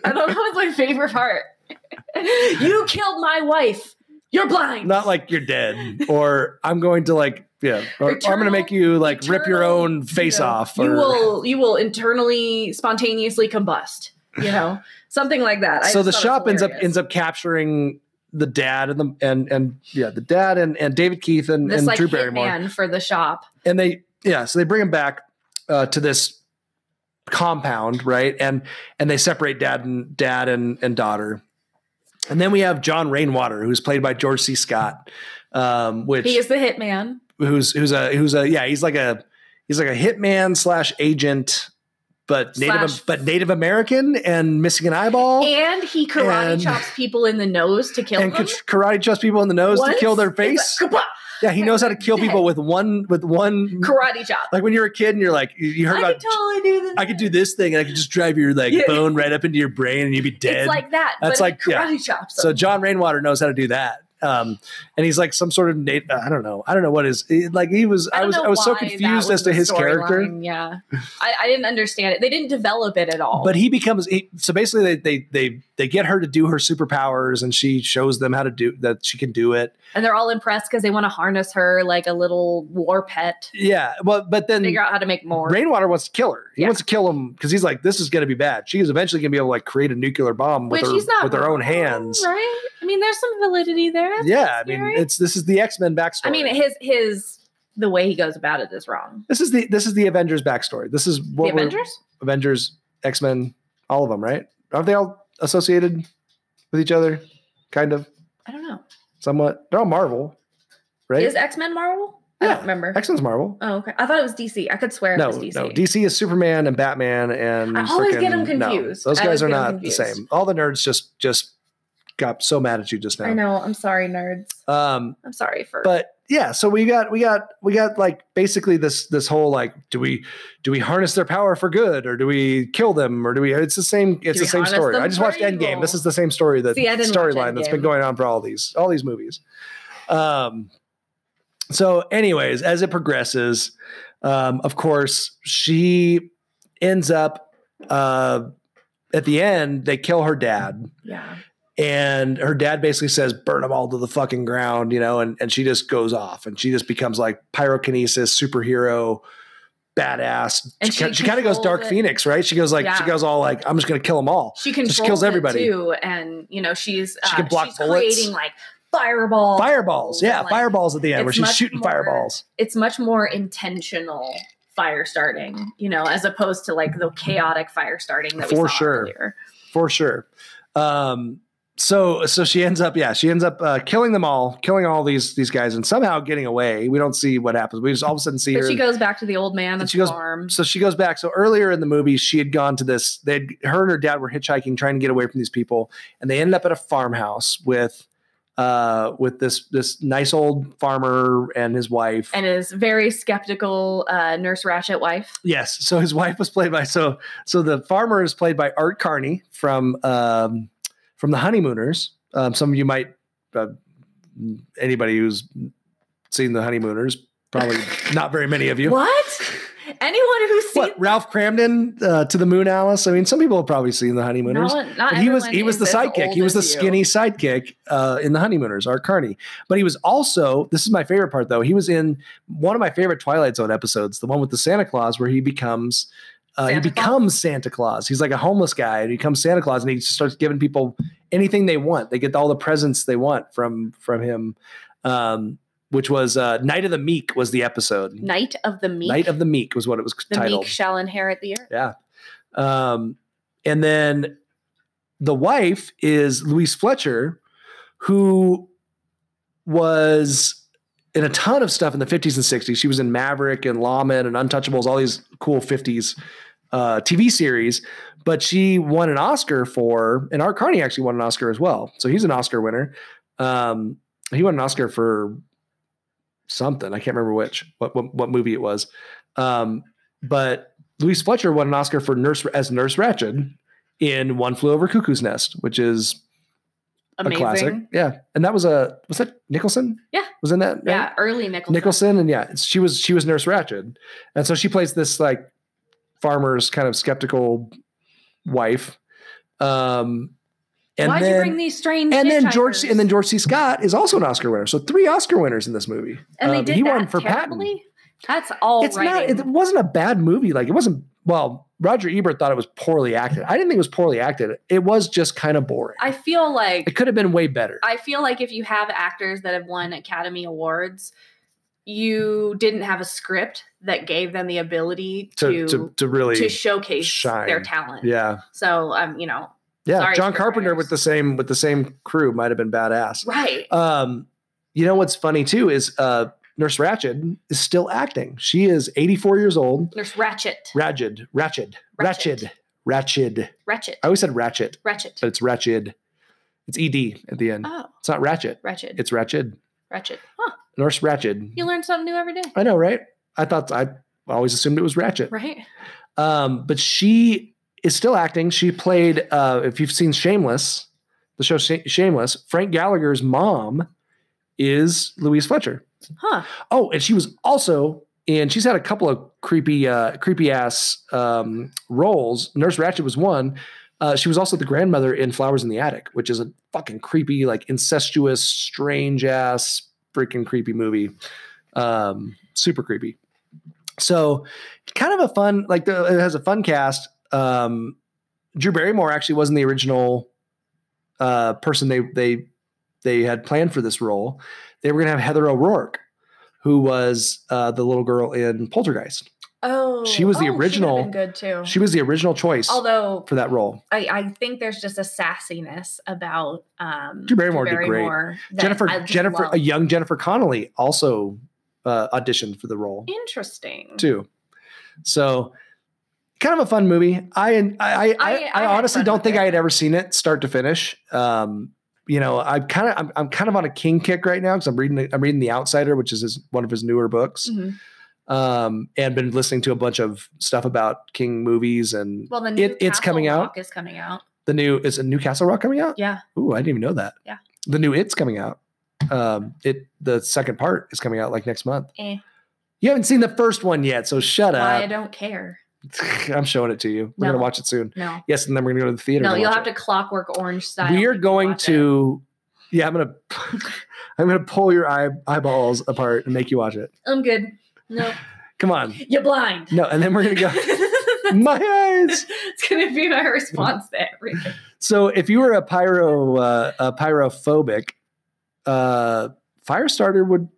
Speaker 5: I don't know. That was my favorite part. you killed my wife. You're blind.
Speaker 3: not like you're dead or i'm going to like yeah or, or i'm going
Speaker 5: Eternal-
Speaker 3: to make you like rip your
Speaker 5: eternal,
Speaker 3: own face
Speaker 5: you know,
Speaker 3: off
Speaker 5: You
Speaker 3: or-
Speaker 5: will. You will internally, spontaneously combust. You know, something like that. I
Speaker 3: so
Speaker 5: just
Speaker 3: the
Speaker 5: thought it
Speaker 3: shop
Speaker 5: was
Speaker 3: ends up
Speaker 5: hilarious.
Speaker 3: ends up capturing the dad and the and and yeah the dad and and david keith and,
Speaker 5: this
Speaker 3: and
Speaker 5: like
Speaker 3: drew barrymore
Speaker 5: hitman for the shop.
Speaker 3: and they yeah so they bring him back uh, to this compound right and and they separate dad and dad and, and daughter and then we have john rainwater who's played by george c scott um, which
Speaker 5: He is the hitman.
Speaker 3: who's who's a who's a yeah he's like a he's like a hitman slash agent but native
Speaker 5: Slash-
Speaker 3: but native american and missing an eyeball and,
Speaker 5: And he karate
Speaker 3: Oh. And-
Speaker 5: chops people in the nose to kill them.
Speaker 3: ca- karate chops people in the nose
Speaker 5: Once,
Speaker 3: to kill their
Speaker 5: he's like,
Speaker 3: face
Speaker 5: "Kabah!"
Speaker 3: yeah he knows how to kill people with one with one
Speaker 5: karate chop.
Speaker 3: like when you're a kid and you're like you, you Mm-hmm. heard
Speaker 5: I
Speaker 3: about
Speaker 5: can totally do this.
Speaker 3: i could do this thing and i could just drive your like
Speaker 5: Yeah.
Speaker 3: bone right up into your brain and you'd be dead
Speaker 5: It's like that.
Speaker 3: That's
Speaker 5: but
Speaker 3: like-
Speaker 5: it
Speaker 3: yeah.
Speaker 5: karate chops.
Speaker 3: So
Speaker 5: So
Speaker 3: John Rainwater knows how to do that. Um, and he's like some sort of Nate. uh, I don't know. I don't know what is like. He was. I,
Speaker 5: don't
Speaker 3: was.
Speaker 5: know
Speaker 3: I was so
Speaker 5: why that
Speaker 3: confused
Speaker 5: was
Speaker 3: as to
Speaker 5: the
Speaker 3: his character.
Speaker 5: storyline, Yeah, I, I didn't understand it. They didn't develop it at all.
Speaker 3: But he becomes. He, so basically, they, they they they get her to do her superpowers, and she shows them how to do that. She can do it.
Speaker 5: and they're all impressed because they want to harness her like a little war pet.
Speaker 3: Yeah. Well, but then
Speaker 5: Figure out how to make more.
Speaker 3: Rainwater wants to kill her. He
Speaker 5: Yeah.
Speaker 3: wants to kill him because he's like, this is going to be bad. She is eventually going to be able to like create a nuclear bomb with
Speaker 5: Which
Speaker 3: her
Speaker 5: he's not
Speaker 3: with her own
Speaker 5: wrong,
Speaker 3: hands.
Speaker 5: right? I mean, there's some validity there. That's
Speaker 3: Yeah. I
Speaker 5: not
Speaker 3: mean,
Speaker 5: scary.
Speaker 3: it's this is the X Men backstory.
Speaker 5: I mean, his his the way he goes about it is wrong.
Speaker 3: this is the this is the Avengers backstory. This is what
Speaker 5: the
Speaker 3: we're-
Speaker 5: Avengers?
Speaker 3: Avengers, X Men, all of them, right? Aren't they all associated with each other? Kind of,
Speaker 5: I don't know.
Speaker 3: somewhat. They're all Marvel, right?
Speaker 5: Is X Men Marvel? I
Speaker 3: Yeah.
Speaker 5: don't remember.
Speaker 3: X Men's Marvel.
Speaker 5: oh, okay. I thought it was DC. I could swear
Speaker 3: no,
Speaker 5: it was DC.
Speaker 3: no. DC is Superman and Batman, and
Speaker 5: I always get 'em
Speaker 3: frickin- no.
Speaker 5: confused.
Speaker 3: those
Speaker 5: I always
Speaker 3: guys are
Speaker 5: get 'em
Speaker 3: not the
Speaker 5: confused.
Speaker 3: same. All the nerds just just got so mad at you just now.
Speaker 5: I know. I'm sorry, nerds.
Speaker 3: Um,
Speaker 5: I'm sorry for.
Speaker 3: but yeah, so we got we got we got like basically this this whole like do we do we harness their power for good or do we kill them or do we it's the same it's
Speaker 5: we
Speaker 3: the same
Speaker 5: harness
Speaker 3: story.
Speaker 5: them
Speaker 3: I just
Speaker 5: for
Speaker 3: watched Endgame. This
Speaker 5: evil?
Speaker 3: is the same story that
Speaker 5: See, I didn't watch
Speaker 3: storyline that's been
Speaker 5: Endgame.
Speaker 3: going on for all these all these movies. Um so anyways, as it progresses, um of course, she ends up uh at the end they kill her dad
Speaker 5: yeah.
Speaker 3: and her dad basically says burn them all to the fucking ground you know and, and she just goes off and she just becomes like pyrokinesis superhero badass
Speaker 5: And
Speaker 3: she,
Speaker 5: she
Speaker 3: kind of goes
Speaker 5: controls
Speaker 3: dark
Speaker 5: it.
Speaker 3: phoenix right she goes like she
Speaker 5: Yeah.
Speaker 3: goes all like i'm just gonna kill them all
Speaker 5: She
Speaker 3: kills
Speaker 5: controls
Speaker 3: everybody.
Speaker 5: it too, and you know she's uh,
Speaker 3: She can block
Speaker 5: she's
Speaker 3: bullets.
Speaker 5: creating like fireballs.
Speaker 3: fireballs yeah
Speaker 5: and, like,
Speaker 3: fireballs at the end where
Speaker 5: it's
Speaker 3: she's
Speaker 5: much
Speaker 3: shooting
Speaker 5: more-
Speaker 3: fireballs
Speaker 5: It's much more intentional fire starting, you know, as opposed to like the chaotic fire starting that we
Speaker 3: For
Speaker 5: saw
Speaker 3: sure.
Speaker 5: earlier.
Speaker 3: for sure um so so she ends up yeah she ends up uh, killing them all killing all these these guys and somehow getting away we don't see what happens we just all of a sudden see
Speaker 5: But
Speaker 3: her
Speaker 5: she goes back to the old man
Speaker 3: And
Speaker 5: and
Speaker 3: she goes-
Speaker 5: farm.
Speaker 3: so she goes back so earlier in the movie she had gone to this they'd her and her dad were hitchhiking trying to get away from these people and they ended up at a farmhouse with uh with this this nice old farmer and his wife
Speaker 5: and his very skeptical uh, Nurse Ratchet wife.
Speaker 3: Yes. So his wife was played by so so the farmer is played by Art Carney from um, from the Honeymooners. Um, some of you might uh, anybody who's seen the Honeymooners probably not very many of you.
Speaker 5: What? Anyone who's seen
Speaker 3: What, Ralph Cramden uh, to the Moon, Alice? I mean, some people have probably seen the Honeymooners.
Speaker 5: No one- not
Speaker 3: But he was
Speaker 5: everyone
Speaker 3: he was
Speaker 5: is
Speaker 3: the
Speaker 5: as
Speaker 3: sidekick.
Speaker 5: old
Speaker 3: He was the
Speaker 5: as you.
Speaker 3: skinny sidekick uh, in the Honeymooners, Art Carney. But he was also this is my favorite part though. He was in one of my favorite Twilight Zone episodes, the one with the Santa Claus, where he becomes uh, he
Speaker 5: Santa Claus?
Speaker 3: becomes Santa Claus. He's like a homeless guy and he becomes Santa Claus and he just starts giving people anything they want. They get all the presents they want from from him. Um, which was uh, Night of the Meek was the episode.
Speaker 5: Knight of the Meek.
Speaker 3: Night of the Meek was what it was
Speaker 5: the
Speaker 3: titled.
Speaker 5: Meek shall inherit the earth.
Speaker 3: Yeah. Um, and then the wife is Louise Fletcher, who was in a ton of stuff in the 50s and 60s. She was in Maverick and Lawman and Untouchables, all these cool 50s uh, TV series. But she won an Oscar for, and Art Carney actually won an Oscar as well. So he's an Oscar winner. Um, he won an Oscar for something. I can't remember which, what, what, what movie it was. Um, but Louise Fletcher won an Oscar for Nurse as Nurse Ratched in One Flew Over Cuckoo's Nest, which is
Speaker 5: Amazing.
Speaker 3: a classic. Yeah, and that was a was that Nicholson?
Speaker 5: Yeah.
Speaker 3: was in that? right?
Speaker 5: Yeah, early Nicholson.
Speaker 3: Nicholson, and yeah, she was she was Nurse Ratched, and so she plays this like farmer's kind of skeptical wife. Um, and
Speaker 5: Why'd
Speaker 3: then,
Speaker 5: you bring these strange?
Speaker 3: and then George
Speaker 5: hitchhikers?
Speaker 3: and then George C. Scott is also an Oscar winner. So three Oscar winners in this movie.
Speaker 5: and they
Speaker 3: Um,
Speaker 5: did
Speaker 3: he
Speaker 5: that
Speaker 3: won for Patton
Speaker 5: terribly? That's all
Speaker 3: it's
Speaker 5: writing.
Speaker 3: not it wasn't a bad movie like it wasn't well roger ebert thought it was poorly acted i didn't think it was poorly acted it was just kind of boring
Speaker 5: I feel like
Speaker 3: it could have been way better
Speaker 5: I feel like if you have actors that have won Academy Awards, you didn't have a script that gave them the ability
Speaker 3: to
Speaker 5: to
Speaker 3: to,
Speaker 5: to,
Speaker 3: to really
Speaker 5: showcase
Speaker 3: shine.
Speaker 5: their talent.
Speaker 3: yeah
Speaker 5: So um, you know,
Speaker 3: yeah
Speaker 5: Sorry,
Speaker 3: john
Speaker 5: scriptwriters.
Speaker 3: carpenter with the same with the same crew might have been badass
Speaker 5: right?
Speaker 3: um you know what's funny too is uh nurse ratchet is still acting she is 84 years old
Speaker 5: There's Ratchet,
Speaker 3: ratchet ratchet ratchet
Speaker 5: Ratched.
Speaker 3: ratchet
Speaker 5: Ratchet,
Speaker 3: i always said ratchet
Speaker 5: Ratchet.
Speaker 3: but it's ratchet it's ed at the end
Speaker 5: Oh,
Speaker 3: it's not ratchet
Speaker 5: Ratchet,
Speaker 3: it's ratchet
Speaker 5: Ratchet. Huh?
Speaker 3: nurse ratchet
Speaker 5: You learn something new every day,
Speaker 3: I know, right? I thought I always assumed it was Ratchet.
Speaker 5: right?
Speaker 3: Um, but she is still acting. She played, uh, if you've seen Shameless, the show Sh- Shameless, Frank Gallagher's mom is Louise Fletcher.
Speaker 5: Huh?
Speaker 3: Oh, and she was also in. She's had a couple of creepy, uh, creepy ass um, roles. Nurse Ratchet was one. Uh, she was also the grandmother in Flowers in the Attic, which is a fucking creepy, like incestuous, strange ass, freaking creepy movie. Um, super creepy. So, kind of a fun, like the, it has a fun cast. Um, Drew Barrymore actually wasn't the original uh, person they they they had planned for this role. They were going to have Heather O'Rourke, who was uh, the little girl in Poltergeist.
Speaker 4: Oh,
Speaker 3: She was the
Speaker 4: oh, would've
Speaker 3: original-
Speaker 4: been good too.
Speaker 3: She was the original choice
Speaker 4: Although
Speaker 3: for that role.
Speaker 4: I, I think there's just a sassiness about um,
Speaker 3: Drew Barrymore did great.
Speaker 4: that
Speaker 3: Jennifer
Speaker 4: I just
Speaker 3: Jennifer uh,
Speaker 4: love.
Speaker 3: a young Jennifer Connelly also uh, auditioned for the role
Speaker 4: Interesting.
Speaker 3: too. So kind of a fun movie. I I I,
Speaker 4: I-
Speaker 3: I,
Speaker 4: I had
Speaker 3: honestly
Speaker 4: fun
Speaker 3: don't
Speaker 4: with
Speaker 3: think
Speaker 4: it.
Speaker 3: I had ever seen it start to finish. Um, you know, I'm kind of I'm, I'm kind of on a King kick right now because I'm reading I'm reading The Outsider, which is his, one of his newer books,
Speaker 4: Mm.
Speaker 5: Mhm.
Speaker 3: um, and been listening to a bunch of stuff about King movies and
Speaker 5: Well, the new
Speaker 3: It- it's coming
Speaker 5: Castle
Speaker 3: out.
Speaker 5: Rock is coming out.
Speaker 3: the new is a new Castle Rock coming out.
Speaker 5: Yeah.
Speaker 3: Ooh, I didn't even know that.
Speaker 5: Yeah.
Speaker 3: The new It's coming out. Um, it the second part is coming out like next month.
Speaker 5: Eh.
Speaker 3: You haven't seen the first one yet, so shut
Speaker 5: Why I
Speaker 3: up.
Speaker 5: don't care.
Speaker 3: I'm showing it to you. We're
Speaker 5: No.
Speaker 3: gonna watch it soon.
Speaker 5: No.
Speaker 3: Yes, and then we're gonna go to the theater.
Speaker 5: No,
Speaker 3: and
Speaker 5: you'll
Speaker 3: watch
Speaker 5: have to clockwork orange
Speaker 3: it.
Speaker 5: style.
Speaker 3: We are
Speaker 5: when you
Speaker 3: going
Speaker 5: watch it.
Speaker 3: to. Yeah, I'm gonna. I'm gonna pull your eye, eyeballs apart and make you watch it.
Speaker 5: I'm good. No.
Speaker 3: Come on.
Speaker 5: You're blind.
Speaker 3: No, and then we're gonna go.
Speaker 5: it's
Speaker 3: My eyes.
Speaker 5: going to be my response to everything.
Speaker 3: So if you were a pyro uh, a pyrophobic, uh, Firestarter would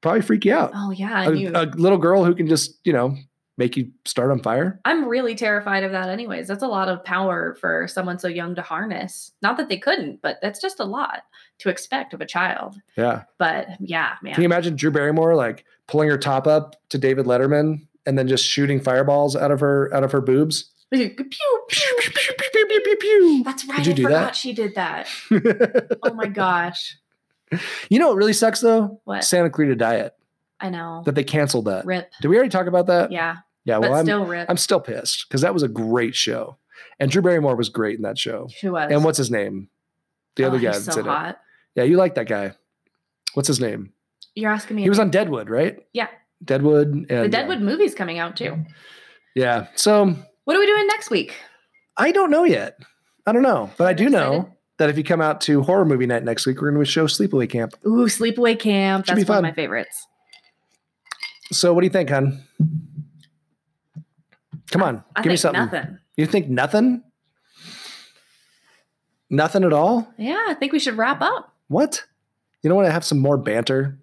Speaker 3: probably freak you out.
Speaker 5: Oh, yeah.
Speaker 3: A
Speaker 5: I knew.
Speaker 3: a little girl who can just you know make you start on fire?
Speaker 5: I'm really terrified of that, anyways. That's a lot of power for someone so young to harness. Not that they couldn't, but that's just a lot to expect of a child.
Speaker 3: Yeah.
Speaker 5: But yeah, man.
Speaker 3: Can you imagine Drew Barrymore like pulling her top up to David Letterman and then just shooting fireballs out of her out of her boobs?
Speaker 5: Pew, pew, pew, pew, pew.
Speaker 3: Pew, pew, pew, pew.
Speaker 5: That's right.
Speaker 3: Did you
Speaker 5: I
Speaker 3: do
Speaker 5: forgot
Speaker 3: that?
Speaker 5: she did that. Oh my gosh.
Speaker 3: you know what really sucks though?
Speaker 5: What?
Speaker 3: Santa Clarita Diet
Speaker 5: I know.
Speaker 3: that they canceled that.
Speaker 5: Rip.
Speaker 3: Did we already talk about that?
Speaker 5: Yeah.
Speaker 3: Yeah.
Speaker 5: but
Speaker 3: Uh, oh, Well, I'm
Speaker 5: still rip.
Speaker 3: I'm still pissed because that was a great show, and Drew Barrymore was great in that show.
Speaker 5: she was.
Speaker 3: And what's his name? The
Speaker 5: Oh,
Speaker 3: other
Speaker 5: he's
Speaker 3: guy
Speaker 5: so
Speaker 3: that's in it.
Speaker 5: hot.
Speaker 3: Yeah, you like that guy. What's his name?
Speaker 5: You're asking me.
Speaker 3: He was on Deadwood, right?
Speaker 5: Yeah.
Speaker 3: Deadwood and
Speaker 5: the
Speaker 3: uh,
Speaker 5: Deadwood movie's coming out too.
Speaker 3: yeah. So
Speaker 5: What are we doing next week?
Speaker 3: I don't know yet. I don't know, but I
Speaker 5: I'm
Speaker 3: do know
Speaker 5: excited.
Speaker 3: that if you come out to horror movie night next week, we're going to show Sleepaway Camp.
Speaker 5: Ooh, Sleepaway Camp.
Speaker 3: Should
Speaker 5: That's
Speaker 3: be
Speaker 5: one of
Speaker 3: fun.
Speaker 5: my favorites.
Speaker 3: So what do you think, hon? Come on,
Speaker 5: I
Speaker 3: give me
Speaker 5: think
Speaker 3: something.
Speaker 5: nothing.
Speaker 3: You think nothing? Nothing at all?
Speaker 5: Yeah, I think we should wrap up.
Speaker 3: What? You don't want to have some more banter?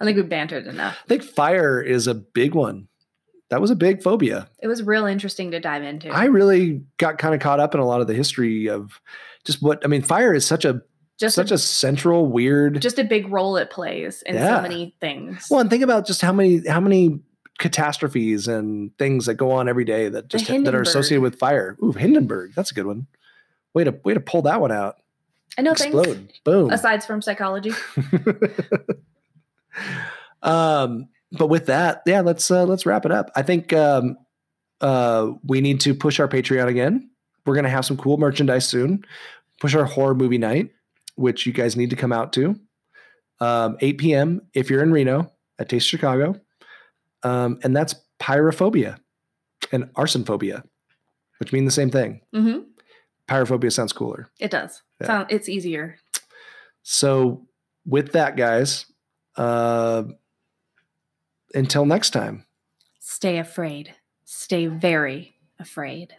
Speaker 5: I think we bantered enough.
Speaker 3: I think fire is a big one. That was a big phobia.
Speaker 5: It was real interesting to dive into.
Speaker 3: I really got kind of caught up in a lot of the history of just what I mean. Fire is such a
Speaker 5: just
Speaker 3: such
Speaker 5: a,
Speaker 3: a, central weird.
Speaker 5: just a big role it plays in
Speaker 3: Yeah.
Speaker 5: so many things.
Speaker 3: well, and think about just how many how many catastrophes and things that go on every day that just that are
Speaker 5: Hindenburg.
Speaker 3: associated with fire. Ooh, Hindenburg, that's a good one. Way to way to pull that one out.
Speaker 5: I know things
Speaker 3: Explode, boom.
Speaker 5: aside from psychology.
Speaker 3: um, but with that, yeah, let's uh, let's wrap it up. I think um, uh, we need to push our Patreon again. We're gonna have some cool merchandise soon. Push our horror movie night, which you guys need to come out to. Um, 8 p.m. if you're in Reno at Taste Chicago, um, and that's pyrophobia and arsonphobia, which mean the same thing.
Speaker 5: hmm
Speaker 3: Pyrophobia sounds cooler.
Speaker 5: It does.
Speaker 3: Yeah.
Speaker 5: Sound, it's easier.
Speaker 3: So, with that, guys, uh, until next time.
Speaker 5: Stay afraid. Stay very afraid.